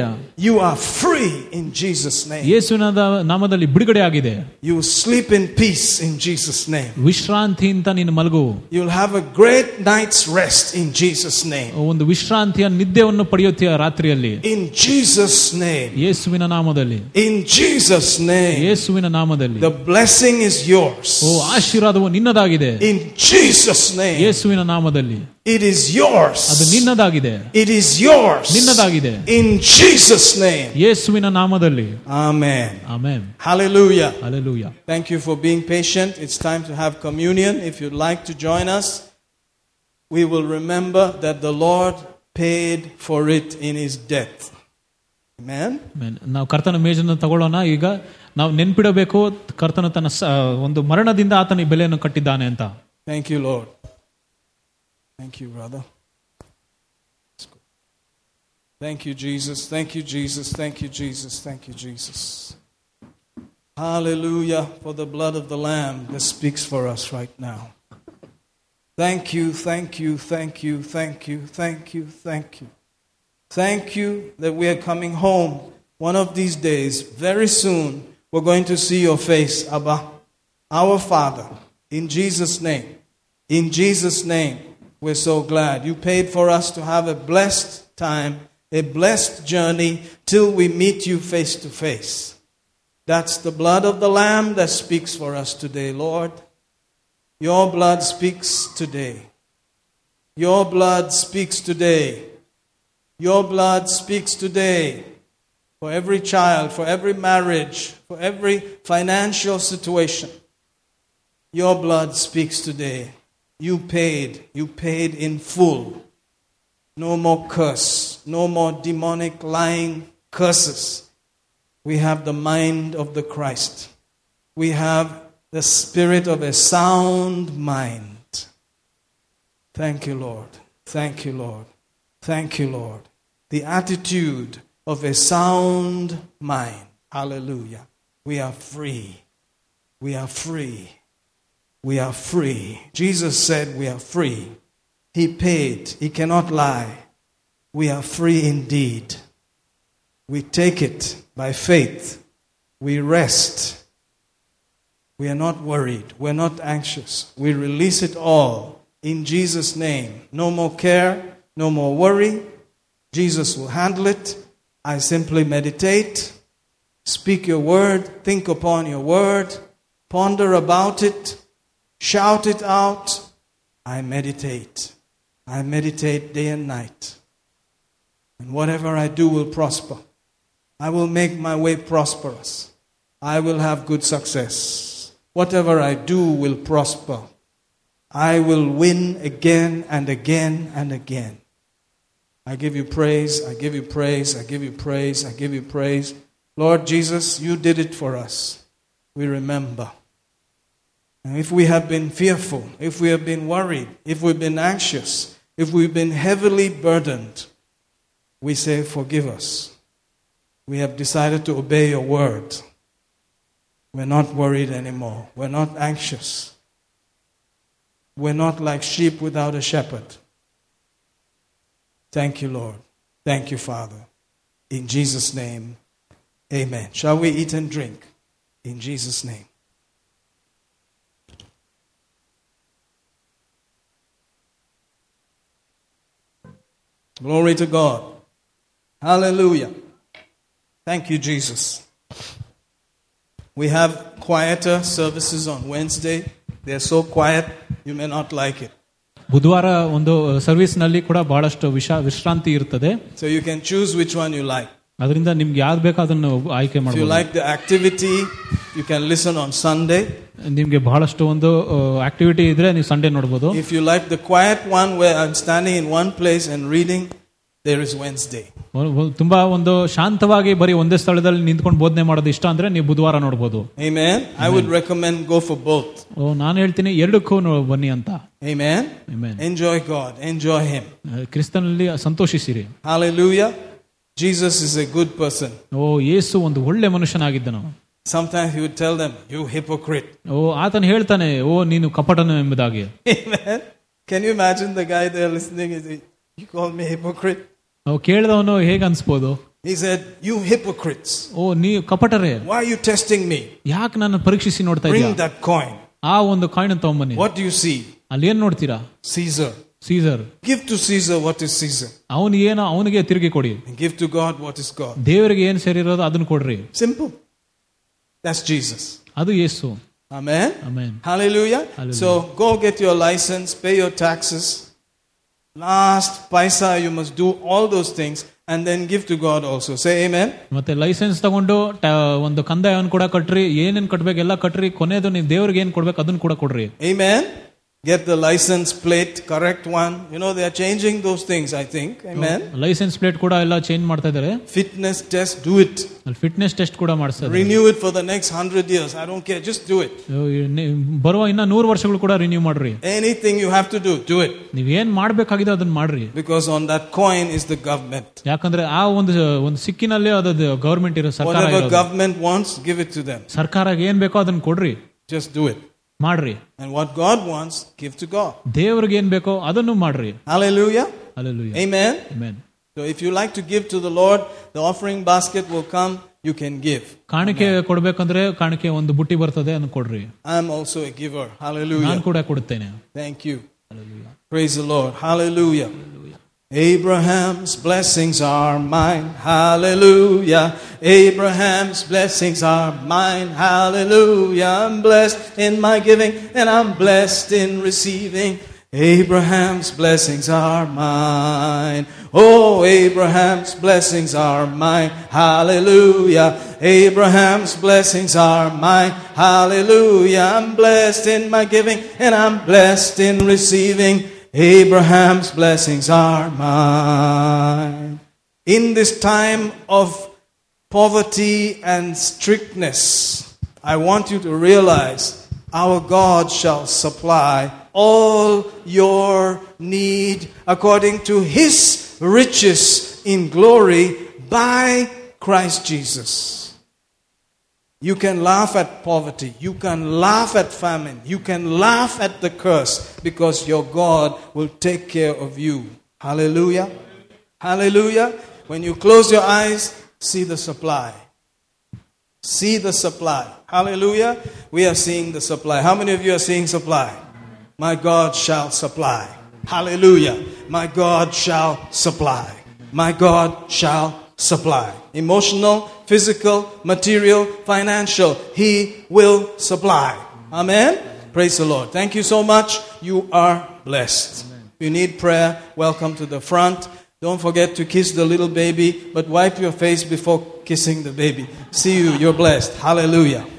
Speaker 1: You are free in Jesus' name.
Speaker 2: ಯೇಸುವಿನ ನಾಮದಲ್ಲಿ ಬಿಡುಗಡೆ ಆಗಿದೆ
Speaker 1: You sleep in peace in Jesus' name.
Speaker 2: ವಿಶ್ರಾಂತಿಯಿಂದ ನೀನು ಮಲಗು
Speaker 1: You'll have a great night's rest in Jesus' name.
Speaker 2: ಒಂದು ವಿಶ್ರಾಂತಿಯ ನಿದ್ದೆಯನ್ನು ಪಡೆಯುತ್ತೀಯ ರಾತ್ರಿಯಲ್ಲಿ
Speaker 1: In Jesus' name.
Speaker 2: ಯೇಸುವಿನ ನಾಮದಲ್ಲಿ
Speaker 1: In Jesus' name.
Speaker 2: ಯೇಸುವಿನ ನಾಮದಲ್ಲಿ
Speaker 1: The blessing is yours.
Speaker 2: O ಆಶೀರ್ವಾದವು ನಿನ್ನದಾಗಿದೆ
Speaker 1: In Jesus' name.
Speaker 2: ಯೇಸುವಿನ ನಾಮದಲ್ಲಿ
Speaker 1: It is
Speaker 2: ಅದು
Speaker 1: yours.
Speaker 2: ನಿನ್ನದಾಗಿದೆ
Speaker 1: It is yours.
Speaker 2: ನಿನ್ನದಾಗಿದೆ.
Speaker 1: In Jesus' name.
Speaker 2: ಯೇಸುವಿನ ನಾಮದಲ್ಲಿ
Speaker 1: Amen.
Speaker 2: Amen
Speaker 1: Hallelujah.
Speaker 2: Alleluia
Speaker 1: Thank you for being patient. It's time to have communion. If you'd like to join us, we will remember that the Lord paid for it in his death. Amen.
Speaker 2: Amen. ನಾವು ಕರ್ತನ ಮೇಜನ್ನು ತಗೊಳ್ಳೋಣ ಈಗ ನಾವು ನೆನ್ಪಿಡಬೇಕು ಕರ್ತನ ತನ್ನ ಸ- ಒಂದು ಮರಣದಿಂದ ಆತನ ಈ ಬೆಲೆಯನ್ನು ಕಟ್ಟಿದ್ದಾನೆ ಅಂತ
Speaker 1: Thank you, Lord. Thank you, brother. Let's go. Thank you, Jesus. Thank you, Jesus. Thank you, Jesus. Thank you, Jesus. Hallelujah for the blood of the Lamb that speaks for us right now. Thank you, thank you, thank you, thank you, thank you, thank you. Thank you that we are coming home one of these days. Very soon, we're going to see your face, Abba, our Father, in Jesus' name. In Jesus' name, we're so glad. You paid for us to have a blessed time, a blessed journey till we meet you face to face. That's the blood of the Lamb that speaks for us today, Lord. Your blood speaks today. Your blood speaks today. Your blood speaks today for every child, for every marriage, for every financial situation. Your blood speaks today. You paid. You paid in full. No more curse. No more demonic lying curses. We have the mind of the Christ. We have the spirit of a sound mind. Thank you, Lord. Thank you, Lord. Thank you, Lord. The attitude of a sound mind. Hallelujah. We are free. We are free. We are free. Jesus said, We are free. He paid. He cannot lie. We are free indeed. We take it by faith. We rest. We are not worried. We're not anxious. We release it all in Jesus' name. No more care, no more worry. Jesus will handle it. I simply meditate, speak your word, think upon your word, ponder about it, shout it out. I meditate. I meditate day and night. And whatever I do will prosper. I will make my way prosperous. I will have good success. Whatever I do will prosper. I will win again and again and again. I give you praise, I give you praise, I give you praise, I give you praise. Lord Jesus, you did it for us. We remember. And if we have been fearful, if we have been worried, if we've been anxious, if we've been heavily burdened, we say, Forgive us. We have decided to obey your word. We're not worried anymore. We're not anxious. We're not like sheep without a shepherd. Thank you, Lord. Thank you, Father. In Jesus' name, amen. Shall we eat and drink? In Jesus' name. Glory to God. Hallelujah. Thank you, Jesus. We have quieter services on Wednesday. They're so quiet, you may not like it.
Speaker 2: ಬುಧವಾರ ಒಂದು service ನಲ್ಲಿ ಕೂಡ ಬಹಳಷ್ಟು ವಿಶ ವಿಶ್ರಾಂತಿ ಇರ್ತದೆ
Speaker 1: So you can choose which one you like.
Speaker 2: ಅದರಿಂದ ನಿಮ್ಗೆ ಯಾವ್ದು ಬೇಕೋ ಅದನ್ನು ಆಯ್ಕೆ
Speaker 1: If you
Speaker 2: ಮಾಡಬಹುದು
Speaker 1: like the activity, you can listen on Sunday.
Speaker 2: ನಿಮ್ಗೆ ಬಹಳಷ್ಟು ಒಂದು ಆಕ್ಟಿವಿಟಿ ಇದ್ರೆ ನೀವು ಸಂಡೇ ನೋಡ್ಬೋದು
Speaker 1: If you like the quiet one where I'm standing in one place and reading, there is Wednesday.
Speaker 2: ಒ- ಒ- ತುಂಬಾ ಒಂದು ಶಾಂತವಾಗಿ ಬರೀ ಒಂದೇ ಸ್ಥಳದಲ್ಲಿ ನಿಂತ್ಕೊಂಡು ಬೋಧನೆ ಮಾಡೋದು ಇಷ್ಟ ಅಂದ್ರೆ ನೀವು ಬುಧವಾರ ನೋಡ್ಬೋದು
Speaker 1: Amen. I would recommend go for both.
Speaker 2: ಓ, ನಾನು ಹೇಳ್ತೀನಿ ಎರಡಕ್ಕೂ ನೋ- ಬನ್ನಿ ಅಂತ
Speaker 1: Amen.
Speaker 2: Amen.
Speaker 1: Enjoy God. Enjoy Him.
Speaker 2: ಅಹ್, ಕ್ರಿಸ್ತನಲ್ಲಿ ಸಂತೋಷಿಸಿರಿ
Speaker 1: Hallelujah. Jesus is a good person.
Speaker 2: ಓ ಯೇಸು ಒಂದು ಒಳ್ಳೆ ಮನುಷ್ಯನಾಗಿದ್ದನು
Speaker 1: Sometimes he would tell them, You hypocrite.
Speaker 2: ಓ ಆತನು ಹೇಳ್ತಾನೆ ಓ ನೀನು ಕಪಟನು ಎಂಬುದಾಗಿ
Speaker 1: Amen. Can you imagine the guy there listening? He said, You call me hypocrite?
Speaker 2: ನಾವು ಕೇಳಿದವನು ಹೇಗೆ ಅನ್ಸ್ಬೋದು
Speaker 1: He said, You hypocrites.
Speaker 2: ಓ ನೀವು ಕಪಟರೇ
Speaker 1: Why are you testing me?
Speaker 2: ಯಾಕೆ ನನ್ನ ಪರೀಕ್ಷಿಸಿ ನೋಡ್ತಾ
Speaker 1: Bring
Speaker 2: ಇದ್ದೀಯ
Speaker 1: that coin.
Speaker 2: ಆ ಒಂದು ಕಾಯಿನ್ ತಗೊಂಬನ್ನಿ
Speaker 1: What do you see?
Speaker 2: ಅಲ್ಲಿ ಏನ್ ನೋಡ್ತೀರಾ
Speaker 1: Caesar.
Speaker 2: Caesar
Speaker 1: Give to Caesar what is Caesar,
Speaker 2: ಅವನು ಏನೋ ಅವನಿಗೆ ತಿರುಗಿ ಕೊಡಿ
Speaker 1: and give to God what is God.
Speaker 2: ದೇವರಿಗೆ ಏನ್ ಸೇರಿರೋದು ಅದನ್ನ ಕೊಡ್ರಿ
Speaker 1: Simple. That's Jesus.
Speaker 2: ಅದು ಯೇಸು
Speaker 1: Amen.
Speaker 2: Amen
Speaker 1: Hallelujah.
Speaker 2: Hallelujah.
Speaker 1: So go get your license, pay your taxes. Last paisa, you must do all those things and then give to God also. Say amen.
Speaker 2: ಮತ್ತೆ licence ತಗೊಂಡು ಟ- ಒಂದು ಕಂದಾಯವನ್ನು ಕೂಡ ಕಟ್ರಿ ಏನೇನ್ ಕಟ್ಬೇಕು ಎಲ್ಲ ಕಟ್ರಿ ಕೊನೆದು ನೀವು ದೇವ್ರಿಗೆ ಏನ್ ಕೊಡ್ಬೇಕು ಅದನ್ನ ಕೂಡ ಕೊಡ್ರಿ
Speaker 1: Amen. Get the license plate, correct one. You know, they are changing those things, I think. Amen.
Speaker 2: Licence plate ಕೂಡ ಎಲ್ಲ ಚೇಂj ಮಾಡ್ತಾ ಇದಾರೆ
Speaker 1: Fitness test, do it.
Speaker 2: ಅಲ್ಲಿ ಫಿಟ್ನೆಸ್ ಟೆಸ್ಟ್ ಕೂಡ ಮಾಡಿಸ್ತಾ ಇದಾರೆ.
Speaker 1: Renew it for the next hundred years. I don't care. Just do it.
Speaker 2: ನೀವು ಬರುವ ಇನ್ನ ನೂರು ವರ್ಷಗಳು ಕೂಡ ರಿನ್ಯೂ ಮಾಡ್ರಿ
Speaker 1: Anything you have to do, do it.
Speaker 2: ನೀವೇನ್ ಮಾಡ್ಬೇಕಾಗಿದೆ ಅದನ್ನ ಮಾಡ್ರಿ
Speaker 1: Because on that coin is the government.
Speaker 2: ಯಾಕಂದ್ರೆ ಆ ಒಂದು ಒಂದು ಸಿಕ್ಕಿನಲ್ಲಿ ಅದದು ಗವರ್ಮೆಂಟ್ ಇರೋ ಸರ್ಕಾರ
Speaker 1: Whatever
Speaker 2: ಇರೋದು.
Speaker 1: government wants, give it to them.
Speaker 2: ಸರ್ಕಾರ ಏನ್ ಬೇಕೋ ಅದನ್ನ ಕೊಡ್ರಿ
Speaker 1: Just do it.
Speaker 2: ಮಾಡ್ರಿ
Speaker 1: And what God wants, give to God.
Speaker 2: ದೇವ್ರಿಗೆ ಏನ್ ಬೇಕೋ ಅದನ್ನು ಮಾಡ್ರಿ
Speaker 1: Hallelujah.
Speaker 2: ಅಲ್ಲೆಲ್ಲೂಯ.
Speaker 1: Amen.
Speaker 2: Amen.
Speaker 1: So if you like to give to the Lord, the offering basket will come. You can give.
Speaker 2: ಕಾಣಿಕೆ ಕೊಡ್ಬೇಕಂದ್ರೆ ಕಾಣಿಕೆ ಒಂದು ಬುಟ್ಟಿ ಬರ್ತದೆ ಅದನ್ನ ಕೊಡ್ರಿ
Speaker 1: I'm also a giver.
Speaker 2: ನಾನು
Speaker 1: Hallelujah.
Speaker 2: ಕೂಡ ಕೊಡುತ್ತೇನೆ
Speaker 1: Thank you. Praise the Lord. Hallelujah. Abraham's blessings are mine. Hallelujah. Abraham's blessings are mine. Hallelujah. I'm blessed in my giving and I'm blessed in receiving. Abraham's blessings are mine. Oh, Abraham's blessings are mine. Hallelujah. Abraham's blessings are mine. Hallelujah. I'm blessed in my giving and I'm blessed in receiving. Abraham's blessings are mine. In this time of poverty and strictness, I want you to realize our God shall supply all your need according to his riches in glory by Christ Jesus. You can laugh at poverty. You can laugh at famine. You can laugh at the curse because your God will take care of you. Hallelujah. Hallelujah. When you close your eyes, see the supply. See the supply. Hallelujah. We are seeing the supply. How many of you are seeing supply? My God shall supply. Hallelujah. My God shall supply. My God shall supply. Emotional, physical, material, financial. He will supply. Amen. Praise the Lord. Thank you so much. You are blessed. If you need prayer, welcome to the front. Don't forget to kiss the little baby, but wipe your face before kissing the baby. See you. You're blessed. Hallelujah.